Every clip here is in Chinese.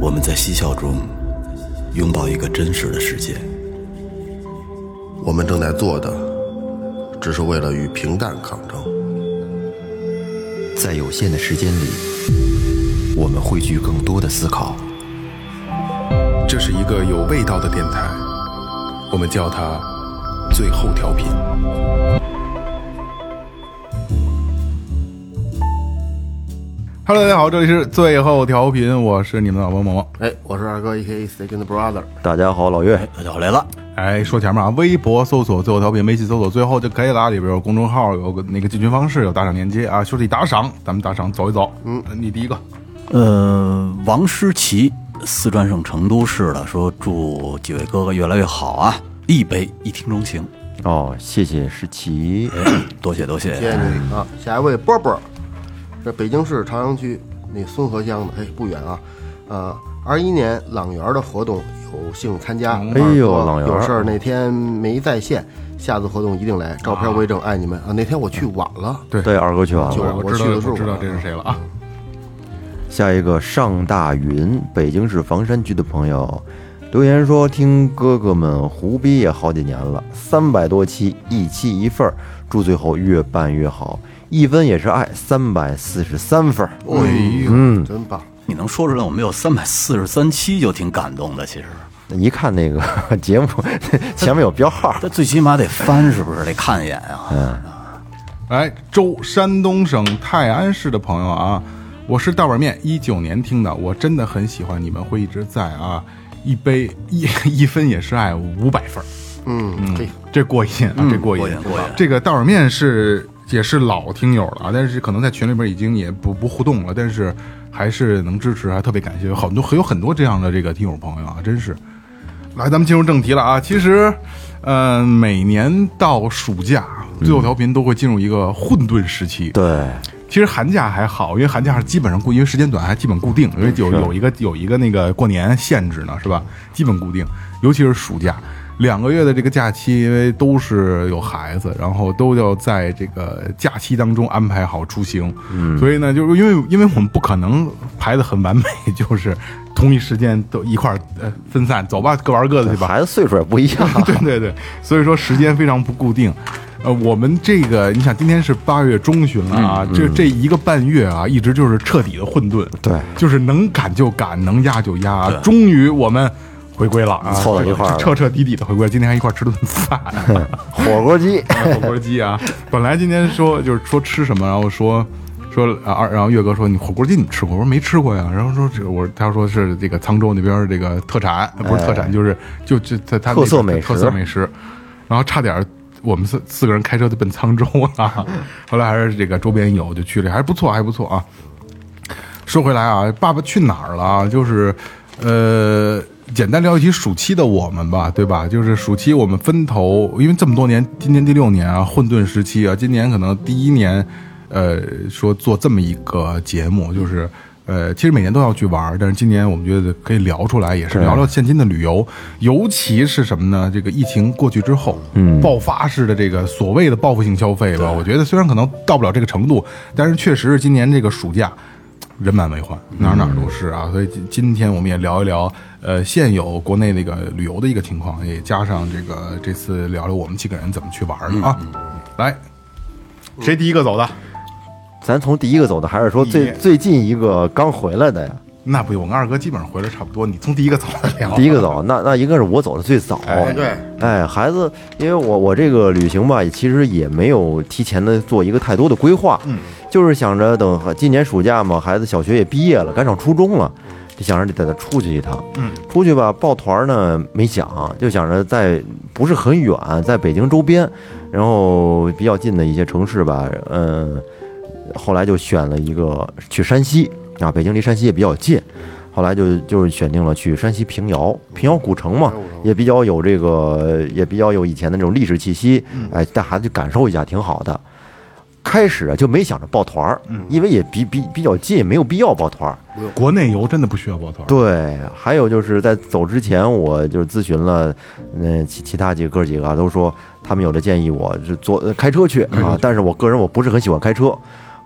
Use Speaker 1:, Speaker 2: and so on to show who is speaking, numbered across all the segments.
Speaker 1: 我们在嬉笑中拥抱一个真实的世界。
Speaker 2: 我们正在做的，只是为了与平淡抗争。
Speaker 3: 在有限的时间里，我们汇聚更多的思考。
Speaker 4: 这是一个有味道的电台，我们叫它“最后调频
Speaker 5: 哈喽，大家好，这里是最后调频，我是你们的老朋友萌。
Speaker 2: 哎，我是二哥 A K A Second Brother。
Speaker 3: 大家好，老岳，
Speaker 1: 大家好，来了，
Speaker 5: 哎，说前面啊，微博搜索最后调频，微信搜索最后就可以了，里边有公众号，有个那个进群方式，有打赏链接啊，兄弟打赏，咱们打赏走一走。嗯，你第一个，
Speaker 1: 呃，王诗琪，四川省成都市的，说祝几位哥哥越来越好啊！一杯一听钟情，
Speaker 3: 哦，谢谢诗琪，
Speaker 1: 哎 多谢多谢。
Speaker 2: 谢谢你啊！下一位波波，这北京市朝阳区那孙河乡的，哎，不远啊。呃，二一年朗园的活动有幸参加，
Speaker 3: 哎呦
Speaker 2: 二哥
Speaker 3: 朗园
Speaker 2: 有事儿那天没在线，下次活动一定来，照片为证，爱你们啊！那天我去晚了，
Speaker 3: 对，二哥去完
Speaker 2: 就
Speaker 3: 了。
Speaker 2: 我
Speaker 5: 我知
Speaker 2: 去的是嗯
Speaker 5: 道，我知道
Speaker 2: 晚
Speaker 5: 哎这是谁了啊？
Speaker 3: 下一个上大云，北京市房山区的朋友留言说，听哥哥们胡逼也好几年了，三百多期，一期一份儿，祝最后越办越好。一分也是爱，三百四十三分儿。
Speaker 2: 哎
Speaker 3: 嗯
Speaker 2: 呦，真棒！
Speaker 1: 你能说出来我们有三百四十三期就挺感动的，其实，
Speaker 3: 一看那个 节目前面有标号，
Speaker 1: 但最起码得翻，是不是？得看一眼啊。
Speaker 3: 嗯
Speaker 5: 来，哎周山东省泰安市的朋友啊，我是大碗面，一九年听的，我真的很喜欢，你们会一直在啊，一杯一一分也是爱，五百分儿。
Speaker 2: 嗯，这
Speaker 5: 这过瘾啊，这过瘾，
Speaker 1: 过瘾过瘾
Speaker 5: 这个大碗面是也是老听友了啊，但是可能在群里边已经也不不互动了，但是还是能支持，还特别感谢，有很多有很多这样的这个听友朋友啊，真是。来，咱们进入正题了啊。其实，呃，每年到暑假，最后调频都会进入一个混沌时期。
Speaker 3: 对，
Speaker 5: 其实寒假还好，因为寒假基本上固，因为时间短，还基本固定，因为有有一个有一个那个过年限制呢，是吧？基本固定，尤其是暑假两个月的这个假期，因为都是有孩子，然后都要在这个假期当中安排好出行，嗯，所以呢，就是因为因为我们不可能排的很完美， 就是同一时间都一块儿呃分散，走吧，各玩各的去吧，
Speaker 3: 孩子岁数也不一样。
Speaker 5: 对对对，所以说时间非常不固定。呃，我们这个，你想，今天是八月中旬了啊，这这一个半月啊，一直就是彻底的混沌，
Speaker 3: 对
Speaker 5: 就是能赶就赶，能压就压啊。终于我们回归了啊，
Speaker 3: 凑到一块儿了
Speaker 5: 彻彻底底的回归。今天还一块儿吃顿饭，
Speaker 3: 火锅鸡，
Speaker 5: 火锅鸡啊。 本来今天说就是说吃什么，然后说说啊，二然后岳哥说你火锅鸡你吃过？我说没吃过呀。然后说这我他说是这个沧州那边儿这个特产，不是特产，就是就就他他那
Speaker 3: 哎特色
Speaker 5: 边
Speaker 3: 美
Speaker 5: 特
Speaker 3: 食
Speaker 5: 色美食。然后差点儿我们四四个人开车就奔沧州 了，后来还是这个周边有就去了，还不错，还不错啊。说回来啊，爸爸去哪儿了啊？就是，呃，简单聊一起暑期的我们吧，对吧？就是暑期我们分头，因为这么多年，今年第六年啊，混沌时期啊，今年可能第一年，呃，说做这么一个节目，就是。呃，其实每年都要去玩儿，但是今年我们觉得可以聊出来，也是聊聊现今的旅游，尤其是什么呢？这个疫情过去之后，嗯，爆发式的这个所谓的报复性消费吧，我觉得虽然可能到不了这个程度，但是确实是今年这个暑假，人满为患，哪儿哪儿都是
Speaker 3: 嗯
Speaker 5: 啊。所以今今天我们也聊一聊，呃，现有国内那个旅游的一个情况，也加上这个这次聊聊我们几个人怎么去玩的
Speaker 3: 嗯
Speaker 5: 啊。来，谁第一个走的？
Speaker 3: 咱从第一个走的，还是说最
Speaker 5: 第一
Speaker 3: 最近一个刚回来的呀？
Speaker 5: 那不行，我跟二哥基本上回来差不多，你从第一个走的聊。
Speaker 3: 第一个走，那那应该是我走的最早。
Speaker 5: 哎
Speaker 2: 对，
Speaker 3: 哎，孩子，因为我我这个旅行吧，其实也没有提前的做一个太多的规划，嗯，就是想着等呃今年暑假嘛，孩子小学也毕业了，该上初中了，就想着得带他出去一趟，嗯，出去吧，抱团呢没想，就想着在不是很远，在北京周边，然后比较近的一些城市吧，嗯，后来就选了一个去山西啊，北京离山西也比较近。后来就就是选定了去山西平遥，平遥古城嘛，也比较有这个，也比较有以前的那种历史气息，哎，带孩子去感受一下，挺好的。开始啊就没想着抱团儿，因为也比比比较近，没有必要抱团儿。
Speaker 5: 国内游真的不需要抱团。
Speaker 3: 对，还有就是在走之前，我就是咨询了，嗯、其其他几个哥几个啊都说他们有的建议我是坐呃开车去啊，但是我个人我不是很喜欢开车。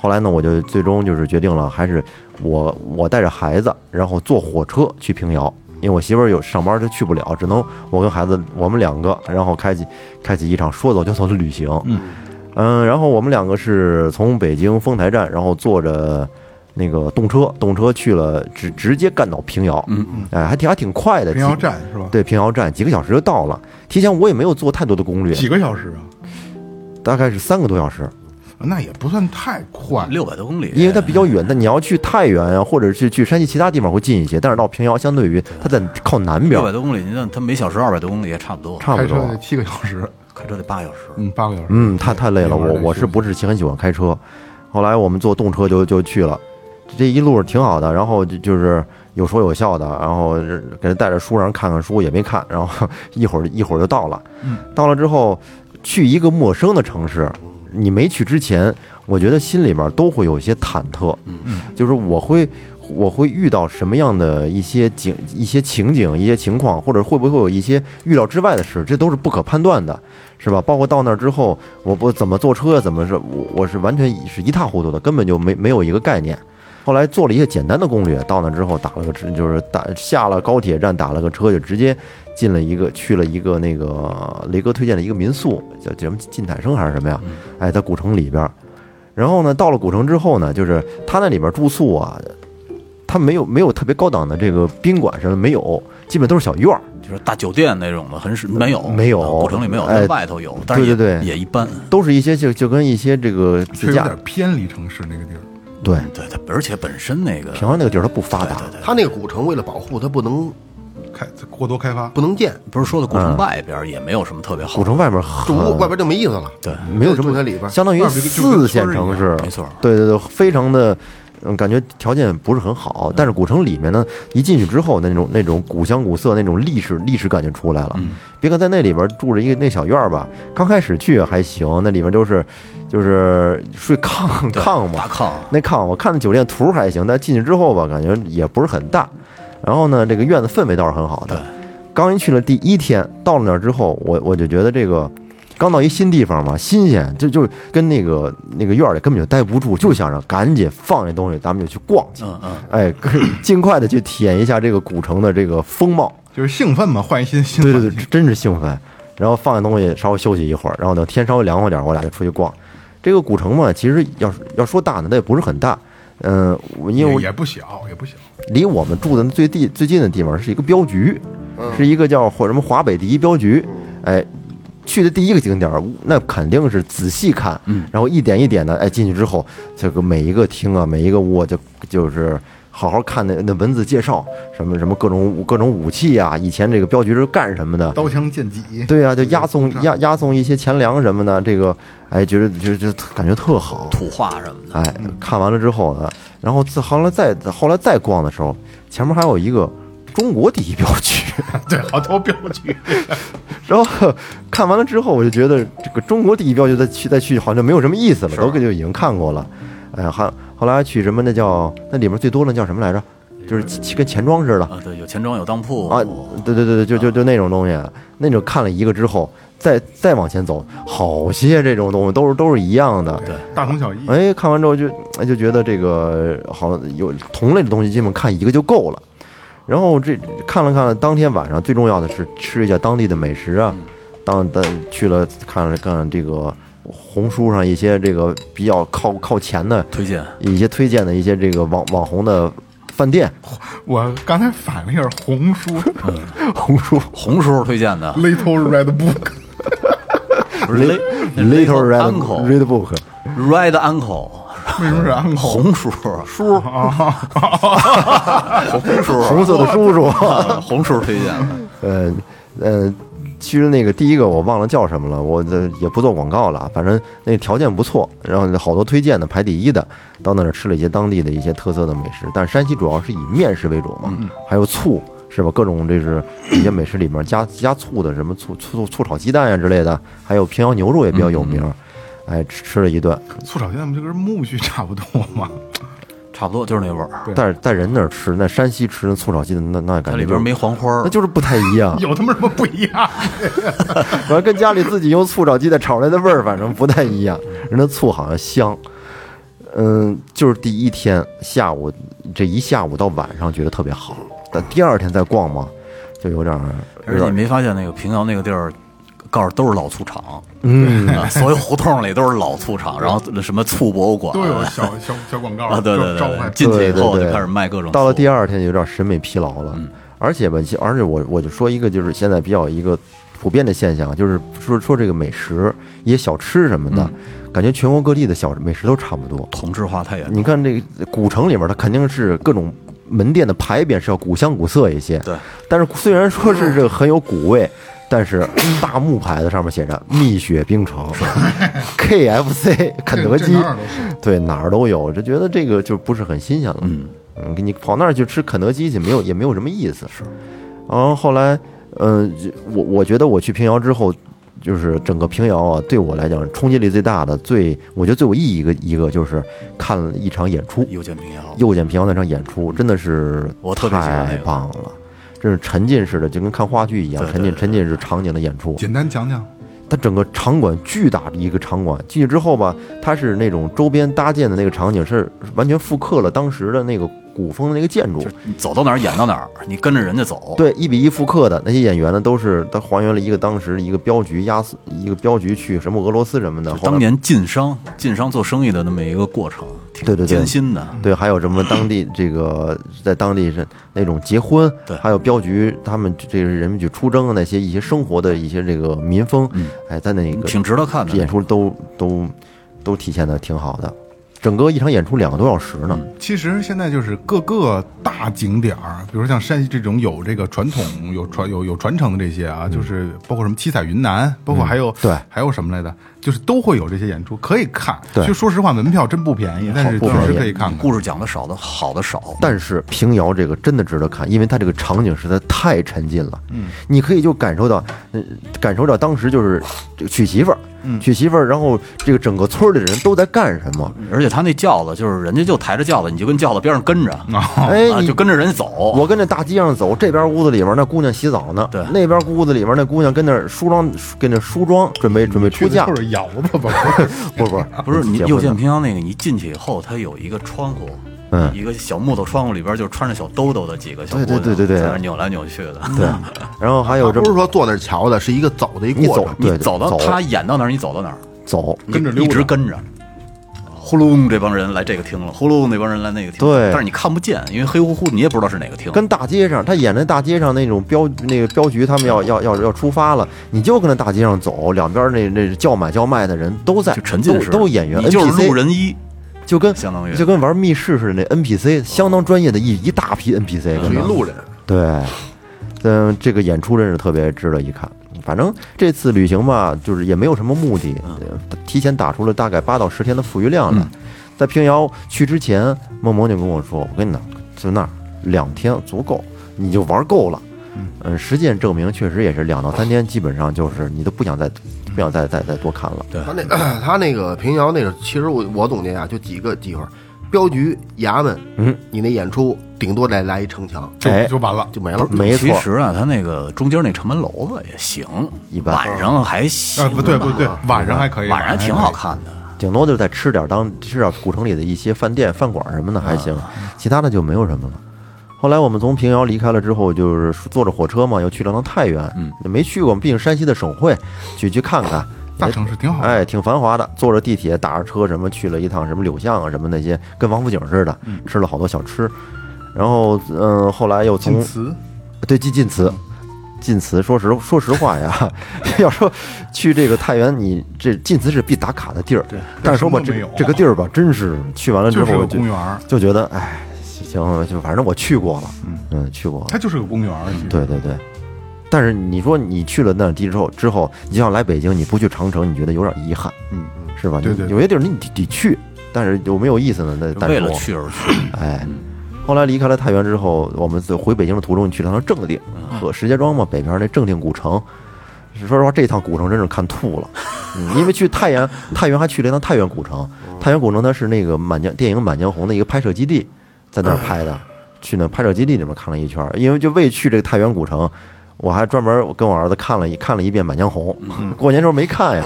Speaker 3: 后来呢，我就最终就是决定了，还是我我带着孩子，然后坐火车去平遥，因为我媳妇儿有上班，她去不了，只能我跟孩子我们两个，然后开启开启一场说走就走的旅行。嗯然后我们两个是从北京丰台站，然后坐着。那个动车，动车去了，直直接干到平遥，嗯嗯，哎，还挺还挺快的，
Speaker 5: 平遥
Speaker 3: 几
Speaker 5: 站是吧？
Speaker 3: 对，平遥站几个小时就到了。提前我也没有做太多的攻略，
Speaker 5: 几个小时啊？
Speaker 3: 大概是三个多小时，
Speaker 5: 那也不算太快。
Speaker 1: 啊六百多公里，
Speaker 3: 因为它比较远。但你要去太原啊，或者是去山西其他地方会近一些，但是到平遥相对于它在靠南边
Speaker 1: 六，百多公里，你看它每小时二百多公里也差不多，
Speaker 3: 差不
Speaker 5: 开车得
Speaker 3: 多。
Speaker 5: 七个小时，
Speaker 1: 开车得八小时。
Speaker 5: 嗯，八个小时。
Speaker 3: 嗯，太太累了，
Speaker 5: 那会儿
Speaker 3: 我
Speaker 5: 得
Speaker 3: 我
Speaker 5: 休
Speaker 3: 是不是很喜欢开车？后来我们坐动车就就去了，这一路挺好的，然后就就是有说有笑的，然后给他带着书，然后看看书也没看，然后 一会儿一会儿就到了。到了之后，去一个陌生的城市，你没去之前，我觉得心里面都会有一些忐忑，嗯，就是我会我会遇到什么样的一些景、一些情景、一些情况，或者会不会有一些预料之外的事，这都是不可判断的，是吧？包括到那儿之后，我不怎么坐车，怎么是我我是完全是一塌糊涂的，根本就没没有一个概念。后来做了一些简单的攻略，到那之后打了个车，就是打下了高铁站，打了个车就直接进了一个去了一个那个雷哥推荐的一个民宿，叫叫什么晋泰生还是什么呀？
Speaker 5: 嗯
Speaker 3: 哎，在古城里边儿。然后呢，到了古城之后呢，就是他那里边住宿啊，他没有没有特别高档的这个宾馆什么没有，基本都是小院儿。
Speaker 1: 就是大酒店那种的，很少没有，
Speaker 3: 没有
Speaker 1: 古城里没有，
Speaker 3: 哎
Speaker 1: 但外头有，但是也
Speaker 3: 对对对
Speaker 1: 也一般。
Speaker 3: 都是一些就就跟一些这个
Speaker 5: 确
Speaker 3: 自
Speaker 5: 实有
Speaker 3: 驾
Speaker 5: 点偏离城市那个地儿，
Speaker 3: 对
Speaker 1: 对，它而且本身那个
Speaker 3: 平遥那个地儿它不发达，
Speaker 2: 它那个古城为了保护，它不能
Speaker 5: 开过多开发。
Speaker 2: 不能建，
Speaker 1: 不是说的古城外边也没有什么特别好
Speaker 3: 古城外面
Speaker 2: 住
Speaker 3: 很
Speaker 2: 屋外边就没意思了。
Speaker 1: 对
Speaker 3: 嗯没有什么
Speaker 2: 住在里边
Speaker 3: 相当于
Speaker 5: 外边就跟
Speaker 3: 四线城
Speaker 5: 村
Speaker 3: 市，
Speaker 1: 没错
Speaker 3: 对对对，非常的。嗯，感觉条件不是很好，但是古城里面呢，一进去之后，那种那种古香古色那种历史历史感就出来了。别看在那里边住着一个那小院儿吧，刚开始去还行，那里面就是就是睡炕
Speaker 1: 对
Speaker 3: 炕嘛
Speaker 1: 大，炕，
Speaker 3: 那炕我看那酒店图还行，但进去之后吧，感觉也不是很大。然后呢，这个院子氛围倒是很好的。刚一去了第一天，到了那儿之后，我我就觉得这个刚到一新地方嘛，新鲜，就就跟那个那个院儿里根本就待不住，就想着赶紧放这东西，咱们就去逛去，
Speaker 1: 嗯嗯，
Speaker 3: 哎， 跟尽快的去体验一下这个古城的这个风貌。
Speaker 5: 就是兴奋嘛，换一新兴
Speaker 3: 对
Speaker 5: 奋。
Speaker 3: 对对，真是兴奋。然后放下东西，稍微休息一会儿，然后等天稍微凉快点儿，我俩就出去逛。这个古城嘛，其实要是要说大呢，它也不是很大。嗯、我因为我
Speaker 5: 也也不小，也不小。
Speaker 3: 离我们住的最地最近的地方是一个镖局，是一个叫或什么华北第一镖局，哎。去的第一个景点儿，那肯定是仔细看，然后一点一点的，哎，进去之后，这个每一个厅啊，每一个屋啊，就就是好好看那那文字介绍，什么什么各种各种武器啊，以前这个镖局是干什么的，
Speaker 5: 刀枪剑戟，
Speaker 3: 对啊，就押送押押送一些钱粮什么的，这个哎，觉得就就感觉特好，
Speaker 1: 土话什么的，
Speaker 3: 哎，看完了之后呢，然后自后来再后来再逛的时候，前面还有一个中国第一镖局，
Speaker 5: 对，好多镖局。
Speaker 3: 然后看完了之后，我就觉得这个中国第一镖局再去再去好像没有什么意思了，都就已经看过了，哎，还后来还去什么那叫那里面最多的叫什么来着？就是其跟钱庄似的，
Speaker 1: 啊，对，有钱庄有当铺
Speaker 3: 啊，对对对对，就就就那种东西，那种看了一个之后，再再往前走，好些这种东西都是都是一样的。
Speaker 1: 对
Speaker 5: 大同小异。
Speaker 3: 哎，看完之后就哎就觉得这个好像有同类的东西，基本看一个就够了。然后这看了看了，当天晚上最重要的是吃一下当地的美食
Speaker 1: 嗯
Speaker 3: 啊，当当去了看了看这个红书上一些这个比较靠靠前的
Speaker 1: 推荐，
Speaker 3: 一些推荐的一些这个网网红的饭店，
Speaker 5: 我刚才反了一下红书
Speaker 3: 嗯红书
Speaker 1: 红叔推荐的，
Speaker 5: Little Red Book，
Speaker 1: 不是
Speaker 3: Little Red
Speaker 1: Uncle
Speaker 3: Red Book。
Speaker 1: Red Uncle
Speaker 5: 为什么是 uncle？
Speaker 1: 红叔叔红叔
Speaker 3: 红色的叔叔，
Speaker 1: 啊红叔推荐的，
Speaker 3: 呃呃，其实那个第一个我忘了叫什么了，我这也不做广告了啊，反正那条件不错，然后好多推荐的排第一的，到那儿吃了一些当地的一些特色的美食，但是山西主要是以面食为主嘛，
Speaker 1: 嗯
Speaker 3: 还有醋是吧？各种这是一些美食里面加加醋的，什么醋醋醋炒鸡蛋呀啊之类的，还有平遥牛肉也比较有
Speaker 1: 嗯
Speaker 3: 名，哎，吃吃了一顿，
Speaker 5: 醋炒鸡蛋不就跟木须差不多吗？
Speaker 1: 差不多就是那味儿，
Speaker 5: 对
Speaker 3: 但是在人那儿吃，那山西吃那醋炒鸡蛋，那那
Speaker 1: 它
Speaker 3: 感觉
Speaker 1: 里
Speaker 3: 就
Speaker 1: 边
Speaker 3: 是
Speaker 1: 没黄花儿
Speaker 3: 那，就是不太一样，
Speaker 5: 有他妈什么不一样？
Speaker 3: 反正跟家里自己用醋炒鸡蛋炒出来的味儿，反正不太一样。人的醋好像香。嗯，就是第一天下午这一下午到晚上觉得特别好，但第二天再逛嘛，就有点儿有
Speaker 1: 而且你
Speaker 3: 点儿
Speaker 1: 没发现那个平遥那个地儿，告诉都是老醋厂，
Speaker 3: 嗯，
Speaker 1: 啊所有胡同里都是老醋厂，然后什么醋博物馆
Speaker 5: 都有小小小广告
Speaker 1: 啊，对对
Speaker 5: 招
Speaker 1: 对，
Speaker 5: 牌
Speaker 1: 对，进去以后
Speaker 3: 对对对
Speaker 1: 就开始卖各种醋。
Speaker 3: 到了第二天有点审美疲劳了，而且吧，其而且我我就说一个，就是现在比较一个普遍的现象，就是说说这个美食，一些小吃什么的，感觉全国各地的小美食都差不多。
Speaker 1: 同质化太严重
Speaker 3: 你，看这个古城里面，它肯定是各种门店的牌匾是要古香古色一些，
Speaker 1: 对，
Speaker 3: 但是虽然说是这个很有古味。但是大木牌子上面写着“蜜雪冰城 ”，KFC 肯德基，
Speaker 5: 这这哪儿都是
Speaker 3: 对，哪儿都有，就觉得这个就不是很新鲜了。嗯，给你跑那儿去吃肯德基去，没有也没有什么意思。是，然后后来，嗯、就我我觉得我去平遥之后，就是整个平遥啊，对我来讲冲击力最大的，最我觉得最有意义一个一个就是看了一场演出，
Speaker 1: 又见平遥，
Speaker 3: 又见平遥那场演出真的是
Speaker 1: 我特别喜欢那
Speaker 3: 太
Speaker 1: 个
Speaker 3: 棒了。真是沉浸式的，就跟看话剧一样，
Speaker 1: 对对
Speaker 3: 沉浸
Speaker 1: 对
Speaker 3: 沉浸式场景的演出。
Speaker 5: 简单讲讲，
Speaker 3: 它整个场馆巨大的一个场馆，进去之后吧，它是那种周边搭建的那个场景是完全复刻了当时的那个古风的那个建筑
Speaker 1: 就，是你走到哪儿演到哪儿，你跟着人家走。
Speaker 3: 对，一比一复刻的那些演员呢，都是它还原了一个当时一个镖局压死一个镖局去什么俄罗斯什么的，
Speaker 1: 就
Speaker 3: 后来
Speaker 1: 当年晋商晋商做生意的那么一个过程，挺
Speaker 3: 对对对
Speaker 1: 艰辛的。
Speaker 3: 对，还有什么当地这 个在当地是那种结婚，
Speaker 1: 对
Speaker 3: 还有镖局他们这个人民去出征啊那些一些生活的一些这个民风，哎，在那个
Speaker 1: 挺值得看的
Speaker 3: 演出都都都体现的挺好的，整个一场演出两个多小时呢。
Speaker 5: 其实现在就是各个大景点儿，比如像山西这种有这个传统、有传有有传承的这些啊，就是包括什么七彩云南，包括还有、
Speaker 3: 对
Speaker 5: 还有什么来的，就是都会有这些演出可以看。
Speaker 3: 对
Speaker 5: 就说实话，门票真不便宜，但是
Speaker 3: 不
Speaker 5: 确
Speaker 3: 便宜
Speaker 5: 实可以看看。
Speaker 1: 故事讲的少的好的少，
Speaker 3: 但是平遥这个真的值得看，因为它这个场景实在太沉浸了。嗯，你可以就感受到，呃感受到当时就是这个娶媳妇儿，娶媳妇儿，然后这个整个村儿里的人都在干什么。
Speaker 1: 而且他那轿子就是人家就抬着轿子，你就跟轿子边上跟着，
Speaker 5: 嗯
Speaker 3: 哎，
Speaker 1: 啊，
Speaker 3: 你
Speaker 1: 就跟着人走。
Speaker 3: 我跟着大街上走，这边屋子里面那姑娘洗澡呢，
Speaker 1: 对
Speaker 3: 那边屋子里面那姑娘跟那儿梳妆，跟那梳妆准备准备出嫁
Speaker 5: 去的，就是窑子吧，不是
Speaker 3: 不是不是
Speaker 1: 不是你
Speaker 3: 结婚
Speaker 1: 又见
Speaker 3: 的
Speaker 1: 平遥那个，你进去以后，它有一个窗户，
Speaker 3: 嗯
Speaker 1: 一个小木头窗户里边就穿着小兜兜的几个小姑
Speaker 3: 对对
Speaker 1: 娘，
Speaker 3: 对对对
Speaker 1: 在那儿扭来扭去的。
Speaker 3: 对，然后还有这
Speaker 2: 啊不是说坐那儿瞧的，是一个走的一
Speaker 3: 你
Speaker 2: 过
Speaker 3: 走
Speaker 2: 程。
Speaker 1: 你
Speaker 3: 对对
Speaker 1: 走到
Speaker 3: 走
Speaker 1: 他演到哪儿，你走到哪儿，
Speaker 3: 走，
Speaker 1: 你
Speaker 5: 跟着溜
Speaker 1: 一
Speaker 5: 达
Speaker 1: 直跟着。呼隆，这帮人来这个厅了；呼隆，那帮人来那个厅。
Speaker 3: 对
Speaker 1: 但是你看不见，因为黑乎乎，你也不知道是哪个厅。
Speaker 3: 跟大街上，他演的大街上那种镖那个镖局，他们要要要要出发了，你就跟着大街上走，两边那那叫买叫卖的人都在，
Speaker 1: 就沉浸
Speaker 3: 都
Speaker 1: 式，
Speaker 3: 都是演员，
Speaker 1: 你就是路
Speaker 3: NPC，
Speaker 1: 人一，
Speaker 3: 就跟
Speaker 1: 相当于
Speaker 3: 就跟玩密室似的，那 NPC 相当专业的一一大批 NPC，
Speaker 2: 属
Speaker 3: 跟
Speaker 2: 于
Speaker 3: 着
Speaker 2: 路人，
Speaker 3: 对，嗯，这个演出真是特别值得一看。反正这次旅行吧，就是也没有什么目的，呃提前打出了大概八到十天的富裕量来。在平遥去之前，梦萌就跟我说：“我跟你讲，就那儿两天足够，你就玩够了。”嗯，实践证明，确实也是两到三天，基本上就是你都不想再不想再再再多看了。
Speaker 2: 他那 他那个平遥那个，其实我我总结啊，就几个地方，镖局、衙门，
Speaker 3: 嗯，
Speaker 2: 你那演出顶多再来一城墙
Speaker 3: 哎
Speaker 5: 就就完了。
Speaker 2: 就没了。
Speaker 3: 没
Speaker 1: 其
Speaker 3: 错，
Speaker 1: 实啊，他那个中间那城门楼子也行，
Speaker 3: 一般
Speaker 1: 晚上还行
Speaker 5: 呃，
Speaker 1: 吧，
Speaker 5: 不对不对，晚上还可以，
Speaker 1: 晚上还挺好看的。
Speaker 3: 顶多就再吃点当吃点古城里的一些饭店、饭馆什么的还行，其他的就没有什么了。后来我们从平遥离开了之后，就是坐着火车嘛，又去了趟太原，嗯，没去过，毕竟山西的省会，去去看看。
Speaker 5: 大城市挺好的
Speaker 3: 哎，挺繁华的。坐着地铁，打着车，什么去了一趟什么柳巷啊，什么那些，跟王府井似的，
Speaker 5: 嗯
Speaker 3: 吃了好多小吃。然后，嗯、后来又从
Speaker 5: 晋祠嗯
Speaker 3: 对，进晋祠， 晋祠。说实说实话呀， 要说去这个太原，你这晋祠是必打卡的地儿。对，但是说
Speaker 5: 什么
Speaker 3: 吧，
Speaker 5: 都
Speaker 3: 这
Speaker 5: 没有
Speaker 3: 这个地儿吧，真是去完了之
Speaker 5: 就是
Speaker 3: 后
Speaker 5: 个
Speaker 3: 就
Speaker 5: 公园儿，
Speaker 3: 就觉得，哎，行，就反正我去过了，嗯，去过了
Speaker 5: 它。就是个公园儿。其实
Speaker 3: 嗯对对对。但是你说你去了那地之后，之后你就想来北京，你不去长城，你觉得有点遗憾，嗯，是吧？
Speaker 5: 对对
Speaker 3: 你
Speaker 5: 对
Speaker 3: 有些地儿你得得去，但是有没有意思呢？那单
Speaker 1: 为了
Speaker 3: 说
Speaker 1: 去而去，
Speaker 3: 哎，后来离开了太原之后，我们在回北京的途中去了趟正定和石家庄嘛，北边那正定古城。说实话，这趟古城真是看吐了，嗯因为去太原，太原还去了一趟太原古城。太原古城它是那个《满江》电影《满江红》的一个拍摄基地，在那儿拍的。去那拍摄基地里面看了一圈儿，因为就为去这个太原古城，我还专门我跟我儿子看了一看了一遍《满江红》。过年时候没看呀，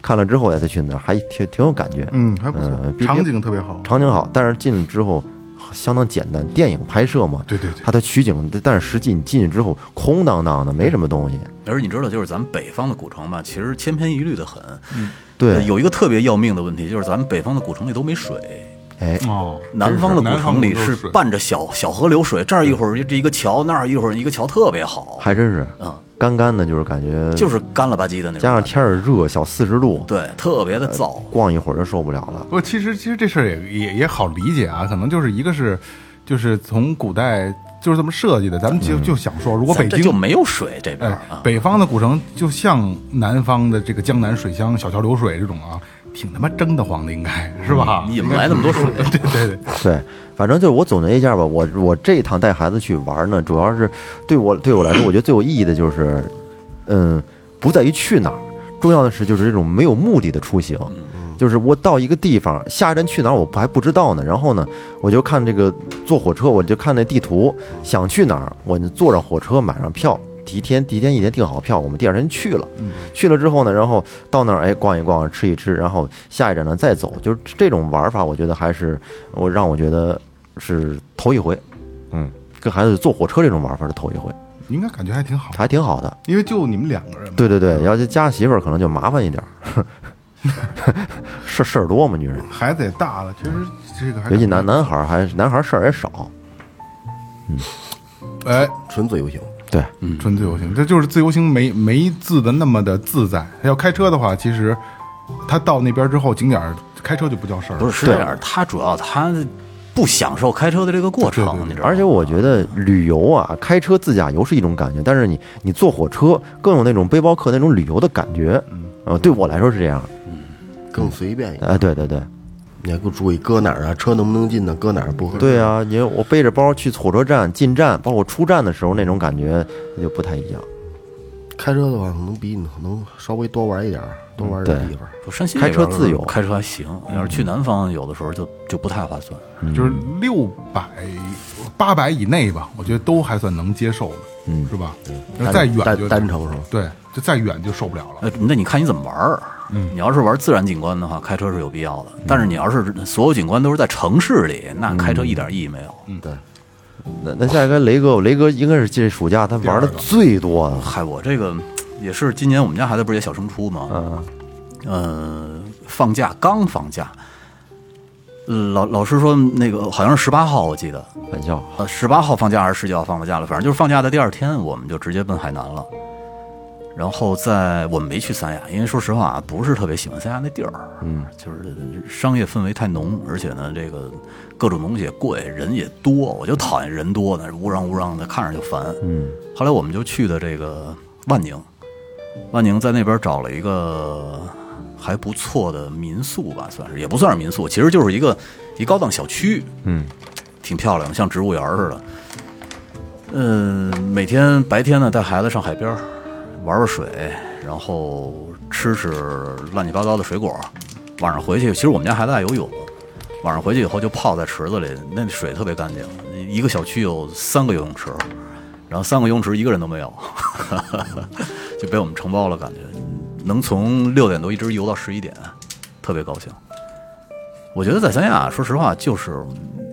Speaker 3: 看了之后呀才去那儿，还挺挺有感觉。
Speaker 5: 嗯，还不错
Speaker 3: 嗯，毕竟
Speaker 5: 场景特别好。
Speaker 3: 场景好，但是进去之后相当简单，电影拍摄嘛，
Speaker 5: 对对对
Speaker 3: 它的取景，但是实际你进去之后空荡荡的，没什么东西。
Speaker 1: 而你知道，就是咱们北方的古城吧，其实千篇一律的很。嗯，
Speaker 3: 对
Speaker 1: 有一个特别要命的问题，就是咱们北方的古城里都没水。
Speaker 3: 哎，
Speaker 5: 哦，
Speaker 1: 南方的古城里是
Speaker 5: 半。
Speaker 1: 伴着小小河流水，这儿一会儿这一个桥，那儿一会儿一个桥，特别好，
Speaker 3: 还真是，
Speaker 1: 嗯，
Speaker 3: 干干的，就是感觉，
Speaker 1: 就是干了吧唧的那种感觉。
Speaker 3: 嗯加上天嗯儿热，小四十度，
Speaker 1: 对，特别的燥。
Speaker 3: 逛一会儿就受不了了。
Speaker 5: 不，其实其实这事儿也也也好理解啊，可能就是一个是，就是从古代就是这么设计的，咱们就就想说，如果北
Speaker 1: 嗯咱这就
Speaker 5: 京。
Speaker 1: 没有水这边
Speaker 5: 哎
Speaker 1: 儿啊，，
Speaker 5: 北方的古城就像南方的这个江南水乡、小桥流水这种啊，挺他妈蒸得慌的，应该是吧？
Speaker 1: 嗯你们来那么多水，
Speaker 5: 对对对，
Speaker 3: 对，反正就是我总结一下吧，我我这一趟带孩子去玩呢，主要是对我对我来说，我觉得最有意义的就是，嗯，不在于去哪儿，重要的是就是这种没有目的的出行，就是我到一个地方，下一站去哪儿我还不知道呢，然后呢，我就看这个坐火车，我就看那地图，想去哪儿，我就坐上火车买上票。提前提前一天订好票，我们第二天去了。去了之后呢，然后到那儿哎逛一逛，吃一吃，然后下一站呢再走，就是这种玩法，我觉得还是我让我觉得是头一回，嗯，跟孩子坐火车这种玩法是头一回，
Speaker 5: 应该感觉还挺好，
Speaker 3: 还挺好的。嗯
Speaker 5: 因为就你们两个人嘛。
Speaker 3: 对对对，要是加媳妇儿可能就麻烦一点，儿，事事儿多嘛，女人，
Speaker 5: 孩子也大了，其实这个还
Speaker 3: 尤其男男孩儿还男孩儿事儿也少，
Speaker 5: 哎，
Speaker 2: 纯自由行。
Speaker 3: 对，
Speaker 5: 纯自由行，这就是自由行没没自的那么的自在。要开车的话，其实他到那边之后，景点儿开车就不叫事儿了。
Speaker 1: 不是是这样，他主要他不享受开车的这个过
Speaker 5: 对对
Speaker 1: 程，
Speaker 5: 对
Speaker 1: 你知道吗？
Speaker 3: 而且我觉得旅游啊，开车自驾游是一种感觉，但是你你坐火车更有那种背包客那种旅游的感觉，呃，对我来说是这样，
Speaker 2: 更随便一点，
Speaker 3: 哎，对对对，
Speaker 2: 你还不注意搁哪儿啊？车能不能进呢？搁哪儿不合适？
Speaker 3: 对啊，你我背着包去火车站进站，包括出站的时候那种感觉就不太一样。
Speaker 2: 开车的话，可能比你能稍微多玩一点儿，多玩点
Speaker 3: 嗯对
Speaker 2: 地方。
Speaker 1: 不山西
Speaker 3: 开
Speaker 1: 这边
Speaker 3: 车自由嗯
Speaker 1: 开车还行。要是去南方，有的时候就就不太划算。
Speaker 5: 就是六百、八百以内吧，我觉得都还算能接受的，
Speaker 3: 嗯
Speaker 5: 是吧？
Speaker 2: 单
Speaker 5: 再远就
Speaker 2: 单单程是吧？
Speaker 5: 对，就再远就受不了了。
Speaker 1: 呃，那你看你怎么玩儿。
Speaker 5: 嗯
Speaker 1: 你要是玩自然景观的话，开车是有必要的。但是你要是所有景观都是在城市里，那开
Speaker 5: 嗯
Speaker 1: 车一点意义没有。
Speaker 2: 对，
Speaker 3: 那那下一个雷哥，雷哥应该是这暑假他玩的最多的，
Speaker 1: 嗨，我这个也是今年我们家孩子不是也小升初吗？
Speaker 3: 啊
Speaker 1: 嗯，呃，放假刚放假，老老师说那个好像是十八号，我记得，
Speaker 3: 玩笑。
Speaker 1: 呃，十八号放假还是十九号放的假了，反正就是放假的第二天，我们就直接奔海南了。然后在我们没去三亚，因为说实话啊，不是特别喜欢三亚那地儿，嗯，就是商业氛围太浓，而且呢，这个各种东西也贵，人也多，我就讨厌人多的，乌嚷乌嚷的，看着就烦。嗯，后来我们就去的这个万宁，万宁在那边找了一个还不错的民宿吧，算是也不算是民宿，其实就是一个一高档小区，嗯，挺漂亮的，像植物园似的。嗯，每天白天呢带孩子上海边儿玩玩水，然后吃吃乱七八糟的水果。晚上回去，其实我们家孩子爱游泳，晚上回去以后就泡在池子里，那水特别干净。一个小区有三个游泳池，然后三个游泳池一个人都没有， 就被我们承包了，感觉能从六点多一直游到十一点，特别高兴。我觉得在三亚，说实话就是嗯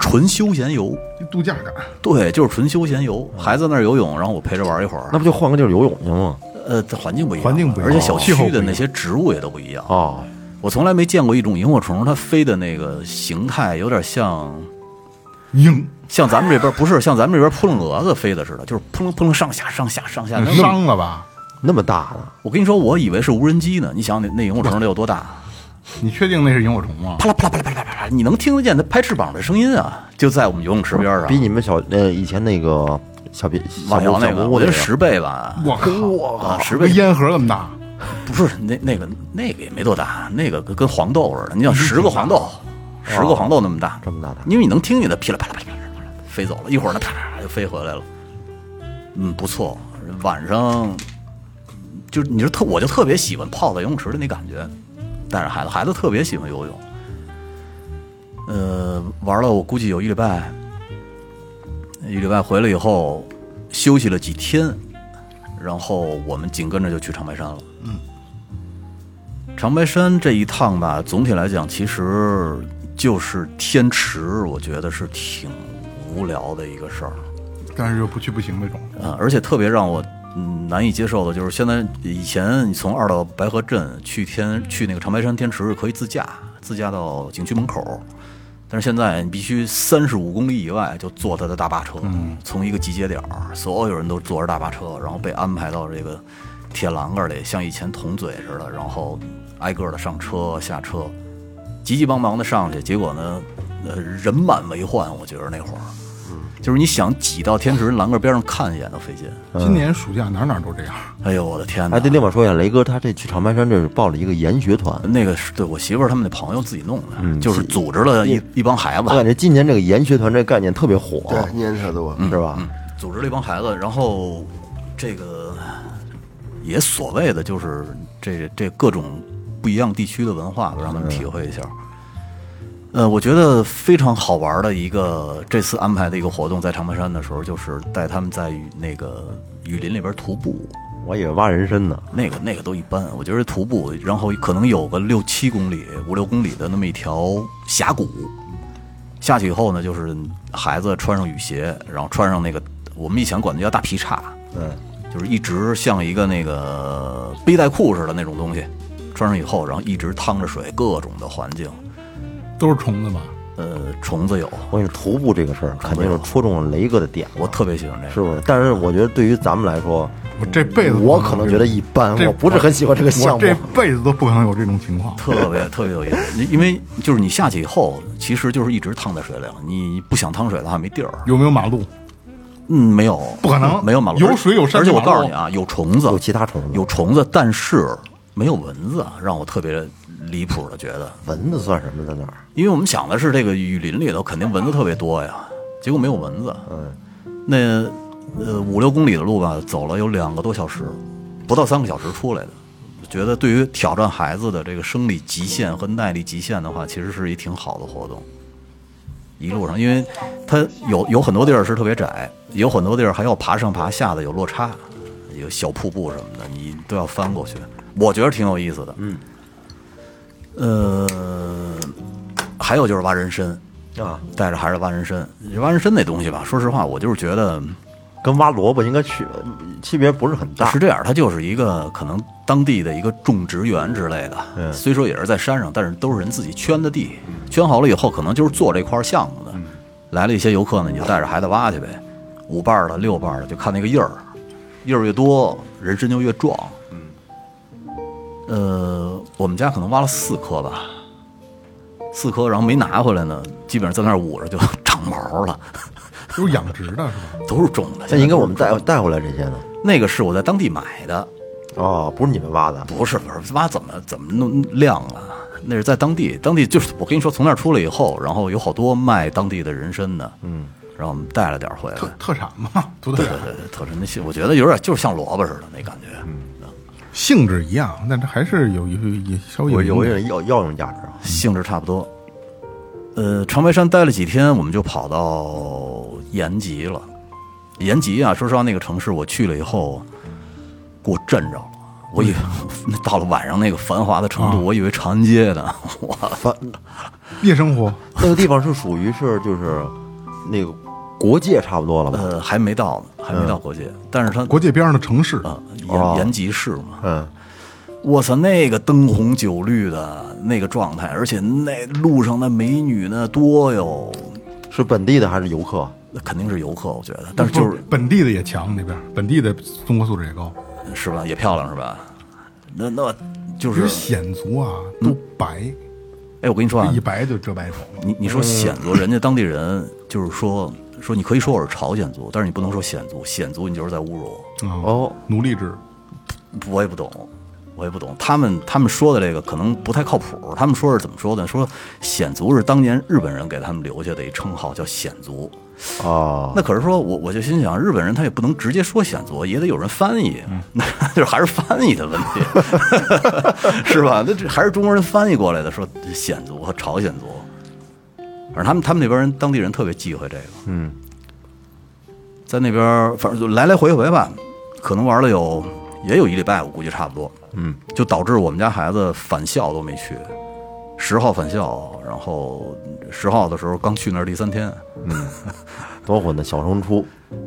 Speaker 1: 纯休闲游。嗯
Speaker 5: 就度假感，
Speaker 1: 对，就是纯休闲游，孩子那儿游泳，然后我陪着玩一会儿。
Speaker 3: 那不就换个地儿游泳去吗？
Speaker 1: 呃，这环境不一样，
Speaker 5: 环境不一样
Speaker 1: 而且小
Speaker 5: 气候
Speaker 1: 区
Speaker 5: 不一
Speaker 1: 的
Speaker 5: 样
Speaker 1: 那些植物也都不一样。
Speaker 3: 哦，
Speaker 1: 我从来没见过一种萤火虫，它飞的那个形态有点像
Speaker 5: 硬
Speaker 1: 像咱们这边不是像咱们这边扑棱蛾子飞的似的，就是扑棱扑棱上下上下上下。那
Speaker 5: 伤了吧？
Speaker 3: 那么大呢？
Speaker 1: 我跟你说，我以为是无人机呢。你想那那萤火虫得有多大？
Speaker 5: 你确定那是萤火虫吗？
Speaker 1: 啪啦啪啦啪啦啪啦啪啦，你能听得见它拍翅膀的声音啊！就在我们游泳池边上，
Speaker 3: 比你们小呃以前那个小别小
Speaker 1: 网
Speaker 3: 木
Speaker 1: 游那
Speaker 3: 小
Speaker 1: 个，
Speaker 3: 木
Speaker 1: 我
Speaker 3: 屋
Speaker 1: 觉
Speaker 3: 那
Speaker 1: 得
Speaker 3: 个
Speaker 1: 十倍吧，
Speaker 5: 我靠，
Speaker 1: 啊，十
Speaker 5: 跟
Speaker 1: 倍
Speaker 5: 烟盒那么大，
Speaker 1: 不是那那个那个也没多大，那个跟跟黄豆似的。
Speaker 3: 嗯
Speaker 1: 你想十个黄豆，十个黄豆那么大，
Speaker 3: 哦这么大的
Speaker 1: 因为你能听见它噼里啪啦噼里啪啦啪啦飞走了，一会儿呢啪就飞回来了。嗯，不错。晚上就你说特，我就特别喜欢泡在游泳池的那感觉，但是孩子孩子特别喜欢游泳。呃，玩了我估计有一礼拜，一礼拜回来以后休息了几天，然后我们紧跟着就去长白山了。长白山这一趟吧，总体来讲，其实就是天池，我觉得是挺无聊的一个事儿。
Speaker 5: 但是又不去不行那种。
Speaker 1: 啊，而且特别让我嗯难以接受的就是，现在以前你从二道白河镇去天去那个长白山天池是可以自驾，自驾到景区门口，但是现在你必须三十五公里以外就坐他的大巴车，从一个集结点儿，所有人都坐着大巴车，然后被安排到这个铁栏杆里，像以前铜嘴似的，然后挨个的上车下车，急急忙忙的上去，结果呢，呃，人满为患，我觉得那会儿。就是你想挤到天池栏杆边上看一眼都费劲。
Speaker 3: 嗯
Speaker 5: 今年暑假哪儿哪儿都这样，
Speaker 1: 哎呦，我的天哪！
Speaker 3: 哎，对，另外说一下，雷哥他这去长白山这是报了一个研学团，
Speaker 1: 那个是对我媳妇儿他们那朋友自己弄的，
Speaker 3: 嗯
Speaker 1: 就是组织了一一帮孩子
Speaker 3: 我，感觉今年这个研学团这概念特别火，
Speaker 2: 对，年特多，
Speaker 3: 是吧？
Speaker 1: 嗯组织了一帮孩子，然后这个也所谓的就是这这各种不一样地区的文化吧，
Speaker 3: 嗯
Speaker 1: 让他们体会一下。呃，我觉得非常好玩的一个这次安排的一个活动，在长白山的时候，就是带他们在雨那个雨林里边徒步。
Speaker 3: 我以为挖人参呢，
Speaker 1: 那个那个都一般，我觉得徒步，然后可能有个六七公里、五六公里的那么一条峡谷，下去以后呢，就是孩子穿上雨鞋，然后穿上那个我们以前管它叫大皮叉，嗯，就是一直像一个那个背带裤似的那种东西，穿上以后，然后一直趟着水，各种的环境，
Speaker 5: 都是虫子吧？
Speaker 1: 呃，虫子有，
Speaker 3: 我跟你说徒步这个事儿肯定是戳中了雷哥的点了，
Speaker 1: 我特别喜欢这个，
Speaker 3: 是不是？但是我觉得对于咱们来说，
Speaker 5: 我这辈子
Speaker 3: 我可能觉得一般，
Speaker 5: 这
Speaker 3: 我不是很喜欢这个
Speaker 5: 我
Speaker 3: 项目
Speaker 5: 这。辈子都不可能有这种情况。
Speaker 1: 特别特别有意思，因为就是你下去以后，其实就是一直趟在水里了，你不想趟水的话没地儿，
Speaker 5: 有没有马路？
Speaker 1: 嗯，没有，
Speaker 5: 不可能
Speaker 1: 没有马路，
Speaker 5: 有水有山
Speaker 1: 而且
Speaker 5: 有
Speaker 1: 我
Speaker 5: 马路
Speaker 1: 告诉你啊，有虫子，
Speaker 3: 有其他虫子
Speaker 1: 有虫子，但是没有蚊子，让我特别离谱的觉得，
Speaker 3: 蚊子算什么在那儿？
Speaker 1: 因为我们想的是这个雨林里头肯定蚊子特别多呀，结果没有蚊子。嗯，那呃五六公里的路吧，走了有两个多小时，不到三个小时出来的。我觉得对于挑战孩子的这个生理极限和耐力极限的话，其实是一挺好的活动。一路上，因为它有有很多地儿是特别窄，有很多地儿还要爬上爬下的，有落差，有小瀑布什么的，你都要翻过去。我觉得挺有意思的。嗯。呃，还有就是挖人参啊，带着孩子挖人参。挖人参那东西吧，说实话，我就是觉得
Speaker 3: 跟挖萝卜应该区区别不是很大
Speaker 1: 是。这样，它就是一个可能当地的一个种植园之类的。虽说也是在山上，但是都是人自己圈的地，圈好了以后，可能就是做这块项目的。来了一些游客呢，你就带着孩子挖去呗，五瓣儿的、六瓣儿的，就看那个印儿，印儿越多，人参就越壮。嗯，呃，我们家可能挖了四颗吧，四颗，然后没拿回来呢，基本上在那儿捂着就 长毛了，
Speaker 5: 都是养殖的，是吧？
Speaker 1: 都是种的。
Speaker 3: 那
Speaker 1: 现在
Speaker 3: 应该
Speaker 1: 都是
Speaker 3: 我们带带回来这些呢？
Speaker 1: 那个是我在当地买的，
Speaker 3: 哦，不是你们挖的，
Speaker 1: 不是不是，挖怎么怎么弄亮了？啊那是在当地，当地就是我跟你说，从那儿出来以后，然后有好多卖当地的人参的，嗯，然后我们带了点儿回来
Speaker 5: 特，特产嘛，土特
Speaker 1: 对
Speaker 5: 产，
Speaker 1: 对对，特产那些，我觉得有点就是像萝卜似的那感觉，
Speaker 5: 性质一样，但这还是有有有稍微
Speaker 3: 有
Speaker 5: 有
Speaker 3: 有
Speaker 5: 一点
Speaker 3: 点药药用价值啊。
Speaker 1: 性质差不多。呃，长白山待了几天，我们就跑到延吉了。延吉啊，说实话，那个城市我去了以后，给我震着了。我以为 到了晚上那个繁华的程度，我以为长安街呢，我
Speaker 3: 反
Speaker 5: 夜生活，
Speaker 3: 那个地方是属于是就是那个国界差不多了吧？
Speaker 1: 呃，还没到呢，还没到国界，但是它
Speaker 5: 国界边上的城市，
Speaker 1: 啊，延
Speaker 3: 哦
Speaker 1: 延吉市嘛，
Speaker 3: 嗯，
Speaker 1: 我操，那个灯红酒绿的那个状态，而且那路上的美女呢多哟，
Speaker 3: 是本地的还是游客？
Speaker 1: 那肯定是游客，我觉得，但是就是
Speaker 5: 本地的也强，那边本地的中国素质也高，
Speaker 1: 是吧，也漂亮是吧？那那就
Speaker 5: 因
Speaker 1: 是，
Speaker 5: 为显族啊都白，
Speaker 1: 哎，我跟你说啊
Speaker 5: 一，白就遮白头了。
Speaker 1: 你你说显族，人家当地人就是说说你可以说我是朝鲜族，但是你不能说显族，显族你就是在侮辱我。
Speaker 5: 啊
Speaker 3: 哦，
Speaker 5: 奴隶制，
Speaker 1: 我也不懂，我也不懂。他们他们说的这个可能不太靠谱。他们说是怎么说的？说显族是当年日本人给他们留下的一称号，叫显族。
Speaker 3: 哦，
Speaker 1: 那可是说我我就心想，日本人他也不能直接说显族，也得有人翻译， 那就是还是翻译的问题， 是吧？那这还是中国人翻译过来的，说显族和朝鲜族。反正他们他们那边人当地人特别忌讳这个，嗯，在那边反正就来来回回吧，可能玩了有也有一礼拜，我估计差不多，嗯，就导致我们家孩子返校都没去，十号返校，然后十号的时候刚去那儿第三天，
Speaker 3: 多混的小升初，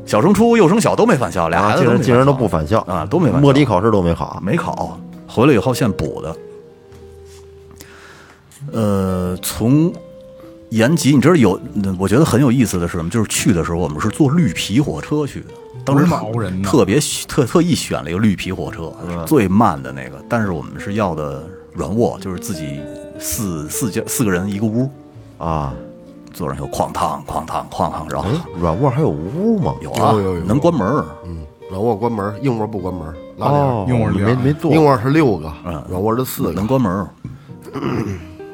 Speaker 1: 小升初、幼升小都没返校，俩
Speaker 3: 然
Speaker 1: 孩
Speaker 3: 后
Speaker 1: 子
Speaker 3: 竟
Speaker 1: 没
Speaker 3: 然竟然都不
Speaker 1: 返
Speaker 3: 返校
Speaker 1: 啊都没返校
Speaker 3: 摸底考试都没考
Speaker 1: 校，，没考，回来以后现补的。呃，从延吉，你知道有，嗯我觉得很有意思的是什么？就是去的时候我们是坐绿皮火车去的，当时
Speaker 5: 多毛人呢
Speaker 1: 特别特特意选了一个绿皮火车，最慢的那个，但是我们是要的软卧，就是自己四四家四个人一个屋，
Speaker 3: 啊，
Speaker 1: 坐上以后哐当哐当哐当，然后
Speaker 3: 哎，软卧还有屋吗？
Speaker 1: 有啊
Speaker 2: 有有有，
Speaker 1: 能关门儿。
Speaker 2: 嗯，软卧关门，硬卧不关门，拉点儿。
Speaker 3: 哦，
Speaker 5: 硬卧
Speaker 3: 你
Speaker 5: 俩
Speaker 3: 没没做
Speaker 2: 硬卧是六个，
Speaker 1: 嗯
Speaker 2: 软卧是四个
Speaker 1: 能。关门儿。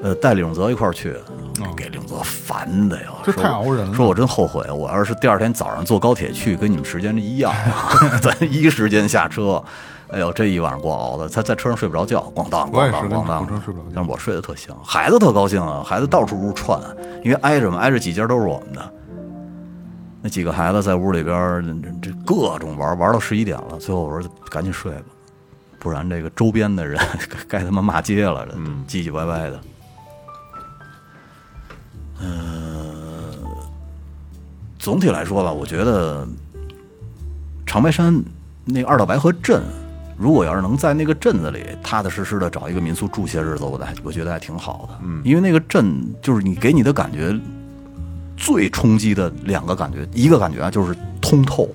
Speaker 1: 呃，带领泽一块儿去，给领泽烦的呀，
Speaker 5: 哦这
Speaker 1: 说
Speaker 5: 太熬人了
Speaker 1: 说我真后悔，啊我要是第二天早上坐高铁去，跟你们时间一样， 咱一时间下车。哎呦，这一晚上给我熬的，他在车上睡不着觉，咣当
Speaker 5: 我也
Speaker 1: 咣当
Speaker 5: 是跟
Speaker 1: 咣当
Speaker 5: 火车睡不着觉
Speaker 1: 但是我睡得特香，孩子特高兴啊，孩子到处屋串，因为挨着嘛，挨着几家都是我们的。那几个孩子在屋里边儿这这各种玩，玩到十一点了，最后我说赶紧睡吧，不然这个周边的人 该该他妈骂街了，这
Speaker 5: 嗯
Speaker 1: 唧唧歪歪的。呃，总体来说吧，我觉得长白山那二道白河镇，如果要是能在那个镇子里踏踏实实的找一个民宿住些日子，我的还我觉得还挺好的。嗯，因为那个镇就是你给你的感觉最冲击的两个感觉，一个感觉啊就是通透，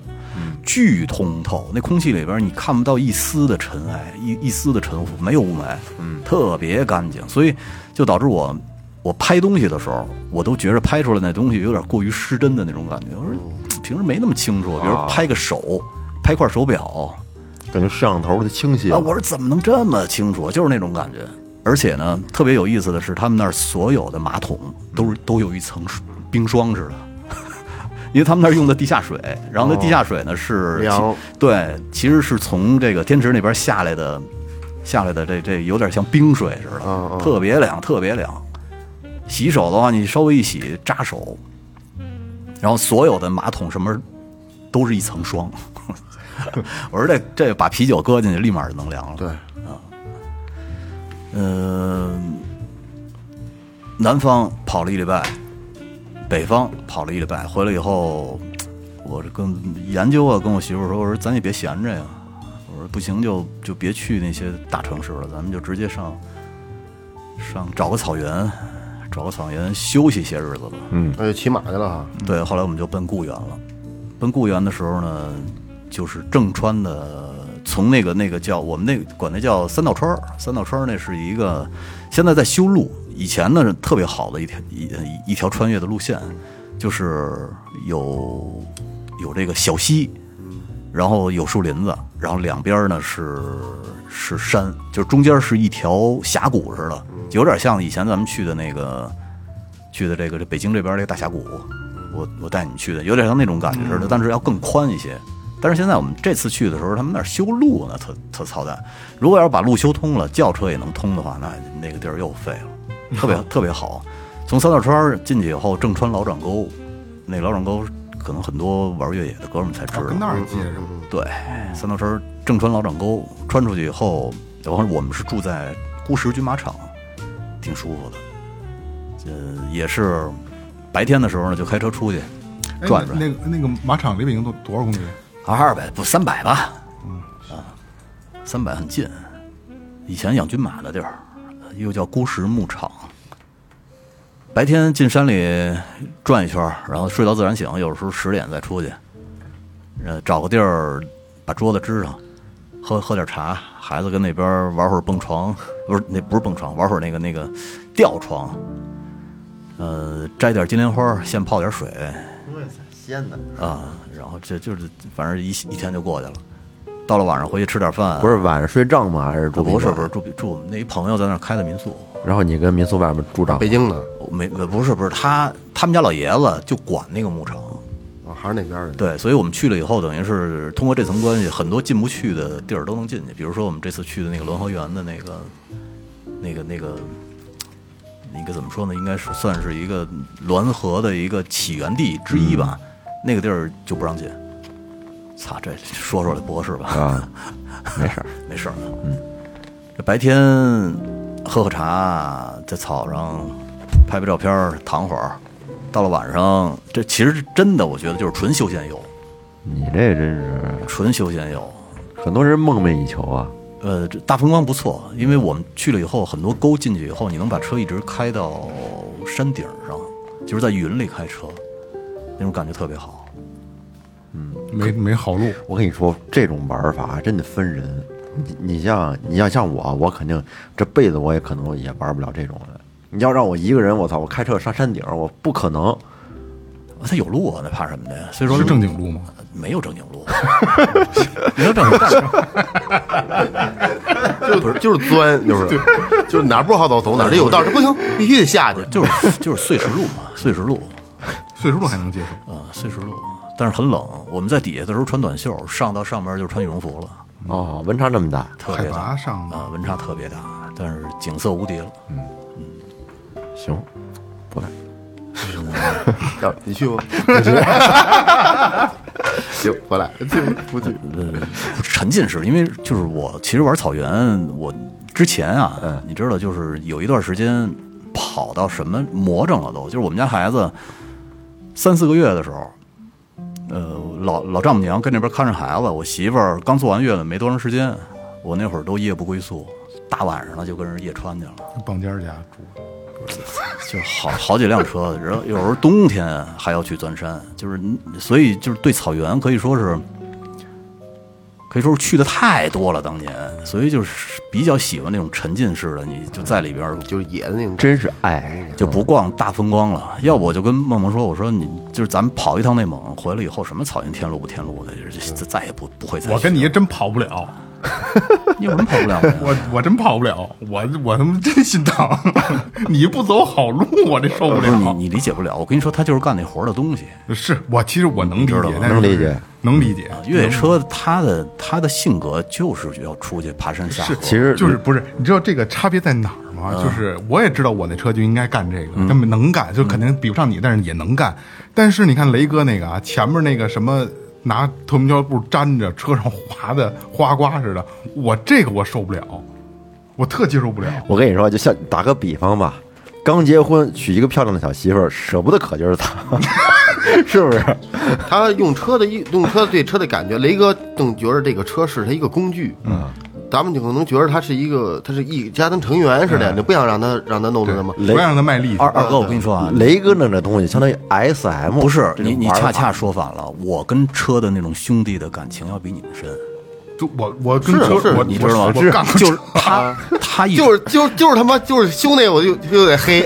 Speaker 1: 巨通透，那空气里边你看不到一丝的尘埃，一一丝的尘雾，没有雾霾，嗯，特别干净，所以就导致我。我拍东西的时候，我都觉着拍出来那东西有点过于失真的那种感觉。我说平时没那么清楚，比如拍个手，拍块手表，
Speaker 3: 感觉摄像头的清晰
Speaker 1: 啊，我说怎么能这么清楚？就是那种感觉。而且呢，特别有意思的是，他们那儿所有的马桶都是都有一层水冰霜似的，因为他们那儿用的地下水，然后那地下水呢是
Speaker 2: 哦凉
Speaker 1: 其对，其实是从这个天池那边下来的，下来的这这有点像冰水似的，
Speaker 2: 嗯
Speaker 1: 特别凉，特别凉。洗手的话，你稍微一洗扎手，然后所有的马桶什么都是一层霜。 我说这这把啤酒搁进去，立马就能凉了。啊
Speaker 2: 对，
Speaker 1: 嗯，南方跑了一礼拜，北方跑了一礼拜，回来以后，我这跟研究啊，跟我媳妇儿说，我说咱也别闲着呀，我说不行就就别去那些大城市了，咱们就直接上上找个草原，找个草原休息些日子吧。
Speaker 2: 那就哎骑马去了哈。
Speaker 1: 对，后来我们就奔固原了。奔固原的时候呢，就是正穿的，从那个那个叫我们那个管那叫三道川儿，三道川儿那是一个现在在修路，以前呢是特别好的一条一一条穿越的路线，就是有有这个小溪，然后有树林子，然后两边呢是是山，就是中间是一条峡谷似的，有点像以前咱们去的那个去的这个这北京这边这个大峡谷，我我带你们去的，有点像那种感觉似的，但是要更宽一些。但是现在我们这次去的时候，他们那儿修路呢，特特操蛋。如果要是把路修通了，轿车也能通的话，那那个地儿又废 了，特别特别好。从三道川儿进去以后，正穿老掌沟，那老掌沟可能很多玩越野的哥们儿才知
Speaker 5: 啊
Speaker 1: 道，
Speaker 5: 跟那儿
Speaker 1: 嗯
Speaker 5: 接上，
Speaker 1: 对，三道川儿正穿老掌沟，穿出去以后，然后我们是住在孤石军马场，挺舒服的。呃，也是白天的时候呢，就开车出去
Speaker 5: 哎
Speaker 1: 转转
Speaker 5: 那，那个那个马场离北京多多少公里？
Speaker 1: 二百不三百吧？嗯，啊，三百很近。以前养军马的地儿，呃又叫孤石牧场。白天进山里转一圈儿，然后睡到自然醒，有时候十点再出去，呃，找个地儿把桌子支上，喝喝点茶，孩子跟那边玩会儿蹦床，不是那不是蹦床，玩会儿那个那个吊床，呃，摘点金莲花，先泡点水，
Speaker 3: 鲜的，
Speaker 1: 啊，然后这就是反正一一天就过去了。到了晚上回去吃点饭，啊
Speaker 3: 不是晚上睡帐吗？还是住
Speaker 1: 不
Speaker 3: 宾
Speaker 1: 是
Speaker 3: 馆
Speaker 1: 不是？住住我们那一朋友在那儿开的民宿，
Speaker 3: 然后你跟民宿外面住帐
Speaker 2: 北京的，
Speaker 1: 我没不是不是他他们家老爷子就管那个牧场，
Speaker 2: 啊还是那边儿的。
Speaker 1: 对，所以我们去了以后，等于是通过这层关系，很多进不去的地儿都能进去。比如说我们这次去的那个滦河园的那个那个那个那个怎么说呢？应该是算是一个滦河的一个起源地之一吧。那个地儿就不让进。操，这说 说这不合适吧？
Speaker 3: 啊？没事儿，
Speaker 1: 没事儿。嗯，这白天喝喝茶，在草上拍拍照片儿，躺会儿。到了晚上，这其实真的，我觉得就是纯休闲游，
Speaker 3: 你这真是
Speaker 1: 纯休闲游。
Speaker 3: 很多人梦寐以求啊。
Speaker 1: 呃，这大风光不错，因为我们去了以后，很多沟进去以后，你能把车一直开到山顶上，就是在云里开车，那种感觉特别好。
Speaker 5: 没没好路，
Speaker 3: 我跟你说，这种玩法真的分人。你你像你要像我，我肯定这辈子我也可能也玩不了这种的。你要让我一个人，我操，我开车上山顶，我不可能。
Speaker 1: 它有路啊，那怕什么的呀？所以说
Speaker 5: 是正经路吗？
Speaker 1: 没有正经路， 没有正经路，
Speaker 2: 就不是就是钻，就是就是哪儿不好走走哪儿，这有道这不行，必须得下去。
Speaker 1: 就是就是碎石路嘛，碎石路
Speaker 5: 碎石路还能接受，
Speaker 1: 啊，碎石路。但是很冷，我们在底下的时候穿短袖，上到上面就穿羽绒服了，
Speaker 3: 哦，温差这么大，
Speaker 1: 特
Speaker 5: 海
Speaker 1: 别大
Speaker 5: 拔上
Speaker 1: 啊，温差特别大，但是景色无敌了。
Speaker 3: 行，不赖。
Speaker 2: 要你去吗？ 行，回来去吗不去？
Speaker 1: 沉浸式，因为就是我其实玩草原，我之前啊，你知道，就是有一段时间跑到什么魔怔了都，就是我们家孩子三四个月的时候，呃，老老丈母娘跟那边看着孩子，我媳妇儿刚坐完月子没多长时间，我那会儿都夜不归宿，大晚上了就跟人夜穿去了，
Speaker 5: 棒尖儿家住，
Speaker 1: 就好好几辆车，然后有时候冬天还要去钻山，就是所以就是对草原可以说是，可以说是去的太多了当年，所以就是比较喜欢那种沉浸式的，你就在里边儿
Speaker 2: 就是野的那种。
Speaker 3: 真是爱，
Speaker 1: 就不逛大风光了。要不我就跟梦梦说，我说你就是咱们跑一趟内蒙，回来以后什么草原天路不天路的，就是再再也不不会再去了。
Speaker 5: 我跟你真跑不了，
Speaker 1: 你有什么跑不了的呀？
Speaker 5: 我我真跑不了，我我他妈真心疼， 你不走好路，我这受不
Speaker 1: 不是你
Speaker 5: 了。
Speaker 1: 你理解不了，我跟你说，他就是干那活儿的东西。
Speaker 5: 是我其实我能理
Speaker 1: 嗯道
Speaker 5: 解
Speaker 1: 吧，
Speaker 5: 但是
Speaker 3: 能理解，
Speaker 5: 能理解。
Speaker 1: 越野车他的他的性格就是要出去爬山下河
Speaker 5: 是，，嗯
Speaker 3: 其实
Speaker 5: 就是不是？你知道这个差别在哪儿吗？就是我也知道我那车就应该干这个，他们能干，就肯定比不上你，但是也能干。但是你看雷哥那个啊，前面那个什么拿透明胶布粘着车上划的花瓜似的，我这个我受不了，我特接受不了。
Speaker 3: 我跟你说，就像打个比方吧，刚结婚娶一个漂亮的小媳妇儿，舍不得可劲儿擦， 是不是？
Speaker 2: 他用车的用车对车的感觉，雷哥更觉得这个车是他一个工具。嗯，咱们就可能觉得他是一个，他是一家庭成员似的，你不想让他让他弄得那么。
Speaker 5: 不要让他卖力气，
Speaker 1: 二二哥，我跟你说啊，
Speaker 3: 雷哥弄这东西相当于 S M，
Speaker 1: 不是你你恰恰说反了，我跟车的那种兄弟的感情要比你们深，
Speaker 5: 就我我跟
Speaker 2: 是
Speaker 5: 车
Speaker 2: 是
Speaker 5: 我
Speaker 1: 啊你知道吗？
Speaker 5: 我我干啊过。
Speaker 1: 就是他 他一直
Speaker 2: 就是就是就是他妈就是兄弟，我就就得黑。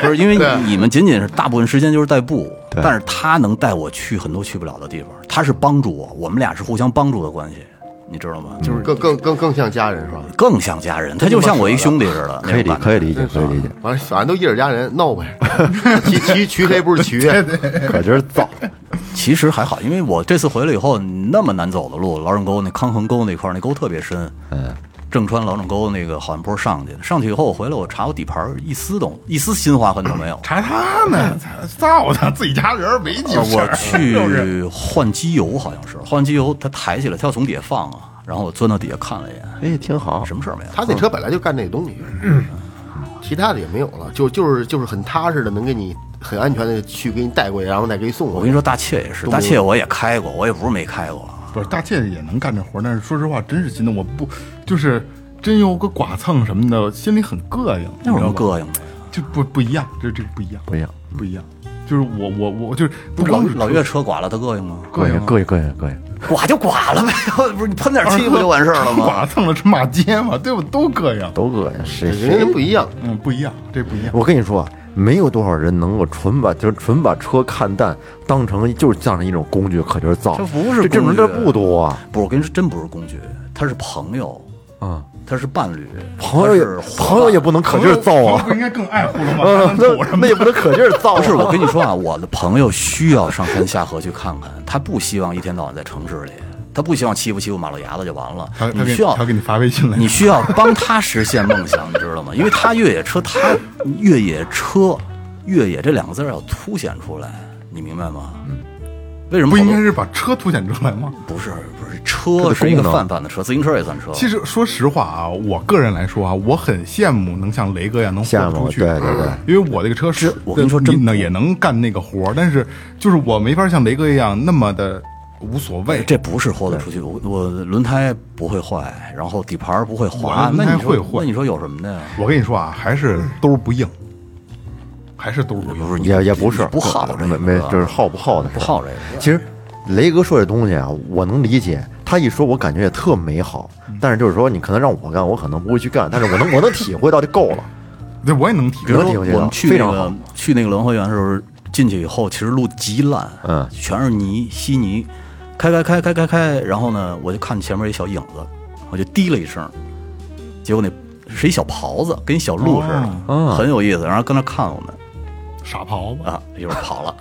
Speaker 1: 不是因为你们仅仅是大部分时间就是代步，但是他能带我去很多去不了的地方，他是帮助我，我们俩是互相帮助的关系，你知道吗？
Speaker 3: 嗯
Speaker 1: 就是
Speaker 2: 更更更更像家人是吧？
Speaker 1: 更像家人，他就像我一兄弟似的，
Speaker 3: 可以理可以
Speaker 1: 理。
Speaker 3: 理解，可以理解，
Speaker 2: 完了，反正都一耳家人，闹 呗。其其其谁不是渠？
Speaker 3: 可劲儿造。
Speaker 1: 其实还好，因为我这次回来以后，那么难走的路，老整沟那康衡沟那块儿，那沟特别深，嗯，正穿老整沟那个好汉坡上去，上去以后我回来，我查我底盘儿一丝都一丝新划痕都没有
Speaker 5: 查他呢，造他自己家人儿没几
Speaker 1: 呃
Speaker 5: 事
Speaker 1: 我
Speaker 5: 儿。
Speaker 1: 去换机油，好像是换 机油，他抬起来，他要从底下放啊，然后我钻到底下看了一眼，
Speaker 3: 哎，挺好，
Speaker 1: 什么事儿没有。
Speaker 2: 他那车本来就干这东西，其他的也没有了，就就是就是很踏实的，能给你很安全的去给你带过去，然后再给你送
Speaker 1: 我
Speaker 2: 回
Speaker 1: 跟你
Speaker 2: 去。
Speaker 1: 说，大切也是，大切我也开过，我也不是没开过。啊
Speaker 5: 不是大切也能干这活儿，但是说实话，真是心疼。我不就是真有个剐蹭什么的，心里很膈应。
Speaker 1: 那有什么
Speaker 5: 应？
Speaker 1: 膈应的呀？
Speaker 5: 就不不一样，这这不一样，
Speaker 3: 不一样，
Speaker 5: 不一样。就是我我我就是不
Speaker 1: 老
Speaker 5: 光是
Speaker 1: 老岳车剐了，他膈应啊吗？
Speaker 3: 膈应膈应膈应膈应。
Speaker 1: 剐就剐了呗， 不是你喷点漆不就完事儿了吗？
Speaker 5: 剐蹭了是骂街嘛，对吧？都膈应。
Speaker 3: 都膈应，谁
Speaker 2: 人家
Speaker 3: 谁？
Speaker 2: 不一样，
Speaker 5: 嗯，不一样，这不一样。
Speaker 3: 我跟你说，啊没有多少人能够纯把就是纯把车看淡，当成就是当成一种工具，可劲儿造。
Speaker 1: 这不是
Speaker 3: 这种人这
Speaker 1: 工具
Speaker 3: 不多啊！
Speaker 1: 不是，我跟你说，真不是工具，他是朋友，
Speaker 3: 啊，
Speaker 1: 他是伴侣，
Speaker 3: 朋
Speaker 1: 嗯
Speaker 3: 友
Speaker 1: 他
Speaker 3: 也
Speaker 1: 是伙伴
Speaker 3: 朋友也不能可劲儿造
Speaker 5: 朋友
Speaker 3: 啊！嗯
Speaker 5: 不应该更爱护 了吗？躲
Speaker 3: 那
Speaker 5: 什
Speaker 3: 那
Speaker 5: 么
Speaker 3: 也不能可劲儿造
Speaker 1: 不
Speaker 3: 啊。
Speaker 1: 是， 我跟你说啊，我的朋友需要上山下河去看看，他不希望一天到晚在城市里，他不希望欺负欺负马路牙子就完了
Speaker 5: 他。他
Speaker 1: 你
Speaker 5: 给
Speaker 1: 需要
Speaker 5: 他给你发微信来，
Speaker 1: 你需要帮他实现梦想，你知道吗？因为他越野车，他越野车，越野这两个字儿要凸显出来，你明白吗？为什么
Speaker 5: 嗯不
Speaker 1: 好
Speaker 5: 应
Speaker 1: 多
Speaker 5: 该是把车凸显出来吗？
Speaker 1: 不是不是车
Speaker 3: 它
Speaker 1: 车
Speaker 3: 的
Speaker 1: 是一个
Speaker 3: 功能
Speaker 1: 泛版的车，自行车也算车。
Speaker 5: 其实说实话啊，我个人来说啊，我很羡慕能像雷哥一样能豁
Speaker 3: 羡
Speaker 5: 得
Speaker 3: 慕
Speaker 5: 出去，
Speaker 3: 对对
Speaker 1: 嗯
Speaker 3: 对，
Speaker 5: 因为我这个车是，
Speaker 1: 我跟你说真
Speaker 5: 呢也能干那个活儿，但是就是我没法像雷哥一样那么的无所谓。
Speaker 1: 这不是豁得出去，我我轮胎不会坏，然后底盘不会滑
Speaker 5: 我，轮
Speaker 1: 那
Speaker 5: 胎
Speaker 1: 你说
Speaker 5: 会坏
Speaker 1: 那你说有什么的呀？
Speaker 5: 我跟你说啊，还是兜儿不硬，还是兜儿不硬。
Speaker 1: 不是你
Speaker 3: 也也不是
Speaker 1: 不好这个，嗯
Speaker 3: 没没就是好不好的事
Speaker 1: 不
Speaker 3: 儿
Speaker 1: 好这个。
Speaker 3: 其实雷哥说这东西啊，我能理解。他一说，我感觉也特美好，但是就是说，你可能让我干，我可能不会去干，但是我能我能体会到就够了。
Speaker 5: 对，我也能体
Speaker 1: 比
Speaker 5: 会
Speaker 1: 如
Speaker 3: 能
Speaker 1: 说
Speaker 3: 体会
Speaker 1: 我
Speaker 3: 到
Speaker 1: 们去
Speaker 3: 非
Speaker 1: 那
Speaker 3: 常
Speaker 1: 个
Speaker 3: 好
Speaker 1: 去那个轮回园的时候，进去以后，其实路极烂，
Speaker 3: 嗯
Speaker 1: 全是泥稀泥，开开开开开开，然后呢，我就看前面一小影子，我就滴了一声，结果那是一小狍子，跟一小鹿似的，
Speaker 3: 哦
Speaker 1: 很有意思，然后跟那看我们
Speaker 5: 傻狍子。
Speaker 1: 啊，一会儿跑了，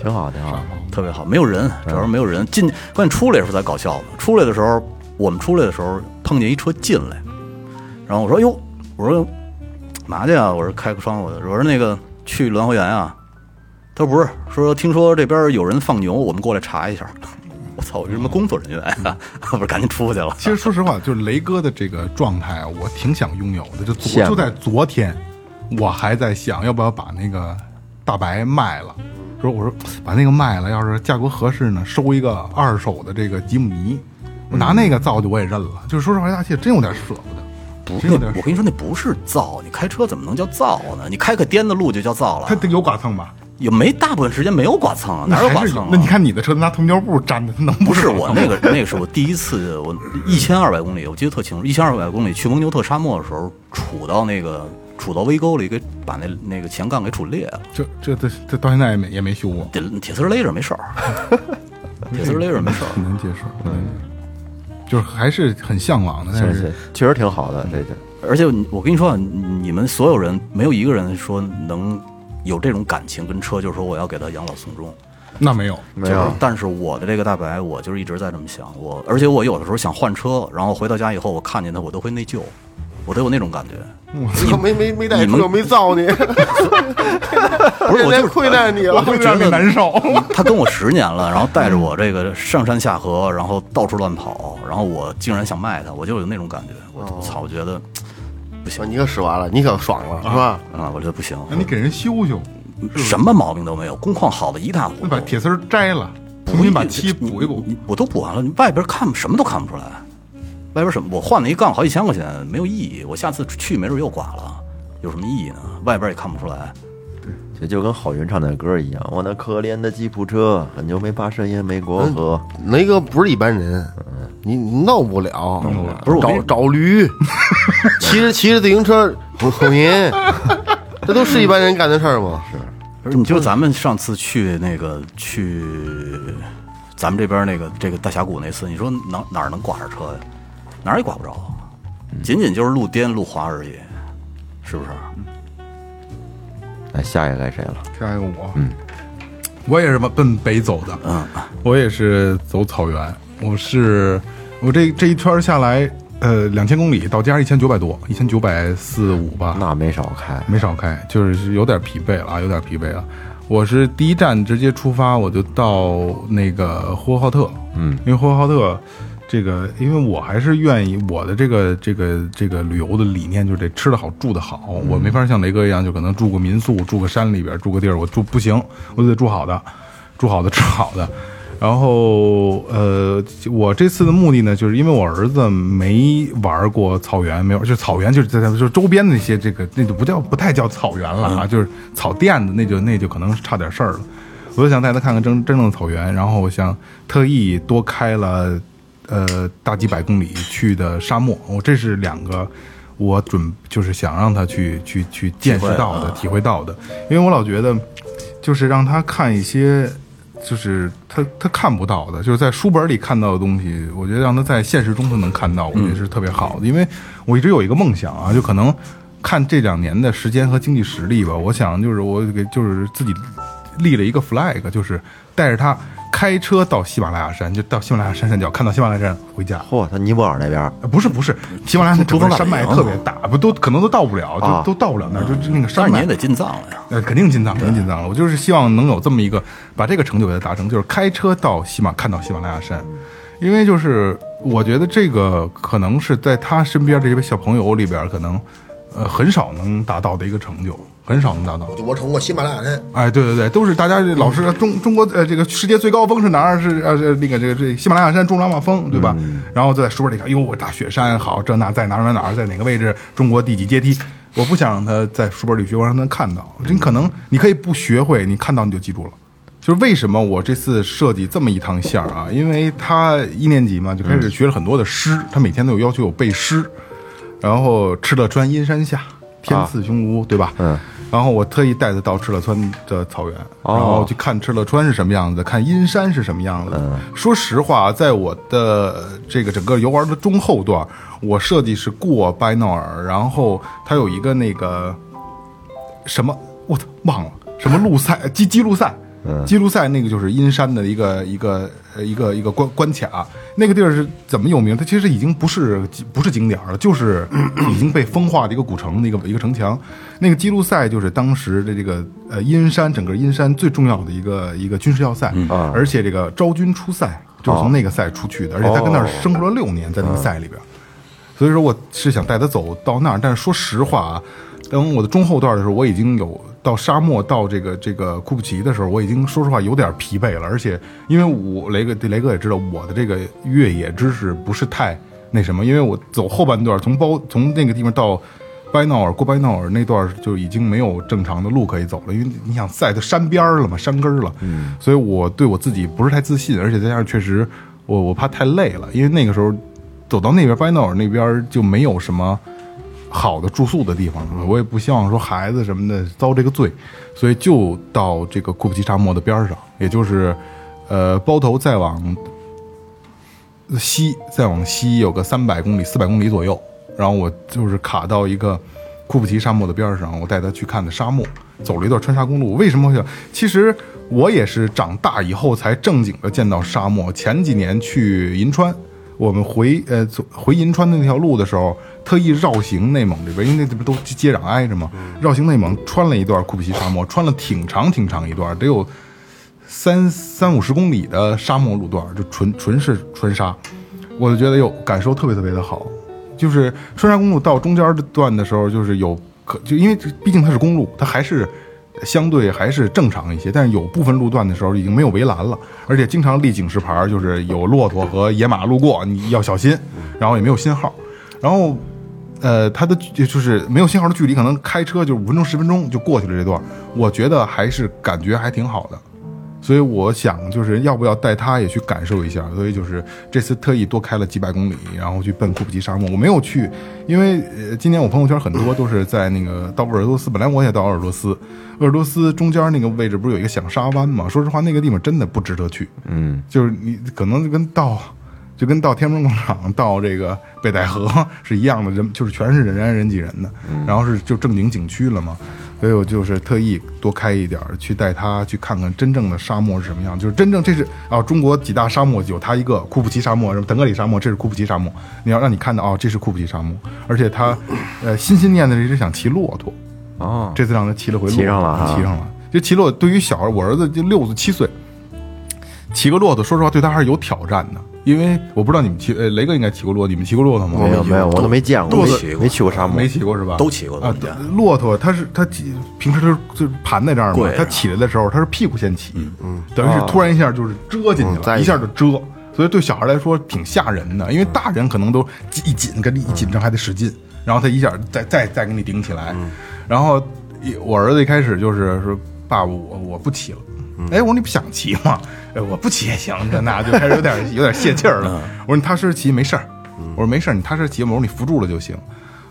Speaker 3: 挺好，挺好。
Speaker 1: 特别好，没有人，
Speaker 5: 嗯
Speaker 1: 主要是没有人。进关键出来的时候才搞笑呢，出来的时候，我们出来的时候碰见一车进来，然后我说哟，我说嘛去啊？我说开个窗户的，我说那个去栾花园啊。他说不是，说听说这边有人放牛，我们过来查一下。 我操，我是什么工作人员啊？ 我说赶紧出去了。
Speaker 5: 其实说实话，就是雷哥的这个状态啊，我挺想拥有的。就
Speaker 3: 羡
Speaker 5: 昨
Speaker 3: 慕
Speaker 5: 就在昨天，我还在想要不要把那个大白卖了。说我说把那个卖了，要是价格合适呢，收一个二手的这个吉姆尼，我拿那个造去我也认了。就是说实话，大气真有点舍不得，真有点
Speaker 1: 我
Speaker 5: 舍
Speaker 1: 跟你说，那不是造，你开车怎么能叫造呢？你开个颠的路就叫造了
Speaker 5: 他。有剐蹭吧？
Speaker 1: 也没大部分时间没有剐蹭啊，
Speaker 5: 那
Speaker 1: 哪有剐
Speaker 5: 还是
Speaker 1: 蹭啊？
Speaker 5: 那你看你的车拿藤胶布粘的，它能
Speaker 1: 不
Speaker 5: 是
Speaker 1: 是我那个那个是我第一次，我一千二百公里，我记得特清楚，一千二百公里去蒙牛特沙漠的时候，杵到那个杵到危沟里，给把那那个前杠给杵裂了，
Speaker 5: 这这这这到现在也没也没修过，
Speaker 1: 铁铁丝勒着没事儿， 铁丝勒着没事 儿。
Speaker 5: 很难接受，很难接受就是还是很向往的，但
Speaker 3: 确
Speaker 5: 是
Speaker 3: 实确实挺好的，这这
Speaker 1: 而且我跟你说啊，你们所有人没有一个人说能有这种感情跟车，就是说我要给他养老送终。
Speaker 5: 那没有。
Speaker 3: 没
Speaker 1: 就是
Speaker 3: 有，
Speaker 1: 但是我的这个大白，我就是一直在这么想。我而且我有的时候想换车，然后回到家以后，我看见它，我都会内疚，我都有那种感觉。
Speaker 2: 没没没带
Speaker 1: 你们
Speaker 2: 车，没造你，
Speaker 1: 不是，我就
Speaker 2: 人家
Speaker 1: 是
Speaker 2: 亏待你了
Speaker 1: 我。就觉
Speaker 5: 让你
Speaker 1: 得
Speaker 5: 难受。
Speaker 1: 嗯他跟我十年了，然后带着我这个上山下河，然后到处乱跑，然后我竟然想卖他，我就有那种感觉，我我操，我觉得
Speaker 2: 你可使完了，你可爽了，是吧？
Speaker 1: 啊、我觉得不行，
Speaker 5: 那你给人修修，
Speaker 1: 什么毛病都没有，工况好的一塌糊
Speaker 5: 那把
Speaker 1: 涂，
Speaker 5: 铁丝儿摘了，重新把漆补一补。
Speaker 1: 你我都补完了，你外边看什么都看不出来，外边什么我换了一杠好几千块钱，没有意义，我下次去没准又剐了，有什么意义呢？外边也看不出来，
Speaker 3: 这就跟郝云唱的歌一样，我那可怜的吉普车，很久没跋涉也没过河。
Speaker 2: 雷哥不是一般人，你你弄不了，
Speaker 1: 不是我跟
Speaker 2: 找
Speaker 1: 你
Speaker 2: 找驴，骑着骑着自行车口音，这都是一般人干的事儿吗？是，
Speaker 1: 不是，你就咱们上次去那个去咱们这边那个这个大峡谷那次，你说哪哪儿能刮着车呀？哪儿也刮不着，啊仅仅就是路颠路滑而已，是不是？
Speaker 3: 哎，下一个该谁了？
Speaker 5: 下一个我，我也是往奔北走的，
Speaker 1: 嗯，
Speaker 5: 我也是走草原，我是我这这一圈儿下来，呃，两千公里到家一千九百多，一千九百四五吧，
Speaker 3: 那没少开，
Speaker 5: 没少开，就是有点疲惫了啊，有点疲惫了。我是第一站直接出发，我就到那个呼和浩特，嗯，因为呼和浩特这个，因为我还是愿意我的这个这个这个旅游的理念就是得吃得好住得好，我没法像雷哥一样，就可能住个民宿，住个山里边，住个地儿，我住不行，我就得住好的，住好的吃好的。然后，呃，我这次的目的呢，就是因为我儿子没玩过草原，没有，就是草原就是在就是周边的那些这个，那就不叫不太叫草原了啊，就是草甸子，那就那就可能差点事儿了。我就想带他看看真真正的草原，然后我想特意多开了呃大几百公里去的沙漠，我、这是两个我准就是想让他去去去见识到的、体会到的，因为我老觉得就是让他看一些就是他他看不到的，就是在书本里看到的东西，我觉得让他在现实中他能看到，我觉得是特别好的。因为我一直有一个梦想啊，就可能看这两年的时间和经济实力吧，我想就是我给就是自己立了一个 flag，就是带着他开车到喜马拉雅山，就到喜马拉雅山山脚，看到喜马拉雅山回家。
Speaker 3: 嚯，他尼泊尔那边儿
Speaker 5: 呃不是不是，喜马拉雅山整个
Speaker 1: 珠峰大
Speaker 5: 山脉
Speaker 1: 本营
Speaker 5: 特别大，不都可能都到不了，
Speaker 3: 啊
Speaker 5: 就都到不了那儿，就啊就那个
Speaker 1: 但
Speaker 5: 山
Speaker 1: 是
Speaker 5: 脉
Speaker 1: 你也。得进藏了呀。
Speaker 5: 呃，肯定进藏，肯定进藏了。我就是希望能有这么一个，把这个成就给它达成，就是开车到喜马，看到喜马拉雅山。因为就是我觉得这个可能是在他身边这些小朋友里边，可能呃很少能达到的一个成就，很少能达到。
Speaker 6: 我成过喜马拉雅山，
Speaker 5: 哎，对对对，都是大家老是中中国呃这个世界最高峰是哪儿？是呃这那个这个这喜马拉雅山中朗玛峰对吧？然后就在书本里看，哟，我大雪山好，这那在哪儿哪儿哪儿，在哪个位置，中国第几阶梯？我不想让他在书本里学，我让他看到，真可能你可以不学会，你看到你就记住了。就是为什么我这次设计这么一趟线儿啊？因为他一年级嘛就开始学了很多的诗，他每天都有要求有背诗，然后敕勒川阴山下，天赐雄吴，对吧？嗯。然后我特意带他到敕勒川的草原，然后去看敕勒川是什么样子，看阴山是什么样子。说实话，在我的这个整个游玩的中后段，我设计是过拜诺尔，然后它有一个那个什么，我操，忘了什么路塞基基路塞。基路塞那个就是阴山的一个一个呃一个一个关关卡，那个地儿是怎么有名？它其实已经不是呃不是景点了，就是已经被风化的一个古城的一个一个城墙。那个基路塞就是当时的这个呃阴山整个阴山最重要的一个一个军事要塞，而且这个昭君出塞就是从那个塞出去的，而且他跟那儿生活了六年，在那个塞里边。所以说我是想带他走到那儿，但是说实话啊，等我的中后段的时候，我已经有到沙漠到这个这个库布齐的时候，我已经说实话有点疲惫了，而且因为我雷哥雷哥也知道我的这个越野知识不是太那什么，因为我走后半段从包从那个地方到。拜诺尔过拜诺尔那段就已经没有正常的路可以走了，因为你想赛到山边儿了嘛，山根儿了，嗯，所以我对我自己不是太自信，而且再加上确实我我怕太累了，因为那个时候走到那边拜诺尔那边就没有什么好的住宿的地方了，我也不希望说孩子什么的遭这个罪，所以就到这个库布齐沙漠的边儿上，也就是呃包头再往西，再往西有个三百公里、四百公里左右。然后我就是卡到一个库布齐沙漠的边儿上，我带他去看的沙漠，走了一段穿沙公路。为什么会想？其实我也是长大以后才正经的见到沙漠。前几年去银川，我们回呃从回银川的那条路的时候，特意绕行内蒙这边，因为那边都接壤挨着嘛，绕行内蒙穿了一段库布齐沙漠，穿了挺长挺长一段，得有三三五十公里的沙漠路段，就纯纯是纯沙，我就觉得有感受特别特别的好。就是川沙公路到中间的段的时候，就是有可就因为这毕竟它是公路，它还是相对还是正常一些，但是有部分路段的时候已经没有围栏了，而且经常立警示牌儿，就是有骆驼和野马路过，你要小心，然后也没有信号，然后呃，它的距就是没有信号的距离，可能开车就五分钟十分钟就过去了这段儿，我觉得还是感觉还挺好的。所以我想，就是要不要带他也去感受一下？所以就是这次特意多开了几百公里，然后去奔库布齐沙漠。我没有去，因为呃，今年我朋友圈很多都是在那个到鄂尔多斯，本来我也到鄂尔多斯，鄂尔多斯中间那个位置不是有一个响沙湾吗？说实话，那个地方真的不值得去。嗯，就是你可能就跟到。就跟到天安门广场、到这个北戴河是一样的人，就是全是人山人挤人的，然后是就正经景区了嘛，所以我就是特意多开一点儿去带他去看看真正的沙漠是什么样，就是真正这是啊，中国几大沙漠有它一个库布齐沙漠，什么腾格里沙漠，这是库布齐沙漠，你要让你看到哦，这是库布齐沙漠，而且他呃心心念念的一直想骑骆驼，
Speaker 3: 哦，
Speaker 5: 这次让他骑了回骆
Speaker 3: 骑上了哈
Speaker 5: 骑上了。这骑骆对于小孩，我儿子就六岁七岁，骑个骆驼，说实话对他还是有挑战的，因为我不知道你们骑，呃，雷哥应该骑过骆驼，你们骑过骆驼吗？
Speaker 3: 没有没有，我都没见过，
Speaker 1: 都
Speaker 3: 没
Speaker 1: 没骑过
Speaker 3: 没去过沙漠
Speaker 5: 没，骑过是吧？
Speaker 1: 都骑过，
Speaker 5: 啊
Speaker 1: 都骑过。，
Speaker 5: 骆驼它是它骑，平时它是就是盘在这儿嘛
Speaker 1: 跪，着
Speaker 5: 它起来的时候它是屁股先起，嗯，等于是突然一下就是遮进去
Speaker 2: 栽进
Speaker 5: 了，一
Speaker 2: 去
Speaker 5: 下就遮，所以对小孩来说挺吓人的，因为大人可能都紧一紧跟着一紧张还得使劲，然后他一下再再再给你顶起来，然后一我儿子一开始就是说爸我我不骑了。哎，我说你不想骑吗？哎，我不骑也行，这那就开始有点有点泄气儿了。我说你踏实骑没事儿，我说没事儿，你踏实骑，我说你扶住了就行。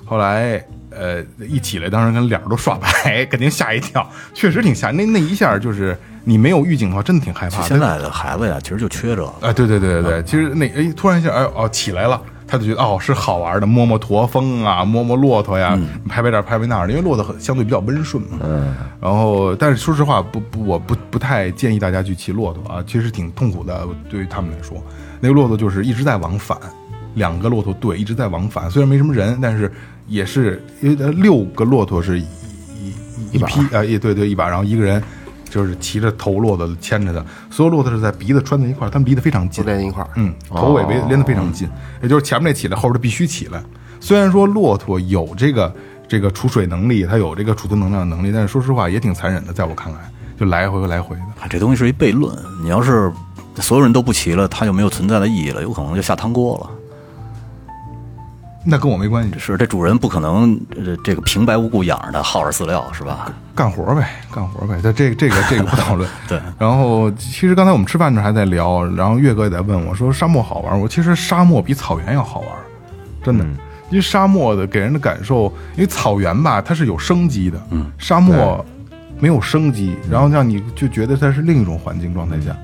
Speaker 5: 后来呃一起来，当时跟脸儿都刷白， 肯定吓一跳，确实挺吓。那那一下就是你没有预警的话，真的挺害怕的。
Speaker 1: 现在的孩子呀，其实就缺这个。
Speaker 5: 哎，对对对对对，其实那哎，突然一下，哎哦，起来了，他就觉得哦是好玩的，摸摸驼峰啊，摸摸骆驼呀，拍拍这儿，拍拍那儿，因为骆驼很相对比较温顺嘛。嗯。然后，但是说实话，不不，我不不太建议大家去骑骆驼啊，其实挺痛苦的，对于他们来说，那个骆驼就是一直在往返，两个骆驼队一直在往返，虽然没什么人，但是也是因为呃六个骆驼是一一一一批啊，也对对一把，然后一个人就是骑着头骆驼牵着的，所有骆驼是在鼻子穿在一块儿，它们离得非常近，
Speaker 2: 连一块儿。
Speaker 5: 嗯，头尾连连得非常近，也就是前面那起来，后边儿必须起来。虽然说骆驼有这个这个储水能力，它有这个储存能量的能力，但是说实话也挺残忍的，在我看来，就来回来回的。
Speaker 1: 啊这东西是一悖论。你要是所有人都不骑了，它就没有存在的意义了，有可能就下汤锅了。
Speaker 5: 那跟我没关系，
Speaker 1: 是这主人不可能呃这个平白无故养着它耗着饲料是吧？
Speaker 5: 干活呗，干活呗。但这个、这个这个不讨论。
Speaker 1: 对。
Speaker 5: 然后其实刚才我们吃饭的时候还在聊，然后岳哥也在问我说沙漠好玩儿。我其实沙漠比草原要好玩儿，真
Speaker 1: 嗯
Speaker 5: 的。因为沙漠的给人的感受，因为草原吧，它是有生机的，嗯，沙漠没有生机，然后让你就觉得它是另一种环境状态下，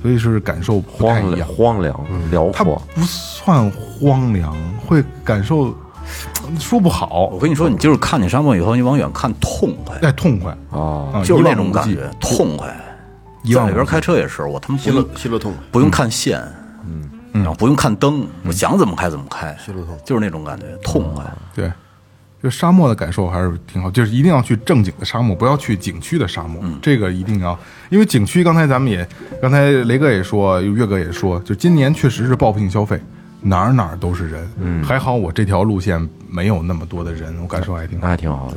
Speaker 5: 所以是感受不太
Speaker 3: 荒
Speaker 5: 一
Speaker 3: 凉
Speaker 5: 样。
Speaker 3: 荒凉辽
Speaker 5: 它
Speaker 3: 阔，
Speaker 5: 不算荒凉，会感受说不好
Speaker 1: 我，跟你说，你就是看见沙漠以后，你往远看痛快，
Speaker 5: 哎，痛快
Speaker 3: 哦
Speaker 5: 啊，
Speaker 1: 就是
Speaker 5: 一
Speaker 1: 那
Speaker 5: 望
Speaker 1: 种
Speaker 5: 无
Speaker 1: 感
Speaker 5: 际
Speaker 1: 觉，痛快。
Speaker 5: 一
Speaker 1: 在
Speaker 5: 望
Speaker 1: 里边
Speaker 5: 无际
Speaker 1: 开车也是，我他妈不
Speaker 2: 心
Speaker 1: 用
Speaker 2: 路心路痛，
Speaker 1: 不用看线，嗯，然后不用看灯，我想怎么开怎么开，
Speaker 5: 嗯
Speaker 1: 就是那种感觉，痛快。
Speaker 5: 对，就沙漠的感受还是挺好，就是一定要去正经的沙漠，不要去景区的沙漠，这个一定要，因为景区刚才咱们也，刚才雷哥也说，岳哥也说，就今年确实是报复性消费。哪儿哪儿都是人，还好我这条路线没有那么多的人，我感受还挺好
Speaker 3: 那。还挺好的。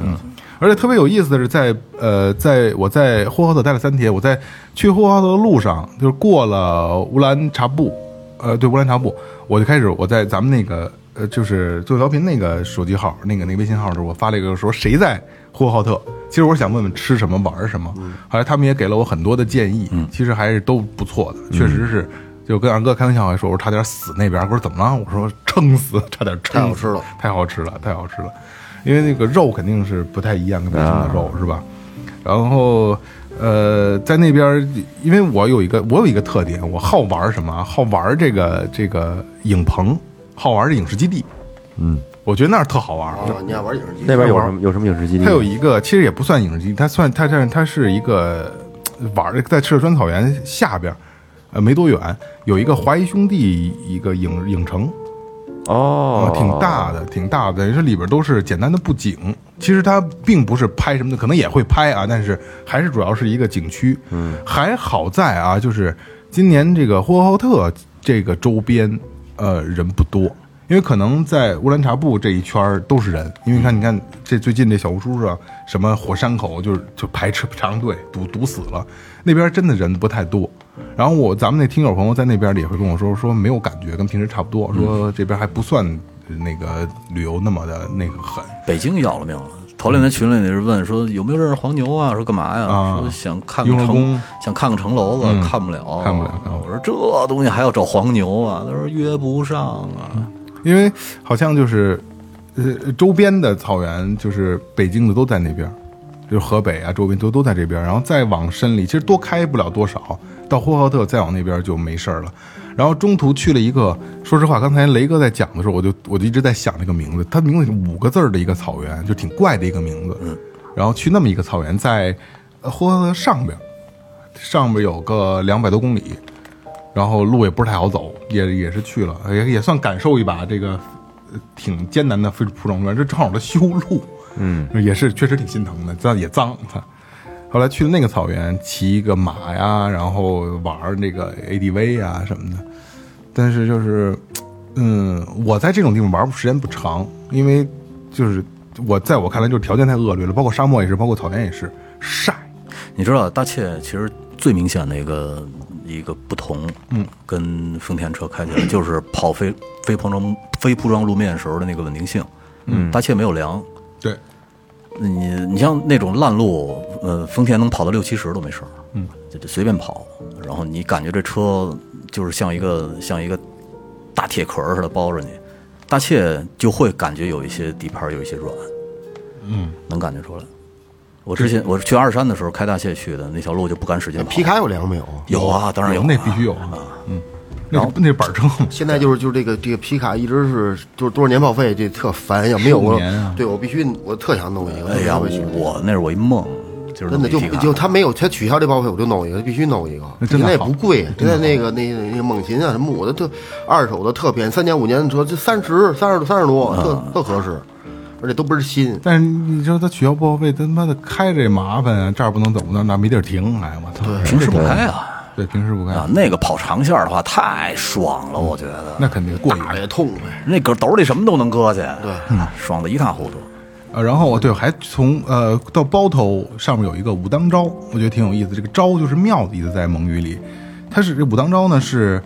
Speaker 5: 而且特别有意思的是在，呃，在我在呼和浩特待了三天，我在去呼和浩特的路上，就是过了乌兰察布，呃，对乌兰察布，我就开始我在咱们那个呃，就是做调频那个手机号、那个那个微信号的时候，我发了一个说谁在呼和浩特。其实我想问问吃什么玩什么，
Speaker 2: 嗯
Speaker 5: 后来他们也给了我很多的建议，其实还是都不错的，确实
Speaker 2: 嗯
Speaker 5: 是。就跟二哥开玩笑还说，我说差点死那边，我说怎么了？我说撑死，差点撑死。
Speaker 2: 太好吃了
Speaker 5: 太好吃了，太好吃了，因为那个肉肯定是不太一样，跟北京的肉、是吧？然后呃，在那边儿，因为我有一个我有一个特点，我好玩儿什么啊？好玩儿这个这个影棚，好玩儿这影视基地。嗯，我觉得那儿特好玩儿。
Speaker 2: 啊！你爱玩影视机
Speaker 3: 那边有什么有什么影视基地？
Speaker 5: 它有一个，其实也不算影视基地，它算它这它是一个呃玩儿在赤川草原下边儿，呃没多远有一个华谊兄弟一个影影城，
Speaker 3: 哦
Speaker 2: 哦
Speaker 5: 啊，，挺大的，挺大的，等于是里边都是简单的布景。其实它并不是拍什么的，可能也会拍啊，但是还是主要是一个景区。嗯，还好在啊，就是今年这个呼和浩特这个周边，呃，人不多，因为可能在乌兰察布这一圈儿都是人，因为你看，你看这最近这小红书上什么火山口就是就排车长队堵堵死了，那边真的人不太多。然后我咱们那听友朋友在那边也会跟我说，说没有感觉，跟平时差不多，说这边还不算那个旅游那么的那个狠。
Speaker 1: 北京要了命了。头两天群里那人问说有没有认识黄牛啊？说干嘛呀？
Speaker 5: 啊
Speaker 1: 说想看
Speaker 5: 雍
Speaker 1: 个
Speaker 5: 和
Speaker 1: 城
Speaker 5: 宫，嗯
Speaker 1: 想看个城楼子，看不了，
Speaker 5: 看不了看不了
Speaker 1: 我说这东西还要找黄牛啊？他说约不上啊。
Speaker 5: 因为好像就是，呃，周边的草原就是北京的都在那边儿，就是河北啊周边都都在这边儿，然后再往深里，其实多开不了多少，到呼和浩特再往那边就没事儿了。然后中途去了一个，说实话，刚才雷哥在讲的时候，我就我就一直在想这个名字，它名字五个字儿的一个草原，就挺怪的一个名字。然后去那么一个草原，在呃呼和浩特上边儿，上边有个两百多公里，然后路也不是太好走，也也是去了，哎也也算感受一把这个呃挺艰难的非普种公园，这正好它修路，嗯，也是确实挺心疼的，但也脏。 操后来去了那个草原，骑一个马呀，然后玩儿那个 ADV 啊什么的，但是就是，嗯，我在这种地方玩儿时间不长，因为就是我在我看来就是条件太恶劣了，包括沙漠也是，包括草原也是晒，
Speaker 1: 你知道大切其实最明显的一个一个不同，嗯，跟丰田车开起来就是跑非非铺装非铺装路面时候的那个稳定性。嗯，大切没有梁，
Speaker 5: 对，
Speaker 1: 你你像那种烂路，呃，丰田能跑到六七十都没事儿，嗯，就就随便跑。然后你感觉这车就是像一个像一个大铁壳儿似的包着你，大切就会感觉有一些底盘儿有一些软，嗯，能感觉出来。我之前我去二山的时候开大切去的，那条路就不敢使劲跑。
Speaker 2: 哎皮卡有梁没有？
Speaker 1: 有啊，当然有啊，
Speaker 5: 那必须有啊，嗯，那那板车嘛，
Speaker 2: 现在就是就是这个这个皮卡一直是就是多少年报废，这特烦，要没有
Speaker 5: 15
Speaker 2: 我
Speaker 5: 年啊，
Speaker 2: 对我必须我特想弄一个，
Speaker 1: 哎呀，
Speaker 2: 我
Speaker 1: 我
Speaker 2: 特别想
Speaker 1: 我那是我一梦，就是
Speaker 2: 真的就
Speaker 1: 弄一皮卡
Speaker 2: 就他没有他取消这报废，我就弄一个，必须弄一个。
Speaker 5: 那真
Speaker 2: 现
Speaker 5: 的
Speaker 2: 在也
Speaker 5: 好
Speaker 2: 不贵，现在那个那那个猛禽啊什么，我
Speaker 5: 嗯
Speaker 2: 的特二手的特便宜，三年五年的车就三十三十三十多，特特合适。而且都不是新。
Speaker 5: 但是你说他取消报废，他妈的开这麻烦啊，这儿不能走，那儿那儿没地儿停，哎我操！
Speaker 1: 平时不开啊
Speaker 5: 对，平时不开，
Speaker 1: 啊，那个跑长线儿的话太爽了，我觉得
Speaker 5: 那肯定过瘾。
Speaker 2: 打也痛快，
Speaker 1: 那搁兜里什么都能搁去，对，爽的一塌糊涂。
Speaker 5: 呃，然后我对还从呃到包头上面有一个武当昭，我觉得挺有意思。这个昭就是庙的意思，在蒙语里，它是这武当昭呢是，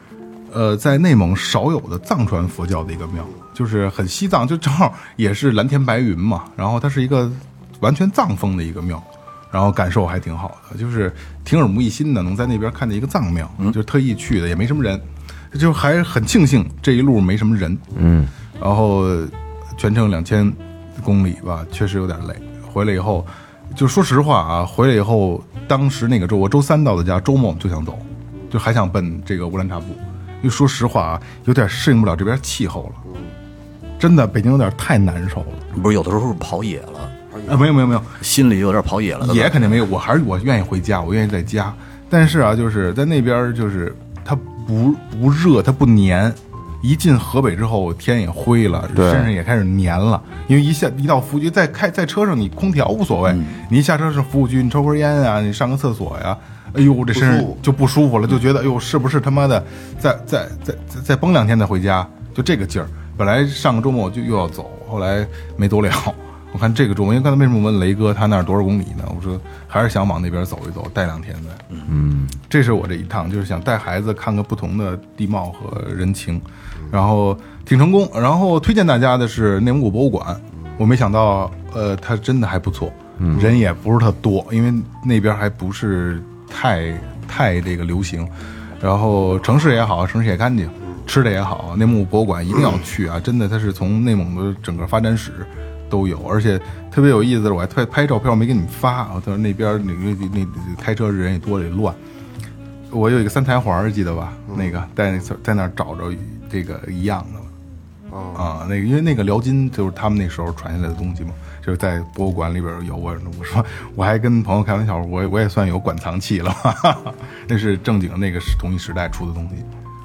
Speaker 5: 呃，在内蒙少有的藏传佛教的一个庙，就是很西藏，就正好也是蓝天白云嘛。然后它是一个完全藏风的一个庙，然后感受还挺好的，就是挺耳目一新的，能在那边看见一个藏庙，就是特意去的，也没什么人，就还很庆幸这一路没什么人。嗯，然后全程两千公里吧，确实有点累。回来以后，就说实话啊，回来以后，当时那个周我周三到的家，周末我们就想走，就还想奔这个乌兰察布，因为说实话啊，有点适应不了这边气候了，真的北京有点太难受了。
Speaker 1: 不是有的时候跑野了，
Speaker 5: 啊，没有没有没有，
Speaker 1: 心里有点跑野了的感觉。
Speaker 5: 也肯定没有，我还是我愿意回家，我愿意在家。但是啊，就是在那边儿，就是它不不热，它不黏。一进河北之后，天也灰了，身上也开始黏了。因为一下一到服务区，在开在车上，你空调无所谓，
Speaker 2: 嗯
Speaker 5: 你一下车是服务区，你抽根烟啊，你上个厕所呀、哎呦，这身上
Speaker 2: 不舒服嗯
Speaker 5: 就不舒服了，就觉得哎呦，是不是他妈的再再再再再崩两天再回家，就这个劲儿。本来上个周末我就又要走，后来没走了。我看这个周末，因为刚才为什么问雷哥他那儿多少公里呢？我说还是想往那边走一走，待两天再。这是我这一趟，就是想带孩子看看不同的地貌和人情，然后挺成功。然后推荐大家的是内蒙古博物馆，我没想到，呃，它真的还不错，人也不是特多，因为那边还不是太太这个流行。然后城市也好，城市也干净，吃的也好，内蒙古博物馆一定要去啊！真的，它是从内蒙的整个发展史都有，而且特别有意思的是，我还拍拍照片，我没给你们发啊。但是那边那那那那开车人也多，也乱。我有一个三台环儿，记得吧？
Speaker 2: 嗯
Speaker 5: 那个在在那儿找着这个一样的了。
Speaker 2: 哦
Speaker 5: 啊，那个因为那个辽金就是他们那时候传下来的东西嘛，就是在博物馆里边有我我说我还跟朋友开玩笑，我也我也算有馆藏器了， 哈哈哈那是正经那个是同一时代出的东西，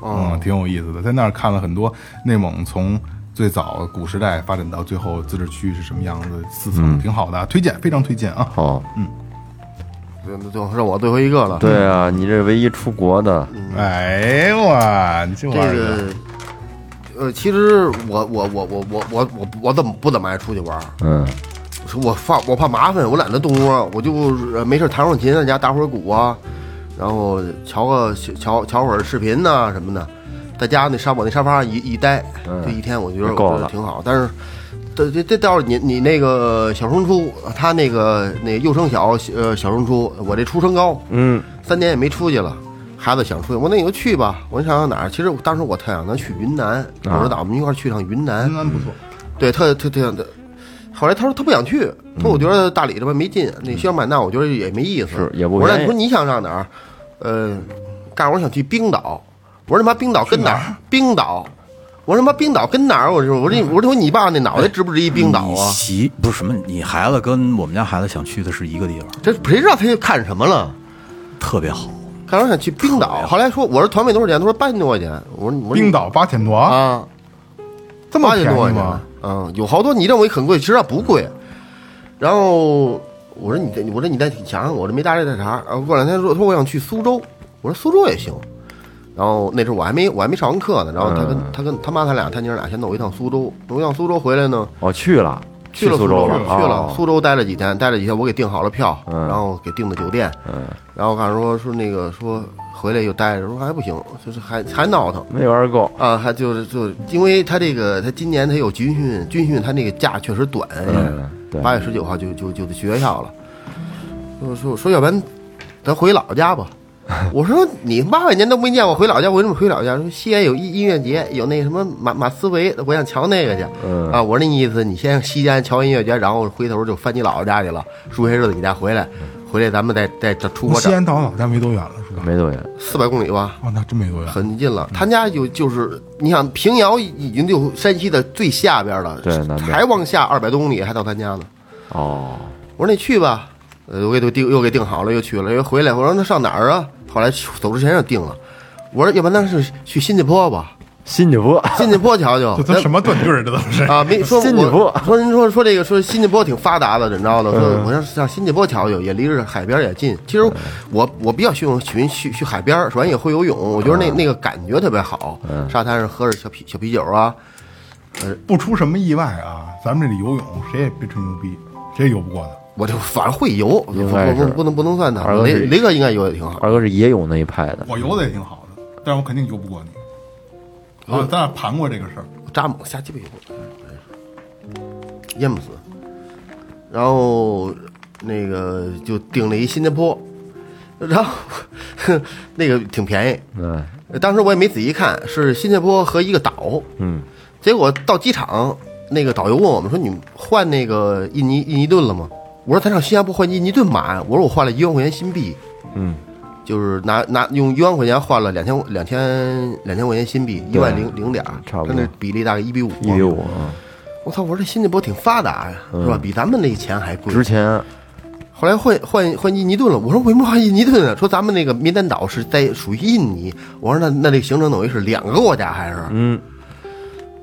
Speaker 2: 哦
Speaker 5: 嗯，挺有意思的，在那儿看了很多内蒙从最早古时代发展到最后自治区是什么样子，四层挺好的啊，推荐非常推荐啊，
Speaker 3: 哦，
Speaker 2: 嗯对那就剩我最后一个了。
Speaker 3: 对啊，你这唯一出国的，
Speaker 5: 哎我你这玩
Speaker 2: 嗯这
Speaker 5: 意儿
Speaker 2: 个，呃，其实我我我我我我我我怎么不怎么爱出去玩儿？
Speaker 3: 嗯
Speaker 2: 是我怕我怕麻烦，我懒得动窝，我就呃没事弹会儿琴，在家打会儿鼓啊，然后瞧个瞧瞧会儿视频呐、什么的，在家那沙我那沙发上一一待，这一天我觉得
Speaker 3: 就够
Speaker 2: 我觉得
Speaker 3: 了
Speaker 2: 挺好。但是这这这倒是你你那个小升初，他那个那幼升小呃小升初，我这初升高，
Speaker 3: 嗯，
Speaker 2: 三年也没出去了。孩子想出去，我说那你就去吧。我想想哪儿？其实我当时我特想咱去云南，我说那我们一块儿去趟云南。
Speaker 5: 云南不错，
Speaker 2: 对，特特特想的。后来他说他不想去，他说我觉得大理这边没劲，那西双版纳我觉得嗯也没意思。
Speaker 3: 是也不
Speaker 2: 我说那
Speaker 3: 便宜
Speaker 2: 你说你想上哪儿？呃，告诉我想去冰岛。我说他妈冰岛跟哪儿？ 冰岛。我说他妈冰岛跟哪儿？我说我说你我说你爸那脑袋值不值一冰岛
Speaker 1: 你
Speaker 2: 啊？
Speaker 1: 媳不是什么，你孩子跟我们家孩子想去的是一个地方，
Speaker 2: 这谁知道他就看什么了？
Speaker 1: 特别好。
Speaker 2: 看我想去冰岛，后来说我说团费多少钱？他说八千多块钱。我说你我说你
Speaker 5: 冰岛八千多，
Speaker 2: 啊，
Speaker 5: 这么
Speaker 2: 八千
Speaker 5: 便
Speaker 2: 多块
Speaker 5: 宜
Speaker 2: 钱
Speaker 5: 吗
Speaker 2: 呢？，嗯，有好多你认为很贵，其实它不贵。然后我说你这，我说你再想想，我这没搭理这茬儿。然后过两天说说我想去苏州，我说苏州也行。然后那时候我还没我还没上完课呢，然后他跟、他跟他妈他俩他娘俩先弄一趟苏州，弄一趟苏州回来呢，
Speaker 3: 哦，去了，
Speaker 2: 去了
Speaker 3: 苏
Speaker 2: 苏
Speaker 3: 州了，
Speaker 2: 去了
Speaker 3: 哦
Speaker 2: 苏州待了几天，待了几天我给订好了票，然后给订的酒店，然后看说说那个说回来又待着，说还不行，就是还还闹腾，
Speaker 3: 没玩够，
Speaker 2: 啊，他就是就是因为他这个他今年他有军训，军训他那个假确实短，
Speaker 3: 嗯
Speaker 2: 哎
Speaker 3: 哎对
Speaker 2: 八月十九号就就就得去学校了。说说说，要不然咱回老家吧。我说你八百年都没见过回老家，为什么回老家？说西安有音音乐节，有那什么马马思唯，我想瞧那个去。
Speaker 3: 嗯
Speaker 2: 啊，我说那意思，你先西安瞧音乐节，然后回头就翻你姥姥家去了，住些日子你再回来，回来咱们再再再出
Speaker 5: 从
Speaker 2: 国
Speaker 5: 西
Speaker 2: 找
Speaker 5: 安到老家没多远了是吧？
Speaker 3: 没多远，
Speaker 2: 四百公里吧。
Speaker 5: 哦，那真没多远，
Speaker 2: 嗯很近了。他家就就是，你想平遥已经就山西的最下边了，
Speaker 3: 对南边
Speaker 2: 还往下二百多公里，还到他家呢。
Speaker 3: 哦，
Speaker 2: 我说你去吧，呃，我给都定又给定好了，又去了，又回来。我说那上哪儿啊？后来去走之前就定了。我说要不然咱是去新加坡吧？
Speaker 3: 新加坡，
Speaker 2: 新加坡瞧瞧
Speaker 6: 这，都什么断句儿，这都是。
Speaker 2: 啊， 没说
Speaker 3: 新加坡嗯
Speaker 2: 我说您说说这个说新加坡挺发达的，怎么着的？说我要上新加坡瞧瞧，也离着海边也近。其实我我比较喜欢去去去海边儿，首先也会游泳，我觉得那
Speaker 3: 嗯
Speaker 2: 那个感觉特别好。沙滩上喝着小啤小啤酒啊，
Speaker 6: 不出什么意外啊，咱们这里游泳谁也别吹牛逼，谁也游不过他。
Speaker 2: 我就反正会游，不
Speaker 3: 应该是
Speaker 2: 不不能不能算他
Speaker 3: 二。哥
Speaker 2: 雷
Speaker 3: 是
Speaker 2: 雷哥应该游的挺好，
Speaker 3: 二哥是野泳那一派的，
Speaker 6: 我游的也挺好的，但是我肯定游不过你。
Speaker 2: 嗯
Speaker 6: 啊，咱俩盘过这个事儿。
Speaker 2: 扎猛瞎鸡巴游，哎淹不死。然后那个就订了一新加坡，然后 那个挺便宜，
Speaker 3: 嗯，
Speaker 2: 当时我也没仔细看，是新加坡和一个岛，嗯，结果到机场，那个导游问我们说：“你们换那个印尼印尼盾了吗？”我说：“咱上新加坡换印尼盾买。”我说：“我换了一万块钱新币，
Speaker 3: 嗯，
Speaker 2: 就是拿拿用一万块钱换了两千两千两千块钱新币，一万零零点儿，
Speaker 3: 差不多
Speaker 2: 跟那比例大概一比五。
Speaker 3: 一比五嗯啊，
Speaker 2: 我操！我说这新加坡挺发达呀，是吧？比咱们那钱还贵。
Speaker 3: 值钱，
Speaker 2: 后来换换换印尼盾了，我说为什么换印尼盾啊？说咱们那个民丹岛是在属于印尼，我说那那这个行程等于是两个国家还是？
Speaker 3: 嗯，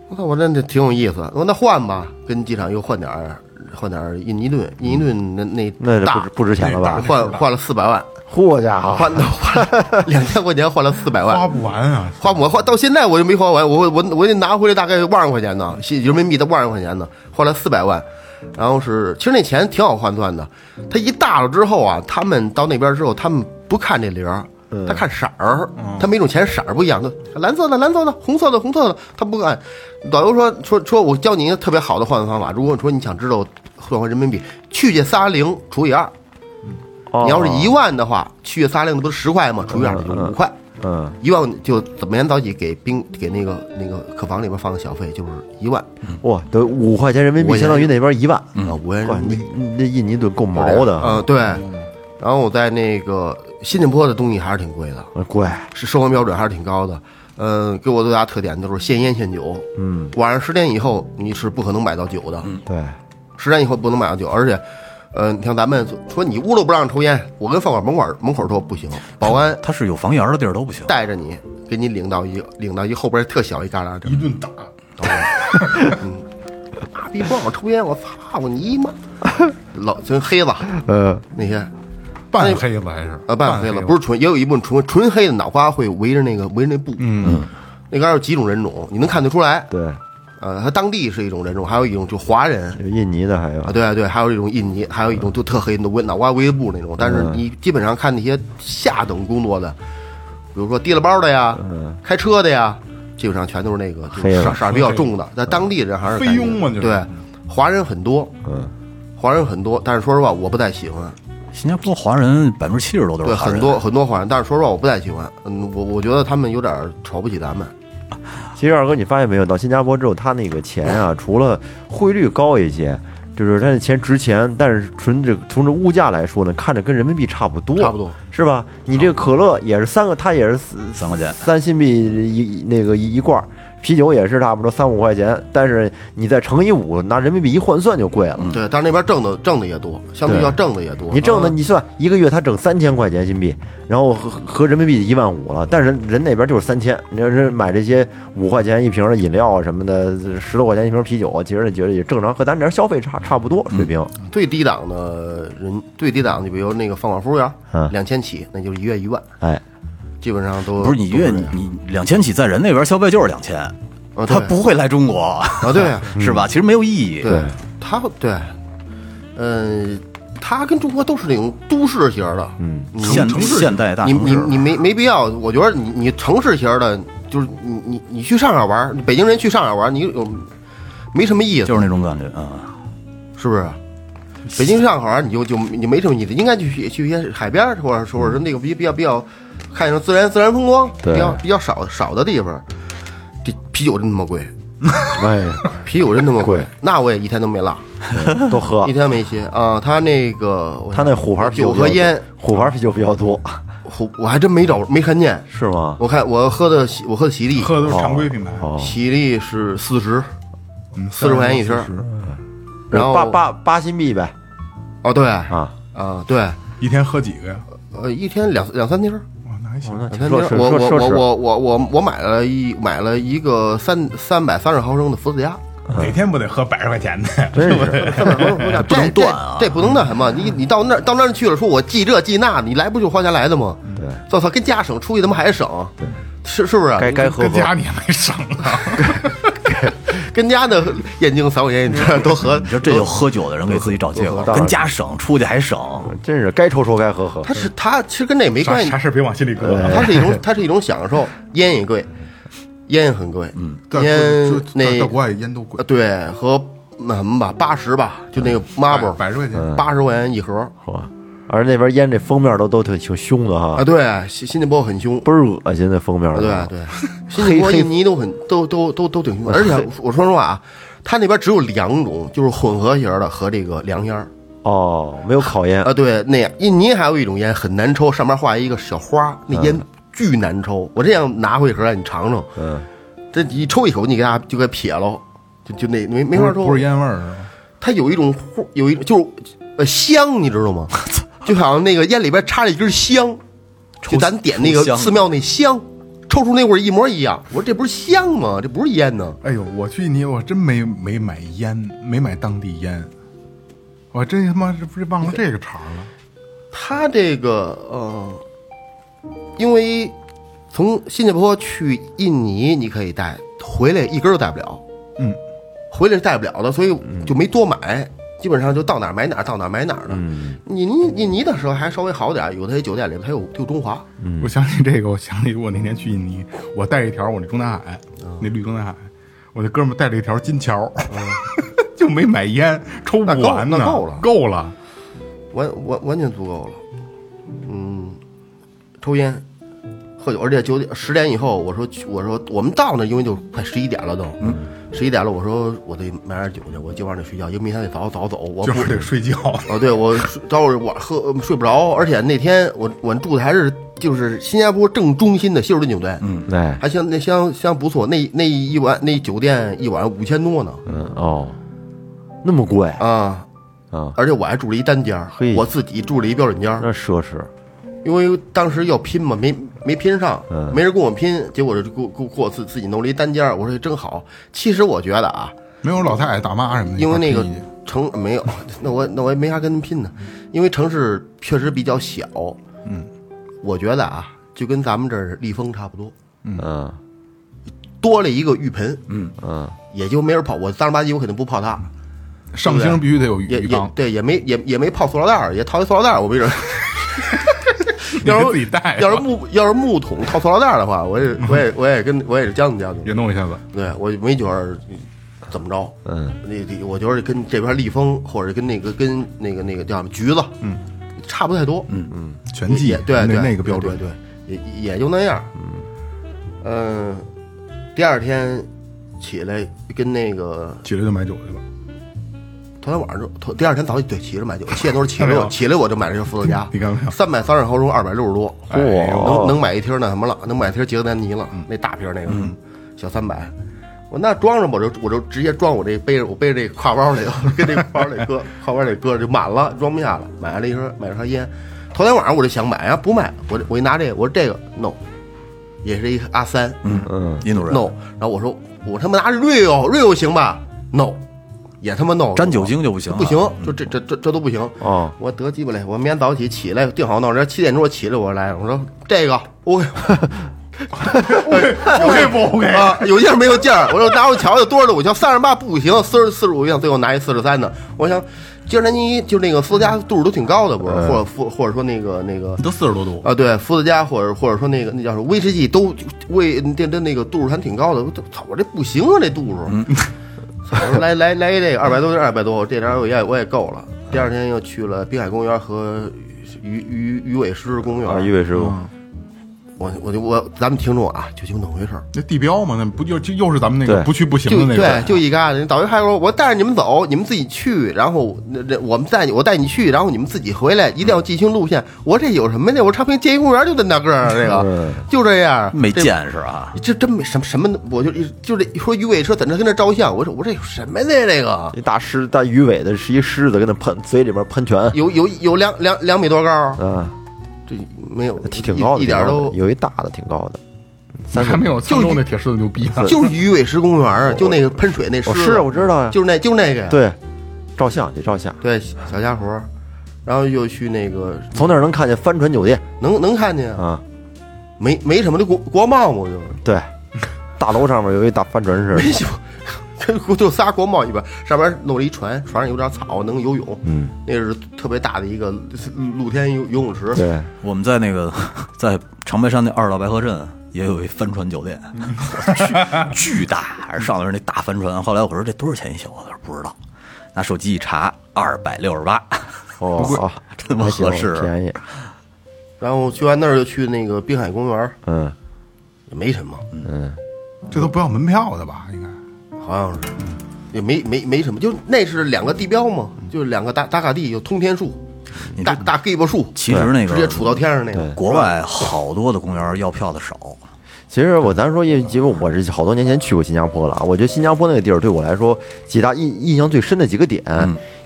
Speaker 2: 我操，我说那挺有意思。我说那换吧，跟机场又换点儿换点儿印尼盾，印尼盾那
Speaker 3: 那
Speaker 2: 那
Speaker 3: 就
Speaker 2: 大
Speaker 3: 不不值钱了吧？
Speaker 2: 换换了四百万，
Speaker 3: 嚯家伙，
Speaker 2: 换 换两千块钱换了四百万，
Speaker 6: 花不完啊！
Speaker 2: 花我花到现在我就没花完，我我我得拿回来大概万来块钱呢，新人民币的万来块钱呢，花了四百万，然后是其实那钱挺好换算的，他一大了之后啊，他们到那边之后，他们不看这零儿。
Speaker 3: 嗯
Speaker 2: 他看色儿，他每种钱色儿不一样，他蓝色的蓝色的，红色的红色的，他不按。导游说说说我教你一个特别好的换算方法，如果说你想知道换回人民币，去去仨零除以二，
Speaker 3: 哦
Speaker 2: 你要是一，万的话，去去仨零那不是十块吗？除以二就是五块。
Speaker 3: 嗯，
Speaker 2: 一万就怎么样早起给兵给那个那个客房里边放的小费就是一万
Speaker 3: 嗯哇，得五块钱人民
Speaker 2: 五
Speaker 3: 币
Speaker 2: 块钱
Speaker 3: 相当于那边一万，
Speaker 2: 啊，五万人
Speaker 3: 哇，
Speaker 2: 民
Speaker 3: 那
Speaker 2: 币
Speaker 3: 那印尼盾够毛的，
Speaker 2: 嗯，对。然后我在那个新加坡的东西还是挺贵的，
Speaker 3: 呃贵，
Speaker 2: 是生活标准还是挺高的。嗯，给我最大特点就是现烟现酒。嗯，晚上十点以后你是不可能买到酒的，
Speaker 3: 对，
Speaker 2: 十点以后不能买到酒，而且。呃，你像咱们说说你屋里不让抽烟，我跟饭馆门口门口说不行，保安
Speaker 1: 它是有房檐儿的地儿都不行。
Speaker 2: 带着你，给你领到一领到一后边特小一旮旯地儿
Speaker 6: 一顿打，
Speaker 2: 妈逼不让我抽烟，我操我你妈！ 老就是黑子
Speaker 3: 呃，
Speaker 2: 那些，
Speaker 6: 半黑子还是
Speaker 2: 呃，半黑子不是纯，也有一部分纯纯黑的脑瓜会围着那个围着那布，嗯，那边有几种人种，你能看得出来。
Speaker 3: 对，
Speaker 2: 呃，他当地是一种人种，还有一种就华人
Speaker 3: 有印尼的还有
Speaker 2: 啊，，对啊对，还有一种印尼，还有一种就特黑的围脑瓜围着布那种。但
Speaker 3: 嗯
Speaker 2: 是你基本上看那些下等工作的，比如说提了包的呀，开车的呀，基本上全都是那个
Speaker 3: 嗯黑
Speaker 2: 就
Speaker 3: 人
Speaker 2: 色色儿比较重的。在当地人还是
Speaker 6: 嗯菲
Speaker 2: 感觉
Speaker 6: 佣嘛就是
Speaker 2: 对，华人很多，
Speaker 3: 嗯，
Speaker 2: 华人很多，但是说实话，我不太喜欢。
Speaker 1: 新加坡华人百分之七十多都
Speaker 2: 对，
Speaker 1: 是华人，
Speaker 2: 很多很多华人，但是说实话，我不太喜欢。嗯，我我觉得他们有点儿瞧不起咱们。
Speaker 3: 其实二哥，你发现没有，到新加坡之后，他那个钱 啊，除了汇率高一些，就是他的钱值钱，但是纯这从这物价来说呢，看着跟人民币差不多，
Speaker 2: 差不多
Speaker 3: 是吧？你这个可乐也是三个，它也是四
Speaker 1: 三块钱
Speaker 3: 三新币一一那个一一罐儿，啤酒也是差不多三五块钱，但是你再乘以五，拿人民币一换算就贵了。
Speaker 2: 对，但是那边挣的挣的也多，相对
Speaker 3: 嗯对
Speaker 2: 要挣的也多。
Speaker 3: 你挣的，
Speaker 2: 嗯
Speaker 3: 你算一个月他挣三千块钱新币，然后合合人民币一万五了，但是人人那边就是三千。你要是买这些五块钱一瓶的饮料啊什么的，十多块钱一瓶啤酒啊，其实觉得也正常，和咱这儿消费差差不多水平。
Speaker 2: 最低档的人，最低档的，比如那个饭馆服务员
Speaker 3: 嗯，
Speaker 2: 两千起，那就是一月一万，
Speaker 3: 哎，
Speaker 2: 基本上都
Speaker 1: 不是你
Speaker 2: 都这
Speaker 1: 越
Speaker 2: 样
Speaker 1: 你你两千起，在人那边消费就是两千、
Speaker 2: 啊，
Speaker 1: 他
Speaker 2: 对
Speaker 1: 不会来中国，
Speaker 2: 啊，对 啊，
Speaker 1: 是吧？其实没有意义。
Speaker 2: 对，他对，嗯，他跟中国都是那种都市型的，嗯，
Speaker 1: 现现代大
Speaker 2: 你
Speaker 1: 城
Speaker 2: 你
Speaker 1: 市，
Speaker 2: 你没没必要，我觉得你你城市型的，就是你你你去上海玩儿，北京人去上海玩儿，你有没什么意思，
Speaker 1: 就是那种感觉啊、
Speaker 2: 是不是？北京上海玩儿你就就你没什么意思，应该去去一些海边儿，或者说是那个比比较比较看上自然自然风光，
Speaker 3: 对
Speaker 2: 比较比较少少的地方。这啤酒真他妈贵，
Speaker 3: 哎，
Speaker 2: 啤酒真他妈
Speaker 3: 贵，啊
Speaker 2: 那我也一天都没落，
Speaker 3: 都喝
Speaker 2: 一。天没歇啊。他那个我
Speaker 3: 他那虎牌啤酒
Speaker 2: 酒
Speaker 3: 比较
Speaker 2: 和
Speaker 3: 多
Speaker 2: 烟，，
Speaker 3: 虎牌啤酒比较 多，
Speaker 2: 我我还真没找没看见。
Speaker 3: 是吗？
Speaker 2: 我看我喝的喜我喝的喜力，
Speaker 6: 喝的都是常规品牌，
Speaker 3: 哦，
Speaker 2: 喜力是四十，
Speaker 6: 嗯
Speaker 2: 40块钱一瓶，然后
Speaker 3: 八八八新币呗
Speaker 2: 哦对
Speaker 3: 啊，
Speaker 2: 啊对，
Speaker 6: 一天喝几个呀？
Speaker 2: 呃一天两两三瓶儿，
Speaker 6: 哇，那还还行。
Speaker 3: 那挺
Speaker 2: 啊那
Speaker 3: 奢侈，
Speaker 2: 我
Speaker 3: 奢
Speaker 2: 我
Speaker 3: 奢
Speaker 2: 我
Speaker 3: 侈。
Speaker 2: 我我我我买了一买了一个三三百三十毫升的伏 特加，
Speaker 6: 哪天不得喝百十块钱的？
Speaker 3: 真是，
Speaker 2: 三百毫升伏特 加
Speaker 1: 不能
Speaker 2: 这
Speaker 1: 断啊
Speaker 2: 这这不能那什么，你你到那儿到那儿去了，说我记这记那，你来不就花钱来的吗？对，我操，跟家省出去他妈还省，是是不啊是？
Speaker 3: 该该喝
Speaker 6: 跟
Speaker 3: 喝。
Speaker 6: 家里也没省啊，
Speaker 2: 哎跟家的眼镜三块钱，你 这都合，
Speaker 1: 你说这就喝酒的人给自己找借口，
Speaker 3: 都
Speaker 1: 跟家省出去还省，
Speaker 3: 真是该抽抽该喝喝
Speaker 2: 他，是他其实跟这也没
Speaker 6: 啥
Speaker 2: 关系
Speaker 6: 啥，事儿别往心里搁。啊
Speaker 2: 它是一 种它是一种享受，烟也贵，烟也很贵，嗯，
Speaker 6: 但
Speaker 2: 烟
Speaker 6: 是
Speaker 2: 那
Speaker 6: 到到国外烟都
Speaker 2: 呃
Speaker 6: 贵，
Speaker 2: 对和那什么吧，八十吧，就那个 marble
Speaker 6: 百嗯十块钱。
Speaker 2: 八十块钱一盒
Speaker 3: 好吧？而那边烟这封面都都挺挺凶的
Speaker 2: 啊，
Speaker 3: 哈，
Speaker 2: 对，新新加坡很凶。
Speaker 3: 倍儿恶心的封面
Speaker 2: 啊，
Speaker 3: 的。
Speaker 2: 对对，新加坡、
Speaker 3: 黑
Speaker 2: 印尼都很都都都都挺凶的，而且我说实话啊，它那边只有两种，就是混合型的和这个凉烟儿
Speaker 3: 哦，没有烤烟
Speaker 2: 啊。对，那印尼还有一种烟很难抽，上面画一个小花，那
Speaker 6: 嗯
Speaker 2: 烟巨难抽。我这样拿回一盒，你尝尝，
Speaker 3: 嗯，
Speaker 2: 这你抽一口，你给它就给撇喽，就就那没没
Speaker 6: 不
Speaker 2: 法
Speaker 6: 是
Speaker 2: 抽。
Speaker 6: 不是烟味儿是啊吧？
Speaker 2: 它有一种糊有一就是呃香，你知道 吗？就好像那个烟里边插了一根香，就咱点那个
Speaker 1: 抽香
Speaker 2: 寺庙那香，抽出那味儿一模一样。我说这不是香吗？这不是烟呢？
Speaker 6: 哎呦，我去你，我真没没买烟，没买当地烟，我真他妈是不是忘了这个茬儿了？
Speaker 2: 它这个呃，因为从新加坡去印尼你可以带，回来一根儿都带不了。
Speaker 6: 嗯，
Speaker 2: 回来是带不了的，所以就没多买，基本上就到哪儿买哪儿，到哪儿买哪儿了。
Speaker 1: 嗯
Speaker 2: 印尼印尼的时候还稍微好点儿，有的酒店里头还有有中华。
Speaker 6: 我想起这个，我想起我那天去印尼，我带一条我那中南
Speaker 2: 啊
Speaker 6: 海，那绿中南海，我那哥们儿带了一条金条， 就没买烟，抽不完呢，
Speaker 2: 啊那够那
Speaker 6: 够了，
Speaker 2: 完完完全足够了。嗯，抽烟、喝酒，而且九点十点以后，我说去我说我们到那，因为就快十一点了都，十一点了，我说我得买点酒去，我今晚得睡觉，因为明天得早早走，我不
Speaker 6: 就是得睡觉。
Speaker 2: 啊，对我睡待会儿我喝呃睡不着，而且那天我我住的还是就是新加坡正中心的希尔顿酒店，嗯，
Speaker 3: 哎，
Speaker 2: 还相那相相不错，那那一晚那酒店一晚五千多呢，
Speaker 3: 嗯哦，那么贵
Speaker 2: 啊。
Speaker 3: 啊，
Speaker 2: 而且我还住了一单间儿
Speaker 3: 嘿哎
Speaker 2: 我自己住了一标准间儿
Speaker 3: 那奢侈，
Speaker 2: 因为当时要拼嘛，没没拼上
Speaker 3: 嗯，
Speaker 2: 没人跟我拼，结果就给我给我给我自自己弄了一单间儿，我说真好。其实我觉得啊，
Speaker 6: 没有老太太、大妈什么的，
Speaker 2: 因为那个
Speaker 6: 一块儿拼
Speaker 2: 城没有， 那我那我也没啥跟他们拼呢，因为城市确实比较小，嗯，我觉得啊，就跟咱们这儿立丰差不多，
Speaker 3: 嗯
Speaker 2: 多了一个浴盆，嗯，
Speaker 3: 嗯，
Speaker 2: 也就没人泡。我脏了吧唧，我肯定不泡它，
Speaker 6: 去上星必须得有
Speaker 2: 也
Speaker 6: 鱼
Speaker 2: 也
Speaker 6: 缸，
Speaker 2: 对，也没也也没泡塑料袋儿，也套一塑料袋儿，我 没准儿。
Speaker 6: 你
Speaker 2: 要
Speaker 6: 得
Speaker 2: 是
Speaker 6: 自己带吧，
Speaker 2: 要是木要是木桶套塑料袋儿的话，我也我也我也跟我也是将计将计。
Speaker 6: 也弄一下子。
Speaker 2: 对我没觉得怎么着，
Speaker 3: 嗯，
Speaker 2: 那那我觉得跟这边立丰或者跟那个跟那个那个叫什么橘子，嗯，差不太多，嗯嗯，
Speaker 6: 全季
Speaker 2: 也对
Speaker 6: 那
Speaker 2: 对
Speaker 6: 那个标准
Speaker 2: 对对，对也也就那样，嗯，第二天起来跟那个
Speaker 6: 起来就买酒去了。
Speaker 2: 头天晚上就头第二天早起对起来买酒，七点多起来
Speaker 6: 看没
Speaker 2: 我
Speaker 6: 有，
Speaker 2: 起来我就买了一个伏特加
Speaker 6: 你看没有
Speaker 2: 三百三十毫升，二百六十多，
Speaker 3: 哎呦
Speaker 2: 能能买一听那什么了，能买一听杰克丹尼了，那大瓶儿那个、小三百，我那装上我就我就直接装我这背着我背着这挎包里， 跟这挎包里搁 挎包里搁着就满了，装不下了，买了一盒买了盒烟，头天晚上我就想买啊，不卖，我这我一拿这个，我说这个 no，也是一阿三，嗯
Speaker 3: 嗯，
Speaker 1: 印度人
Speaker 2: ，no，然后我说我他妈拿 real real 行吧，no，也他妈 no，
Speaker 1: 沾酒精就不行啊，
Speaker 2: 不行，就这这这这都不行。
Speaker 3: 哦，
Speaker 2: 我得鸡巴嘞！我明天早起起来定好闹钟，七点钟我起来我来，我说这个 OK
Speaker 6: OK 不 OK？
Speaker 2: 啊，有劲儿没有劲儿？我说拿我瞧瞧多少度？我瞧三十八不行，四十四十五不行，最后拿一四十三的。我想，今儿南京就那个伏特加度数都挺高的，不是？
Speaker 1: 嗯
Speaker 2: 或者或或者说那个那个
Speaker 1: 你都四十多度，
Speaker 2: 啊，对，伏特加或者或者说那个那叫什么威士忌都为这这那个度数还挺高的。我这操，我这不行啊，这度数。操我说来来来一这个二百多就二百多，这点儿我也我也够了。第二天又去了滨海公园和鱼鱼鱼尾狮公园。
Speaker 3: 啊，一位师傅，
Speaker 2: 我我就我咱们听众啊，就就那么回事儿。
Speaker 6: 那地标嘛，那不就就又是咱们那个
Speaker 3: 对
Speaker 6: 不去不行
Speaker 2: 就
Speaker 6: 的那
Speaker 2: 对，
Speaker 5: 啊
Speaker 6: 个？
Speaker 2: 就一嘎子。导游还说，我带着你们走，你们自己去，然后那那我们带你，我带你去，然后你们自己回来，一定要记清路线。我说这有什么呢？我昌平街一公园就在那个儿，这个
Speaker 3: 嗯
Speaker 2: 就这样，
Speaker 1: 没
Speaker 2: 这。
Speaker 1: 见识啊，
Speaker 2: 这真没什么什么，我就就这一说鱼尾车在那跟那照相，我说我这有什么呢？这个
Speaker 3: 一大狮大鱼尾的是一狮子，跟那喷嘴里边喷泉，
Speaker 2: 有有有两两两米多高，
Speaker 3: 嗯，
Speaker 2: 这没有，
Speaker 3: 挺挺高的，
Speaker 2: 一一点
Speaker 3: 挺高
Speaker 2: 都
Speaker 3: 的有一大的挺高的，三十
Speaker 6: 还没有沧州
Speaker 2: 就
Speaker 6: 那铁狮子牛逼呢。啊
Speaker 2: 就是鱼尾狮公园啊，就那个喷水那狮
Speaker 3: 我
Speaker 2: 子，
Speaker 3: 哦是我知道呀，啊
Speaker 2: 就是那就那个呀，
Speaker 3: 对，照相得照相，
Speaker 2: 对小家伙，然后又去那个
Speaker 3: 从那儿能看见帆船酒店
Speaker 2: 能能看见啊，
Speaker 3: 啊，
Speaker 2: 没没什么的国国贸嘛，就是
Speaker 3: 对，大楼上面有一大帆船似的，
Speaker 2: 没就就就仨国贸一边，上面弄了一船，船上有点草，能游泳，
Speaker 3: 嗯，
Speaker 2: 那是特别大的一个露天游游泳池，
Speaker 3: 对，
Speaker 1: 我们在那个 在长白山那二道白河镇也有一帆船酒 店，巨巨大，上的是那大帆船。后来我说这多少钱一宿啊？他说不知道，拿手机一查，二百六十八，
Speaker 3: 哦，好
Speaker 1: 这么合适
Speaker 3: 还行便宜，
Speaker 2: 然后去完那儿就去那个滨海公园，
Speaker 3: 嗯，
Speaker 2: 也没什么，
Speaker 6: 这都不要门票的吧？应该
Speaker 2: 好像是也没没没什么，就那是两个地标嘛，
Speaker 3: 嗯
Speaker 2: 就是两个打打卡地，有通天树，
Speaker 1: 你
Speaker 2: 大
Speaker 1: 这
Speaker 2: 大 g i b 树，
Speaker 1: 其实那个
Speaker 2: 直接杵到天上那个，
Speaker 1: 国外好多的公园要票的少，
Speaker 3: 其实我咱说，因为因为我是好多年前去过新加坡了啊，我觉得新加坡那个地儿对我来说几大印印象最深的几个点，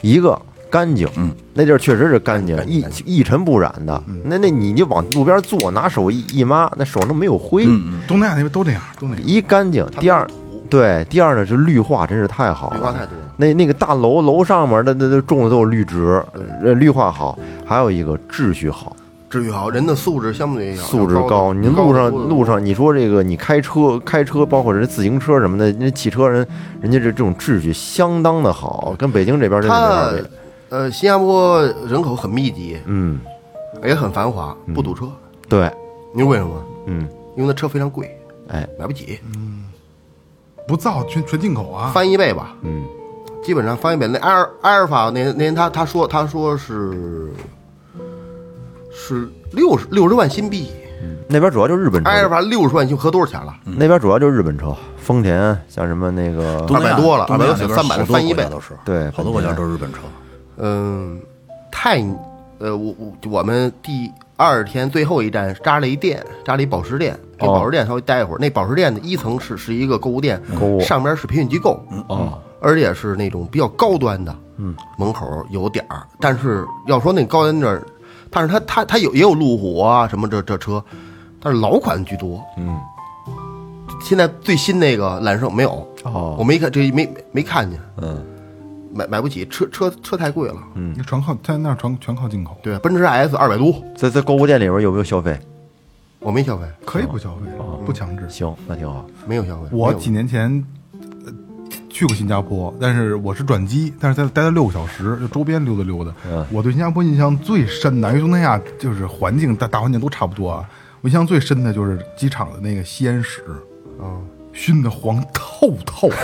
Speaker 3: 一个干净，嗯，那地儿确实是干净，嗯一一尘不染的。那那你就往路边坐，拿手一一抹，那手上都没有灰，
Speaker 6: 东南亚那边都那样，都那样。
Speaker 3: 一干净。第二，对，第二呢是绿化，真是太好了，
Speaker 2: 绿化太多了
Speaker 3: 那那个大楼楼上面的那那种的都是绿植，呃，绿化好，还有一个秩序好。
Speaker 2: 至于好，人的素质相对要
Speaker 3: 素质
Speaker 2: 要
Speaker 3: 高，
Speaker 2: 得
Speaker 3: 您路
Speaker 2: 高得
Speaker 3: 上
Speaker 2: 多
Speaker 3: 路上，你说这个你开车开车，包括人自行车什么的，那汽车人人家这这种秩序相当的好，跟北京这边真是没
Speaker 2: 它
Speaker 3: 法比。
Speaker 2: 呃，新加坡人口很密集，
Speaker 3: 嗯，
Speaker 2: 也很繁华，不堵车。
Speaker 3: 对，
Speaker 2: 你知道为什么？
Speaker 3: 嗯，
Speaker 2: 因为那车非常贵，
Speaker 3: 哎，
Speaker 2: 买不起，
Speaker 6: 不造全纯进口啊，
Speaker 2: 翻一倍吧。嗯，基本上翻一倍。那阿尔阿尔法那那天他他说他说是是六十六十万新币，
Speaker 3: 那边主要就是日本车
Speaker 2: 阿，尔法六十万就合多少钱了？
Speaker 3: 那边主要就是日本车，丰田像什么那个
Speaker 1: 东南亚
Speaker 2: 200多了
Speaker 1: 东南亚
Speaker 2: 200
Speaker 1: 那边
Speaker 2: 300
Speaker 1: 好多
Speaker 2: 翻一
Speaker 1: 国家
Speaker 2: 倍
Speaker 1: 都是
Speaker 3: 对
Speaker 1: 好多国家都是日本车。
Speaker 2: 嗯，太呃，我我我们第二天最后一站扎了一店，扎了一宝石店，给
Speaker 3: 哦
Speaker 2: 宝石店稍微待一会儿。那宝石店的一层是是一个购物店，
Speaker 3: 购物
Speaker 2: 上边是培训机构，
Speaker 3: 哦，
Speaker 2: 而且是那种比较高端的，嗯，门口有点儿，但是要说那高端这儿，但是它它它有也有路虎啊什么这这车，但是老款居多，嗯。现在最新那个揽胜没有，
Speaker 3: 哦
Speaker 2: 我没看这没没看见，
Speaker 3: 嗯，
Speaker 2: 买买不起，车车车太贵了，
Speaker 6: 那全靠在那儿全全靠进口，
Speaker 2: 对，奔驰 S 二百多，
Speaker 3: 在在购物店里边有没有消费？
Speaker 2: 我没消费，
Speaker 6: 可
Speaker 1: 哦
Speaker 6: 以不消费，不强制。
Speaker 3: 行，那挺好。
Speaker 2: 没有消费。
Speaker 6: 我
Speaker 2: 没有
Speaker 6: 几年前呃去过新加坡，但是我是转机，但是在待了六个小时，就周边溜达溜达。
Speaker 2: 嗯
Speaker 6: 我对新加坡印象最深的，因为东南亚就是环境大大环境都差不多啊。我印象最深的就是机场的那个吸烟室，
Speaker 2: 嗯，
Speaker 6: 熏的黄透透的，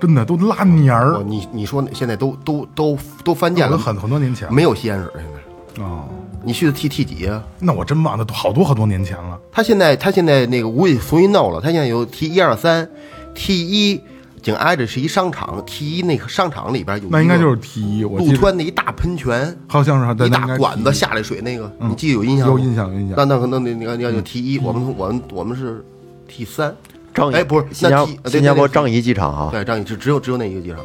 Speaker 6: 真的都拉黏
Speaker 2: 啊我
Speaker 6: 儿。
Speaker 2: 你你说那现在都都都都翻
Speaker 6: 见
Speaker 2: 建
Speaker 6: 了
Speaker 2: 了，
Speaker 6: 很很多年前
Speaker 2: 没有吸烟室现在。
Speaker 6: 哦，
Speaker 2: 你去的 T T 几啊？
Speaker 6: 那我真忘了，都好多好多年前了。
Speaker 2: 他现在他现在那个无印重新闹了，他现在有 T 一二三，T 一紧挨着是一商场，T 一那个商场里边有一个
Speaker 6: 那应该就是 T 一，我记
Speaker 2: 陆
Speaker 6: 得
Speaker 2: 川的一大喷泉，
Speaker 6: 好像是在
Speaker 2: 一
Speaker 6: 那
Speaker 2: 大
Speaker 6: 应该
Speaker 2: 管子
Speaker 6: T1
Speaker 2: 下来水那个，你记得有印象吗？
Speaker 6: 有印象有印象嗯
Speaker 2: 那那那那那那就 T 一，我们我们我们是 T 三，
Speaker 3: 张仪
Speaker 2: 哎不是
Speaker 3: 新加
Speaker 2: 那 T- 对
Speaker 3: 新加坡
Speaker 2: 对对
Speaker 3: 张仪机场啊，
Speaker 2: 对，张宇只只有只有那一个机场，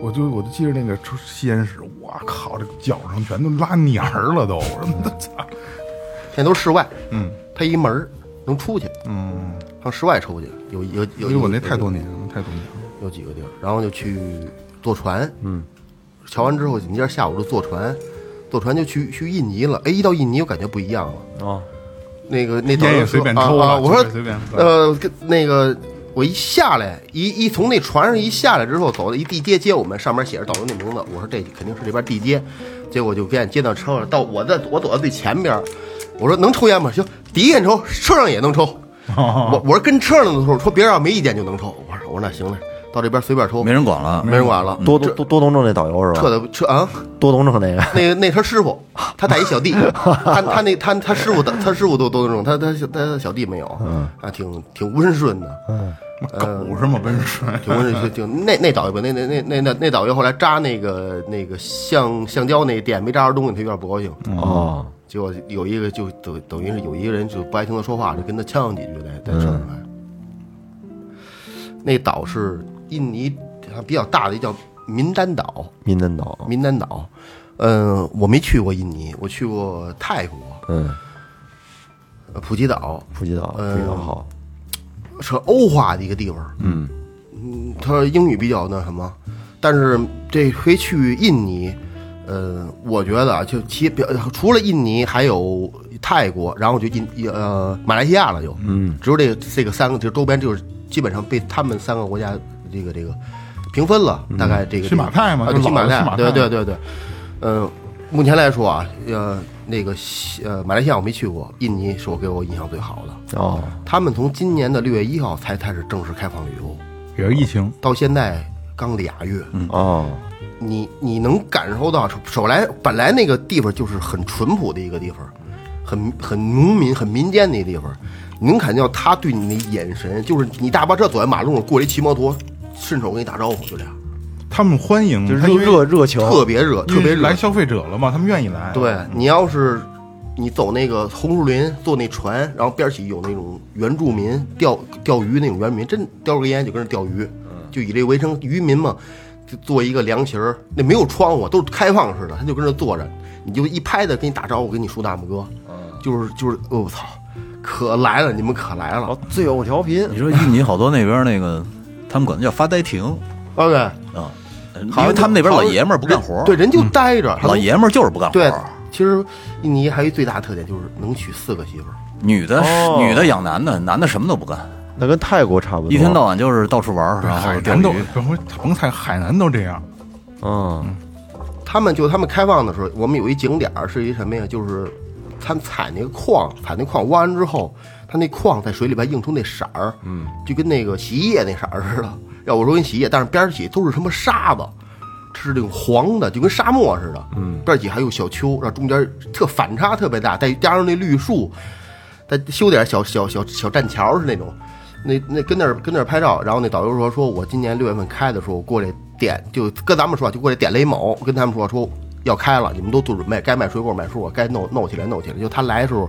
Speaker 6: 我就我就记着那个抽吸烟室，我靠，这脚上全都拉黏儿了都，我说操，
Speaker 2: 现在都是室外，
Speaker 6: 嗯，
Speaker 2: 它一门儿能出去，
Speaker 6: 嗯，
Speaker 2: 上室外抽去，有有
Speaker 6: 因
Speaker 2: 有
Speaker 6: 为
Speaker 2: 有
Speaker 6: 我那
Speaker 2: 有
Speaker 6: 太多年了，太多年了，
Speaker 2: 有几个地儿，然后就去坐船，嗯，瞧完之后，紧接着下午就坐船，坐船就去去印尼了。哎，一到印尼我感觉不一样了，
Speaker 3: 哦，
Speaker 2: 那个那导游
Speaker 6: 烟也
Speaker 2: 说
Speaker 6: 随便抽
Speaker 2: 啊
Speaker 6: 啊
Speaker 2: 啊我说
Speaker 6: 酒也随便喝
Speaker 2: 呃，跟那个我一下来，一一从那船上一下来之后，走到一地接接我们，上面写着导游那名字，我说这肯定是这边地接，结果就给接到车上，到我在我走到最前边儿，我说能抽烟吗？行，第一烟抽，车上也能 抽。我我说跟车上能抽，说别人要没意见就能抽。我说我说那行了，到这边随便抽，
Speaker 1: 没人管了，
Speaker 2: 没人管了，
Speaker 3: 多多多多动症那导游是
Speaker 2: 撤
Speaker 3: 吧？
Speaker 2: 嗯的撤啊，
Speaker 3: 多动症那个，
Speaker 2: 那那他师傅，他带一小弟，他他那他他师傅的他师傅都都那种，他他他小弟没有，啊，挺挺温顺的，
Speaker 6: 狗是吗？温水，
Speaker 2: 挺温顺，挺那那导游吧，那那那那那那导游后来扎那个那个橡橡胶那店没扎着东西，他有点不高兴，
Speaker 3: 哦，
Speaker 2: 结果有一个就等等于是有一个人就不爱听他说话，就跟他呛上几句在在车上来。那岛是印尼比较大的一叫民丹岛，
Speaker 3: 民丹岛，
Speaker 2: 民丹岛，嗯，我没去过印尼，我去过泰国、
Speaker 3: 嗯，
Speaker 2: 呃普吉岛，
Speaker 3: 普吉岛，普
Speaker 2: 呃
Speaker 3: 吉岛好，
Speaker 2: 是欧化的一个地方。嗯嗯，它英语比较那什么，但是这回去印尼，呃，我觉得啊就其表除了印尼还有泰国，然后就印呃马来西亚了就，嗯，只有这这个三个就周边就是基本上被他们三个国家这个这个平分了，大概这个
Speaker 6: 新马泰嘛
Speaker 2: 啊
Speaker 6: 就
Speaker 2: 对
Speaker 6: 是
Speaker 2: 新
Speaker 6: 老
Speaker 2: 马
Speaker 6: 的新
Speaker 2: 泰
Speaker 6: 马，
Speaker 2: 对
Speaker 6: 泰
Speaker 2: 对对对，呃，目前来说啊，呃，那个西呃马来西亚我没去过，印尼是我给我印象最好的。
Speaker 3: 哦，
Speaker 2: 他们从今年的六月一号才开始正式开放旅游，
Speaker 6: 也是疫情，
Speaker 2: 到现在刚俩月，
Speaker 3: 哦，
Speaker 2: 你你能感受到，首来本来那个地方就是很淳朴的一个地方，很很农民、很民间的一个地方，你能感觉到他对你的眼神，就是你大巴车走在马路上，过来一骑摩托，伸手跟你打招呼，就这样，
Speaker 6: 他们欢
Speaker 2: 嗯
Speaker 6: 迎，
Speaker 3: 就是
Speaker 6: 他因为
Speaker 3: 热热热情，
Speaker 2: 特别热，特
Speaker 6: 因
Speaker 2: 别
Speaker 6: 为
Speaker 2: 热
Speaker 6: 来。消费者了嘛，他们愿意来。
Speaker 2: 对
Speaker 1: 嗯
Speaker 2: 你要是你走那个红树林，坐那船，然后边儿起有那种原住民钓钓鱼那种原住民，真叼根烟就跟那钓鱼，
Speaker 1: 嗯
Speaker 2: 就以这为生，渔民嘛，就做一个凉席儿，那没有窗户，都是开放式的，他就跟那坐着，你就一拍他，给你打招呼，给你竖大拇哥，
Speaker 1: 嗯
Speaker 2: 就是就是，哦我操，可来了，你们可来了
Speaker 3: 哦，最有调频
Speaker 1: 你，说印尼好多那边那个，他们管它叫发呆亭
Speaker 2: ，OK，
Speaker 1: 啊，
Speaker 2: 好
Speaker 1: 因
Speaker 2: 像
Speaker 1: 为他们那边
Speaker 2: 好
Speaker 1: 老
Speaker 2: 像
Speaker 1: 爷们儿不干活
Speaker 2: 人
Speaker 1: 儿，
Speaker 2: 对，人就待着，他
Speaker 1: 老
Speaker 2: 能
Speaker 1: 爷们儿就是不干活
Speaker 2: 对
Speaker 1: 儿，。
Speaker 2: 其实印尼还有一最大特点就是能娶四个媳妇儿，
Speaker 1: 女的
Speaker 3: 哦
Speaker 1: 女的养男的，男的什么都不干，
Speaker 3: 那跟泰国差不多，
Speaker 1: 一天到晚就是到处玩儿，
Speaker 6: 对，
Speaker 1: 然
Speaker 6: 海
Speaker 1: 后钓
Speaker 6: 南都
Speaker 1: 鱼。
Speaker 6: 甭甭猜，海南都这样。
Speaker 3: 嗯，
Speaker 2: 他们就他们开放的时候，我们有一景点儿是一什么呀？就是他们采那个矿，采那矿挖完之后，它那矿在水里边映出那色儿，嗯，就跟那个洗衣液那色儿似的。要我说跟洗衣液，但是边儿起都是什么沙子，是那种黄的，就跟沙漠似的。嗯，边儿起还有小丘，然后中间特反差特别大，再加上那绿树，再修点小小小小栈桥是那种，那那跟那儿跟那儿拍照，然后那导游说说我今年六月份开的时候，我过来点就跟咱们说就过来点了一卯，跟他们说说要开了，你们都做准备，该卖水果卖水果，该弄弄起来弄起来。就他来的时候，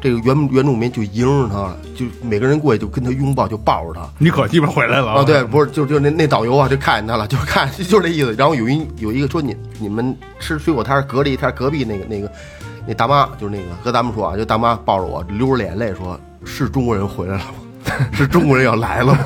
Speaker 2: 这个原原住民就迎着他了，就每个人过去就跟他拥抱，就抱着他。
Speaker 6: 你可鸡巴回来了
Speaker 2: 啊，对，不是，就就那那导游啊，就看见他了，就是看， 就是这意思。然后有一有一个说你你们吃水果摊儿隔着一摊儿隔壁那个那个那大妈，就是那个和咱们说啊，就大妈抱着我流着眼泪说：“是中国人回来了吗？ 是中国人要来了吗？”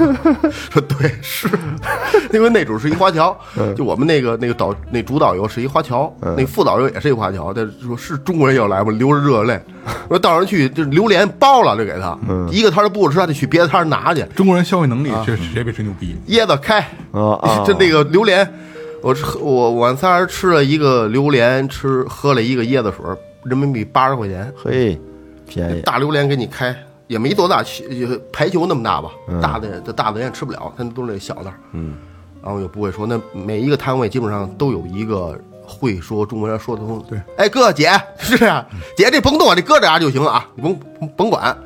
Speaker 2: 说对，是， 因为那主是一华侨，就我们那个那个导那主导游是一华侨，那副导游也是一华侨，但是说是中国人要来吗？流着热泪，说到人去就是榴莲包了就给他，一个摊儿都不吃，他得去别的摊儿拿去。
Speaker 6: 中国人消费能力确实别别吹牛逼。
Speaker 2: 椰子开
Speaker 3: 啊 啊
Speaker 2: 就那个榴莲，我吃我晚仨人吃了一个榴莲，吃喝了一个椰子水，人民币八十块钱，
Speaker 3: 啊嘿，便宜，
Speaker 2: 大榴莲给你开，也没多大，其也排球那么大吧，大的这大的人也吃不了，但都是那小的，嗯，然后也不会说，那每一个摊位基本上都有一个。会说中国人说得通，对，哎哥姐 是这样，姐这甭动啊，这搁这啊就行了啊，你甭甭管，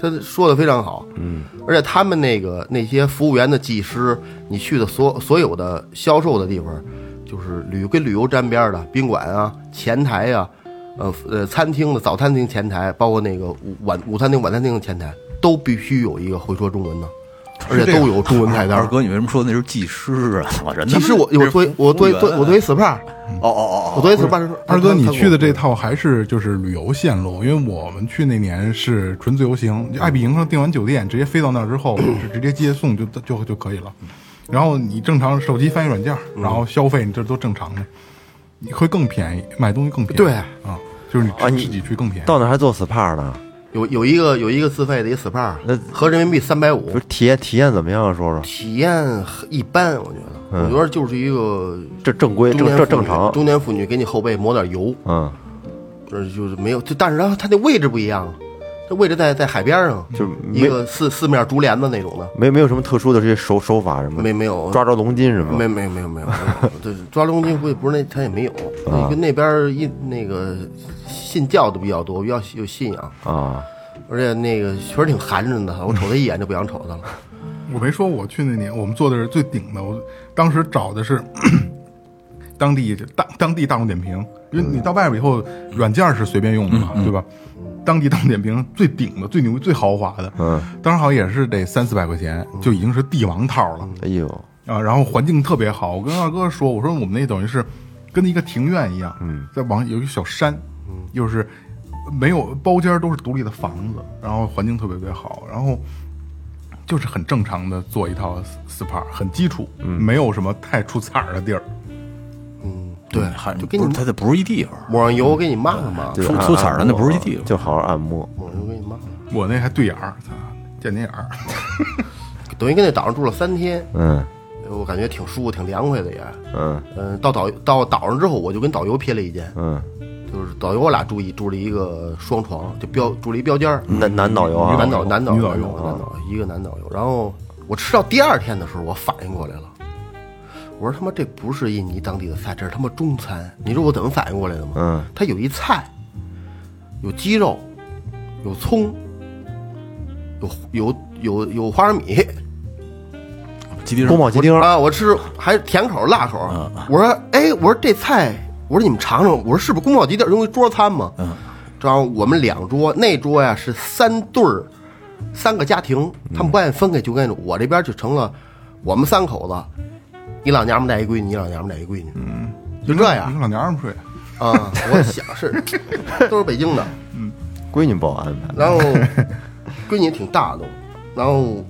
Speaker 2: 他说的非常好，嗯，而且他们那个那些服务员的技师，你去的所所有的销售的地方，就是旅跟旅游沾边儿的宾馆啊、前台呀、呃呃餐厅的早餐厅前台，包括那个午晚午餐厅、晚餐厅的前台，都必须有一个会说中文的，而且都有中文菜单
Speaker 1: 二
Speaker 2: 儿。
Speaker 1: 哥，你为什么说那是技师啊？我人他
Speaker 2: 其
Speaker 1: 妈
Speaker 2: 实我我作为我作为
Speaker 1: 服务员
Speaker 2: 我作为 SPA，
Speaker 1: 哦哦
Speaker 2: 我作为 SPA，
Speaker 6: 二哥，你去的这
Speaker 2: 趟。
Speaker 6: 套还是就是旅游线路，因为我们去那年是纯自由行，就爱彼迎上订完酒店，直接飞到那儿之后，是直接接送就就就可以了。然后你正常手机翻译软件，然后消费，你这都正常的，你会更便宜，买东西更便宜。
Speaker 2: 对
Speaker 6: 啊，就是你
Speaker 3: 啊你
Speaker 6: 自己去更便宜。
Speaker 3: 到那儿还做 SPA 呢，
Speaker 2: 有有一个有一个自费的一 SPA，
Speaker 3: 那
Speaker 2: 合人民币三百五
Speaker 3: 不，是体验体验怎么样啊？说说
Speaker 2: 体验很一般，我觉得，我觉得就是一个
Speaker 3: 这正规，
Speaker 2: 中
Speaker 3: 这
Speaker 2: 年
Speaker 3: 这
Speaker 2: 妇女
Speaker 3: 正常，
Speaker 2: 中年妇女给你后背抹点油，
Speaker 3: 嗯，
Speaker 2: 呃，就是没有，就但是然后它那位置不一样，它位置在在海边上，
Speaker 3: 就
Speaker 2: 一
Speaker 3: 没
Speaker 2: 个四四面竹帘子那种的，
Speaker 3: 没没有什么特殊的这些手手法什么的，
Speaker 2: 没没有
Speaker 3: 嗯抓着龙筋什么
Speaker 2: 没
Speaker 3: 的，
Speaker 2: 没没有没有，没有对，抓龙筋会不是那他也没有，
Speaker 3: 啊
Speaker 2: 那跟那边儿一那个信教的比较多，比较有信仰，
Speaker 3: 啊，
Speaker 2: 而且那个确实挺寒碜的，我瞅他一眼就不想瞅他了。
Speaker 6: 我没说我去那年，我们做的是最顶的，我当时找的是当地当当地大众点评，因为你到外边以后，软件是随便用的嘛，对吧？当地大众点评最顶的、最牛、最豪华的，
Speaker 3: 嗯，
Speaker 6: 当时好像也是得三四百块钱，就已经是帝王套了。
Speaker 3: 哎呦，
Speaker 6: 啊，然后环境特别好。我跟二哥说，我说我们那等于是
Speaker 5: 跟一个庭院一样，嗯，在往有一个小山，嗯，就是没有包间儿都是独立的房子，然后环境特别特别好，然后就是很正常的做一套 SPA，很基础，没有什么太出彩儿的地儿。
Speaker 2: 对，
Speaker 1: 还
Speaker 2: 就
Speaker 1: 嗯不
Speaker 2: 给你
Speaker 1: 是它，它不是一地方，
Speaker 2: 抹上油给你抹上抹，
Speaker 3: 就是
Speaker 1: 出
Speaker 3: 按
Speaker 1: 出彩儿的
Speaker 3: 按摩
Speaker 1: 那不是一地方
Speaker 3: 啊就好好按摩。
Speaker 2: 抹上油给你抹上，
Speaker 5: 我那还对眼儿，操，见你眼儿。
Speaker 2: 等于跟那岛上住了三天，
Speaker 3: 嗯
Speaker 2: 我感觉挺舒服，挺凉快的也。
Speaker 3: 嗯
Speaker 2: 嗯，到岛到岛上之后，我就跟导游瞥了一间，
Speaker 3: 嗯，
Speaker 2: 就是导游我俩住一住了一个双床，就标住了一标间儿，
Speaker 3: 男男导游嗯啊，
Speaker 2: 男嗯导男导
Speaker 5: 女
Speaker 2: 游
Speaker 5: 导游
Speaker 2: 男男导游一个男导游。然后我吃到第二天的时候，我反应过来了，我说他妈这不是印尼当地的菜，这是他妈中餐。你知道我怎么反应过来的吗？
Speaker 3: 嗯，
Speaker 2: 它有一菜，有鸡肉，有葱，有有有有花生米。
Speaker 1: 基地
Speaker 3: 宫
Speaker 1: 上
Speaker 3: 保鸡丁儿，
Speaker 2: 啊，我吃还甜口辣口。我说，哎，我说这菜，我说你们尝尝，我说是不是宫保鸡丁儿？因为桌餐嘛。嗯，这样我们两桌，那桌呀是三对儿，三个家庭，他们不按分开，就跟我这边就成了我们三口子，一老娘们带一闺女，一老娘们带一闺女。嗯，就这样
Speaker 5: 你跟老娘们儿睡，
Speaker 2: 啊，我想是都是北京的，
Speaker 3: 闺女帮我安排。
Speaker 2: 然 后闺女挺大的，然后。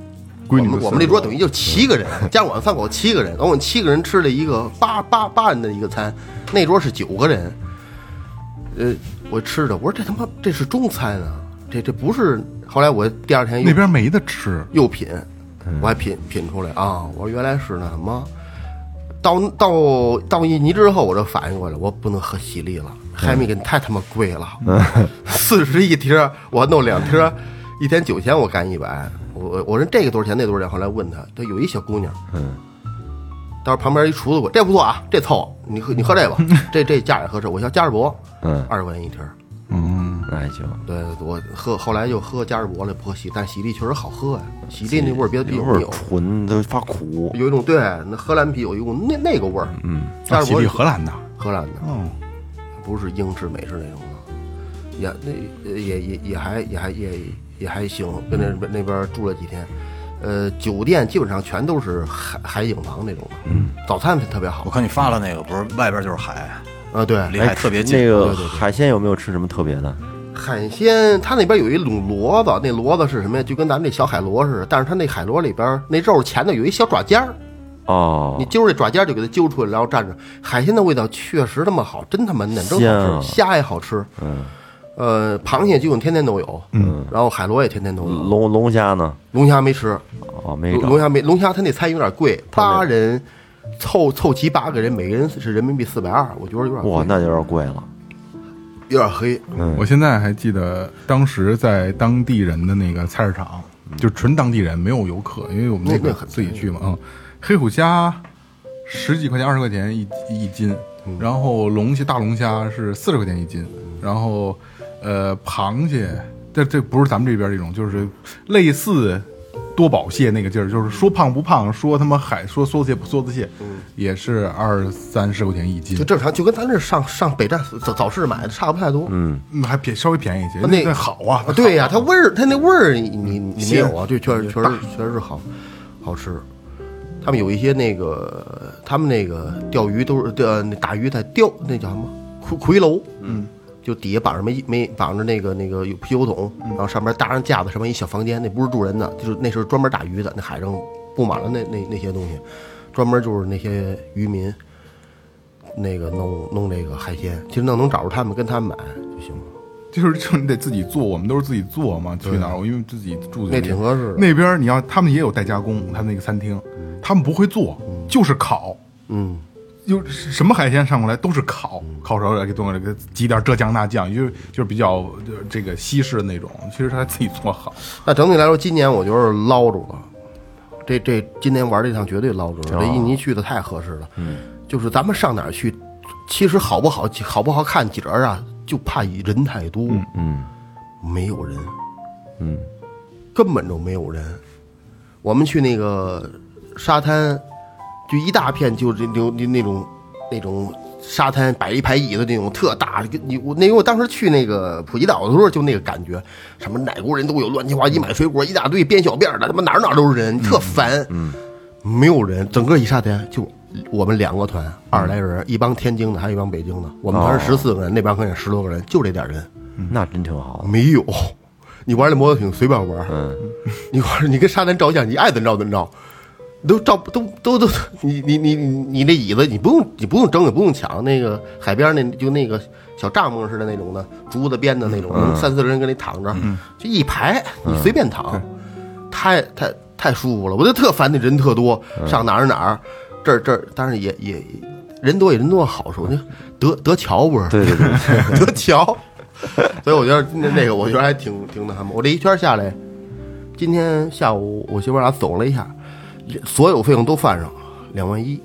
Speaker 2: 我
Speaker 5: 闺女
Speaker 2: 们
Speaker 5: 的
Speaker 2: 我们那
Speaker 5: 岁数
Speaker 2: 桌等于就七个人，加上我们饭口七个人，然后我们七个人吃了一个八八八人的一个餐，那桌是九个人。呃，我吃的，我说这他妈这是中餐啊，这这不是。后来我第二天又
Speaker 5: 那边没得吃，
Speaker 2: 又品，我还品品出来啊，我说原来是那什么。到到到印尼之后，我就反应过来，我不能喝喜力了，海米给太他妈贵了， 四十一贴，我弄两贴，一天九千，我干一百，我我我说这个多少钱，那多少钱？后来问他，他有一小姑娘，嗯，到时候旁边一厨子过，这不错啊，这凑，合，你喝你喝这个，这这价也合适，我叫嘉士伯，
Speaker 3: 嗯
Speaker 2: 二十块钱一贴，
Speaker 3: 那还行，
Speaker 2: 对我喝后来又喝嘉士伯了，不喝喜，但喜力确实好喝呀、喜力那味儿别的地
Speaker 3: 那
Speaker 2: 方
Speaker 3: 味
Speaker 2: 没
Speaker 3: 儿
Speaker 2: 有。
Speaker 3: 纯都发苦。
Speaker 2: 有一种对，那荷兰啤有一股那那个味儿，嗯，但是
Speaker 5: 吉
Speaker 2: 我
Speaker 5: 利啊荷兰的，
Speaker 2: 荷兰的，
Speaker 5: 嗯，
Speaker 2: 不是英式美式那种的，也那呃也也也还也还也也还行，跟那边那边住了几天，呃，酒店基本上全都是海海景房那种的，嗯，早餐特别
Speaker 1: 我
Speaker 2: 好，
Speaker 1: 看你发了那个，不是外边就是海，
Speaker 2: 啊，对，
Speaker 1: 离海特别近。
Speaker 3: 哎那个
Speaker 2: 对对对
Speaker 3: 海鲜有没有吃什么特别的？
Speaker 2: 海鲜，它那边有一种骡子，那骡子是什么呀？就跟咱们这小海螺似的，但是它那海螺里边那肉前头有一小爪尖儿，
Speaker 3: 哦
Speaker 2: 你，揪着这爪尖儿就给它揪出来，然后蘸着海鲜的味道确实他妈好，真他妈嫩，真
Speaker 3: 鲜
Speaker 2: 好
Speaker 3: 啊
Speaker 2: 吃，虾也好吃，嗯，呃，螃蟹基本天天都有，嗯，然后海螺也天天都有，
Speaker 3: 龙龙虾呢？
Speaker 2: 龙虾没吃，
Speaker 3: 哦，嗯没
Speaker 2: 龙
Speaker 3: 找
Speaker 2: 龙虾没龙虾，它那餐有点贵，八人凑凑齐八个人，每个人是人民币四百二，我觉得有点贵
Speaker 3: 哇，那有点贵了。
Speaker 2: 有点黑，
Speaker 5: 我现在还记得当时在当地人的那个菜市场，就纯当地人，没有游客，因为我们那
Speaker 2: 那
Speaker 5: 个
Speaker 2: 很
Speaker 5: 自己去嘛，嗯，黑虎虾十几块钱、二十块钱一一斤，然后龙虾大龙虾是四十块钱一斤，然后呃螃蟹，这这不是咱们这边这种，就是类似。多宝蟹那个劲儿，就是说胖不胖，说他妈海，说梭子蟹不梭子蟹，也是二三十块钱一斤
Speaker 2: 就，正常，就跟咱这上上北站早早市买的差不太多，嗯。
Speaker 5: 嗯还便稍微便宜一些。
Speaker 2: 那
Speaker 5: 那好啊，
Speaker 2: 啊，对呀、它味儿，它那味儿你你你没
Speaker 5: 鲜
Speaker 2: 有啊？这确实确实确实是好，好吃。他们有一些那个，他们那个钓鱼都是呃，那打鱼在钓那叫什么魁魁楼，嗯，就底下绑着没没绑着那个那个有啤酒桶，
Speaker 5: 嗯
Speaker 2: 然后上面搭上架子，上面一小房间，那不是住人的，就是那是专门打鱼的，那海上布满了那那那些东西，专门就是那些渔民。那个弄弄那个海鲜，其实要能找着他们，跟他们买就行了。
Speaker 5: 就是就是你得自己做，我们都是自己做嘛。去哪儿？我因为自己住在
Speaker 2: 那挺合适的
Speaker 5: 那边儿你要他们也有代加工，他们那个餐厅，他们不会做，就是烤，
Speaker 2: 嗯，
Speaker 5: 有什么海鲜上过来都是烤，烤熟了给东西给挤点这酱那酱，就是就是比较呃这个西式的那种。其实他自己做好，
Speaker 2: 那整体来说，今年我觉得捞住了，这这今年玩这趟绝对捞住了。这印尼去的太合适了，嗯，就是咱们上哪儿去，其实好不好好不好看景儿啊，就怕人太多，
Speaker 3: 嗯，
Speaker 2: 没有人，嗯，根本就没有人。我们去那个沙滩，就一大片就是那种那种那种沙滩摆一排椅子那种特大，跟你我那因为我当时去那个普吉岛的时候就那个感觉，什么哪国人都有，乱七八糟买水果一大堆，编小辫儿的，他妈哪儿哪儿都是人，特烦。嗯，没有人，整个一沙滩就我们两个团二十来人，一帮天津的，还有一帮北京的。我们团十四个人，那帮可能十多个人，就这点人，
Speaker 5: 嗯
Speaker 3: 那真挺好的。
Speaker 2: 没有。你玩那摩托艇随便玩，嗯， 你玩你跟沙滩照相，你爱怎么照怎么照，都照都都都，你你你你你那椅子你不用你不用争也不用抢，那个海边那就那个小帐篷似的那种的竹子编的那种，
Speaker 3: 嗯
Speaker 2: 三四个人跟那躺着，就一排你随便躺，太太太舒服了，我就特烦那人特多，
Speaker 3: 嗯
Speaker 2: 上哪儿哪儿，这儿这儿，但是也也也人多也人多好处，那德德侨不是？
Speaker 3: 对对 对，
Speaker 2: 德侨。所以我觉得那那个，我觉得还挺挺那什么。我这一圈下来，今天下午我媳妇儿俩走了一下，所有费用都犯上了，两万一。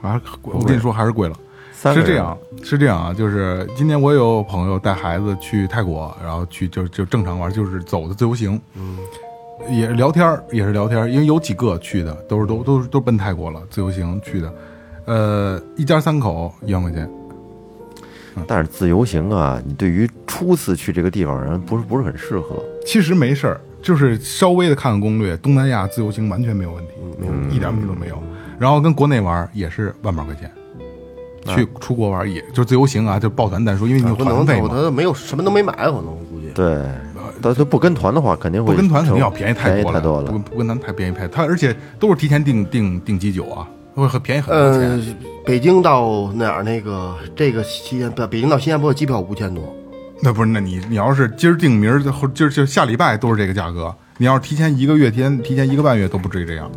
Speaker 5: 还
Speaker 2: 啊
Speaker 5: 是贵。我跟你说，还是贵了。
Speaker 3: 三 个
Speaker 5: 是
Speaker 3: 人
Speaker 5: 这样，是这样啊，就是今年我有朋友带孩子去泰国，然后去就就正常玩，就是走的自由行，嗯，也是聊天儿，也是聊天儿，因为有几个去的都是都都是都奔泰国了，自由行去的，呃，一家三口一万块钱，
Speaker 3: 但是自由行啊，你对于初次去这个地方人不是不是很适合。
Speaker 5: 其实没事儿，就是稍微的看看攻略，东南亚自由行完全没有问题，没有一点问题都没有。然后跟国内玩儿也是万把块钱，去出国玩儿也就自由行啊，就抱团单说，因为你有
Speaker 2: 不
Speaker 5: 团
Speaker 2: 能
Speaker 5: 费
Speaker 2: 走，
Speaker 5: 嘛，
Speaker 2: 他没有什么都没买，可能我估计。
Speaker 3: 对，但他不跟团的话，肯定会
Speaker 5: 呃不跟团肯定要便宜
Speaker 3: 便
Speaker 5: 太
Speaker 3: 宜
Speaker 5: 多
Speaker 3: 太
Speaker 5: 了，
Speaker 3: 多
Speaker 5: 不
Speaker 3: 了
Speaker 5: 跟。不跟团太便宜太多，他而且都是提前订订订机酒啊，会很便宜很多钱。
Speaker 2: 呃，北京到哪儿那个这个西安不，北京到新加坡的机票五千多，
Speaker 5: 那不是，那你你要是今儿订明儿或者今儿就下礼拜都是这个价格，你要是提前一个月、提前提前一个半月都不至于这样。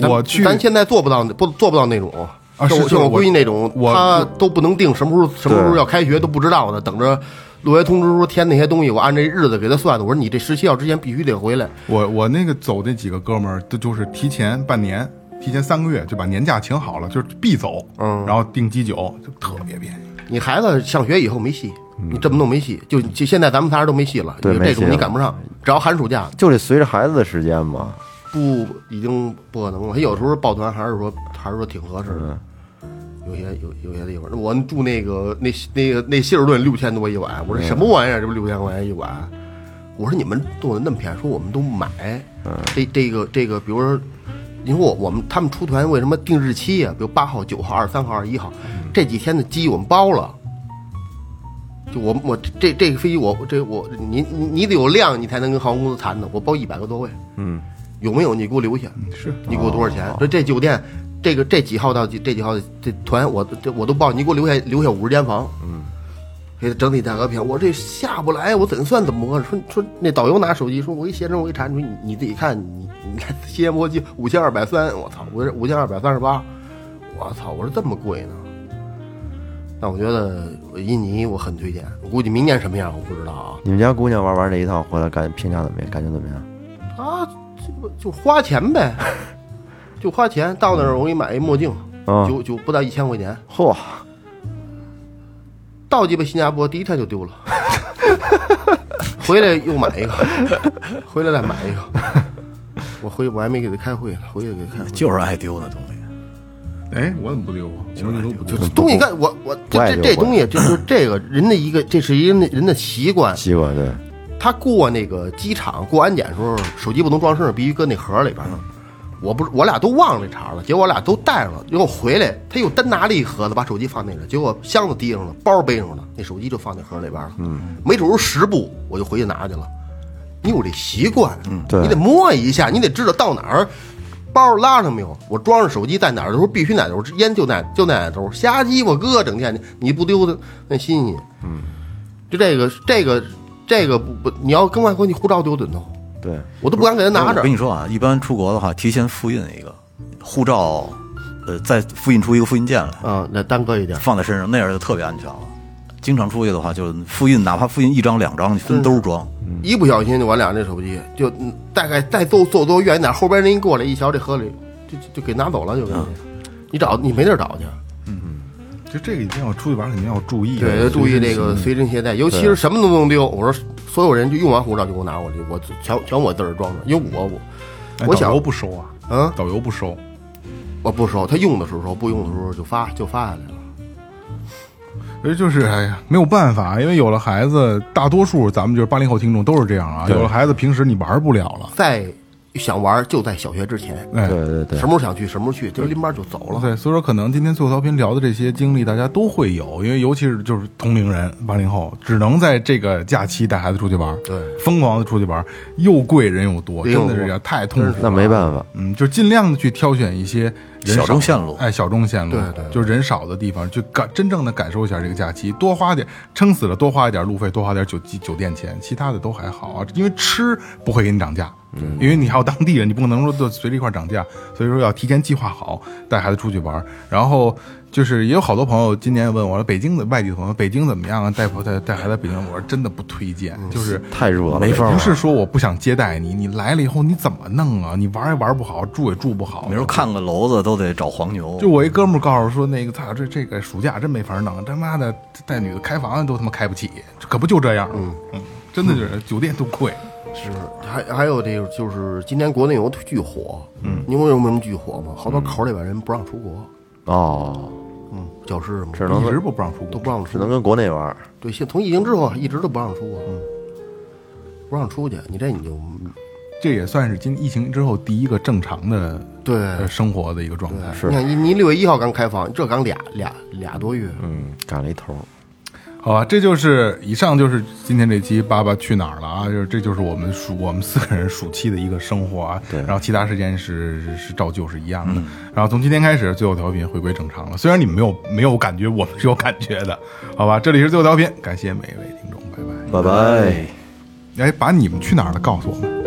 Speaker 2: 咱
Speaker 5: 我去
Speaker 2: 咱现在做不到，不做不到那种。
Speaker 5: 啊是
Speaker 2: 像我
Speaker 5: 是
Speaker 2: 像我
Speaker 5: 我
Speaker 2: 闺女那种，
Speaker 5: 我
Speaker 2: 她都不能定什么时候什么时候要开学都不知道呢，等着入学通知书填那些东西，我按这日子给她算的。我说你这十七号之前必须得回来，
Speaker 5: 我我那个走那几个哥们儿，都就是提前半年、提前三个月就把年假请好了，就是必走，嗯，然后订机酒就特别便宜。
Speaker 2: 你孩子上学以后没戏，你这么弄没戏。就就现在咱们仨人都没戏了，
Speaker 3: 对
Speaker 2: 你
Speaker 3: 没
Speaker 2: 这
Speaker 3: 戏
Speaker 2: 种你
Speaker 3: 了
Speaker 2: 赶不上。只要寒暑假
Speaker 3: 就得随着孩子的时间嘛，
Speaker 2: 不已经不可能了。他有时候抱团还是说还是说挺合适的。有些有有些地方，我住那个那那个那希尔顿六千多一晚，我说什么玩意儿？这不六千块钱一晚？我说你们做的那么便宜，说我们都买。这这个这个，比如说，你说我我们他们出团为什么定日期啊呀、比如八号、九号、二十三号、二十一号，这几天的机我们包了。就我我这这个飞机我这我你你你得有量，你才能跟航空公司谈的。我包一百个座位，嗯，有没有你给我留下，
Speaker 5: 是
Speaker 2: 你给我多少钱？说这酒店这个这几号到几这几号这团我这我都报，你给我留下留下五十间房，嗯，给他整体价格平。我这下不来，我怎算怎么合适？说说那导游拿手机说，我给携程我给查，你说你你自己看，你你看新加坡机五千二百三，我操，我这五千二百三十八，我操，我说这么贵呢？但我觉得印尼我很推荐，我估计明年什么样我不知道啊。
Speaker 3: 你们家姑娘玩完这一趟回来感评价怎么样？感觉怎么样？
Speaker 2: 啊，这不就花钱呗，就花钱。到那儿我给你买一墨镜，
Speaker 3: 啊
Speaker 2: 九九不到一千块钱。
Speaker 3: 嚯，
Speaker 2: 到鸡巴新加坡第一天就丢了， 回来又买一个，回来再买一个。我回去我还没给他开会呢，回去给
Speaker 3: 嗯
Speaker 2: 他开会。
Speaker 1: 嗯就是爱丢的东西。
Speaker 5: 哎，我怎么不溜啊？我怎么不
Speaker 2: 就东西干我我
Speaker 3: 不爱
Speaker 2: 这这
Speaker 3: 就
Speaker 2: 这
Speaker 3: 不爱
Speaker 2: 东西这就这个人的一个这是一个人的人的习惯，
Speaker 3: 西瓜对，
Speaker 2: 他过那个机场过安检的时候，手机不能装身上，必须搁那盒里边儿。我不是我俩都忘了这茬了，结果我俩都带上了，结果回来他又单拿了一盒子，把手机放那里，结果箱子提上了，包背上了，那手机就放那盒里边了。嗯，没准儿十步我就回去拿去了。你有这习惯，嗯，
Speaker 3: 对
Speaker 2: 你得摸一下，你得知道到哪儿，包拉上没有？我装上手机在哪儿的时候必须哪头，烟就哪就哪头，瞎鸡巴哥整天你不丢的那新鲜，嗯，就这个这个这个不不，你要跟外国你护照丢怎么弄？
Speaker 3: 对，
Speaker 2: 我都不敢给他拿
Speaker 1: 我
Speaker 2: 着
Speaker 1: 跟。你说啊，一般出国的话，提前复印一个护照，呃，再复印出一个复印件来，
Speaker 2: 啊，那耽搁一点。
Speaker 1: 放在身上，那样就特别安全了。经常出去的话，就复印，哪怕复印一张、两张，你分兜装。
Speaker 2: 一不小心就完俩这手机，就嗯大概再坐坐多远一点，后边人一过来一瞧这河里，就就就给拿走了，就给你。你找你没地儿找去，
Speaker 5: 就这个一定要出去玩，肯定要注意啊，
Speaker 2: 对，要注意这个随身携嗯带，尤其是什么都不能丢。我说所有人就用完护照就给我拿过去，我全全我自个儿装着，因为我我
Speaker 5: 哎。
Speaker 2: 我想
Speaker 5: 导游不收啊，
Speaker 2: 嗯
Speaker 5: 导游不收，
Speaker 2: 我不收，他用的时候收，不用的时候就发就发下来了。
Speaker 5: 而就是哎呀，没有办法，因为有了孩子，大多数咱们就是八零后听众都是这样啊。有了孩子，平时你玩不了了，
Speaker 2: 再想玩就在小学之前，
Speaker 5: 哎，
Speaker 3: 对对对
Speaker 2: 什，么时候想去什么时候去，就拎班就走了。
Speaker 5: 对，所以说可能今天最后调频聊的这些经历，大家都会有，因为尤其是就是同龄人，八零后，只能在这个假期带孩子出去玩，对，疯狂的出去玩，又贵人又多，
Speaker 2: 人又
Speaker 5: 真
Speaker 2: 多
Speaker 5: 的是这样，太痛苦了。
Speaker 3: 哎那没办法，
Speaker 5: 嗯，就尽量的去挑选一些人少
Speaker 1: 小众线路
Speaker 5: 哎，小众线路，对对就是人少的地方，去感真正的感受一下这个假期，多花点，撑死了多花一点路费，多花点酒酒店钱，其他的都还好啊，因为吃不会给你涨价，
Speaker 1: 嗯
Speaker 5: 因为你还有当地人，你不可能说就随着一块儿涨价，所以说要提前计划好，带孩子出去玩儿，然后。就是也有好多朋友今年问我了，北京的外地的朋友，北京怎么样啊？带带带孩子来北京，我说真的不推荐，
Speaker 1: 嗯
Speaker 5: 就是
Speaker 3: 太热了，
Speaker 1: 没法儿
Speaker 5: 不
Speaker 1: 玩
Speaker 5: 是说我不想接待你，你来了以后你怎么弄啊？你玩也玩不好，住也住不好。
Speaker 1: 你说看个楼子都得找黄牛，
Speaker 5: 就我一哥们儿告诉我说，那个操，这这个暑假真没法弄，他妈的带女的开房都他妈开不起，可不就这样？嗯嗯，真的就是酒店都贵，
Speaker 2: 是，还还有这个就是今年国内游巨火，嗯，你们有什么巨火吗？好多口里边人不让出国，
Speaker 3: 哦，
Speaker 2: 嗯，教师什么
Speaker 3: 只
Speaker 2: 的
Speaker 3: 能
Speaker 5: 一直不不让出
Speaker 2: 都
Speaker 5: 国。
Speaker 2: 不让
Speaker 3: 只
Speaker 2: 出
Speaker 3: 能，跟国内玩儿，
Speaker 2: 对，现从疫情之后一直都不让出国，嗯，不让出去，你这你就
Speaker 3: 嗯
Speaker 5: 这也算是今疫情之后第一个正常的
Speaker 2: 对
Speaker 5: 呃生活的一个状态。
Speaker 2: 你看，你你六月一号刚开放，这刚俩俩俩多月，
Speaker 3: 嗯，赶了一头儿，
Speaker 5: 好吧，这就是以上就是今天这期《爸爸去哪儿了》啊，就是这就是我们暑我们四个人暑期的一个生活啊。对，嗯然后其他时间是是是照旧是一样的。然后从今天开始，最后调频回归正常了。虽然你们没有没有感觉，我们是有感觉的，好吧？这里是最后调频，感谢每一位听众，拜拜。
Speaker 3: 拜拜。
Speaker 5: 哎，把你们去哪儿了告诉我们。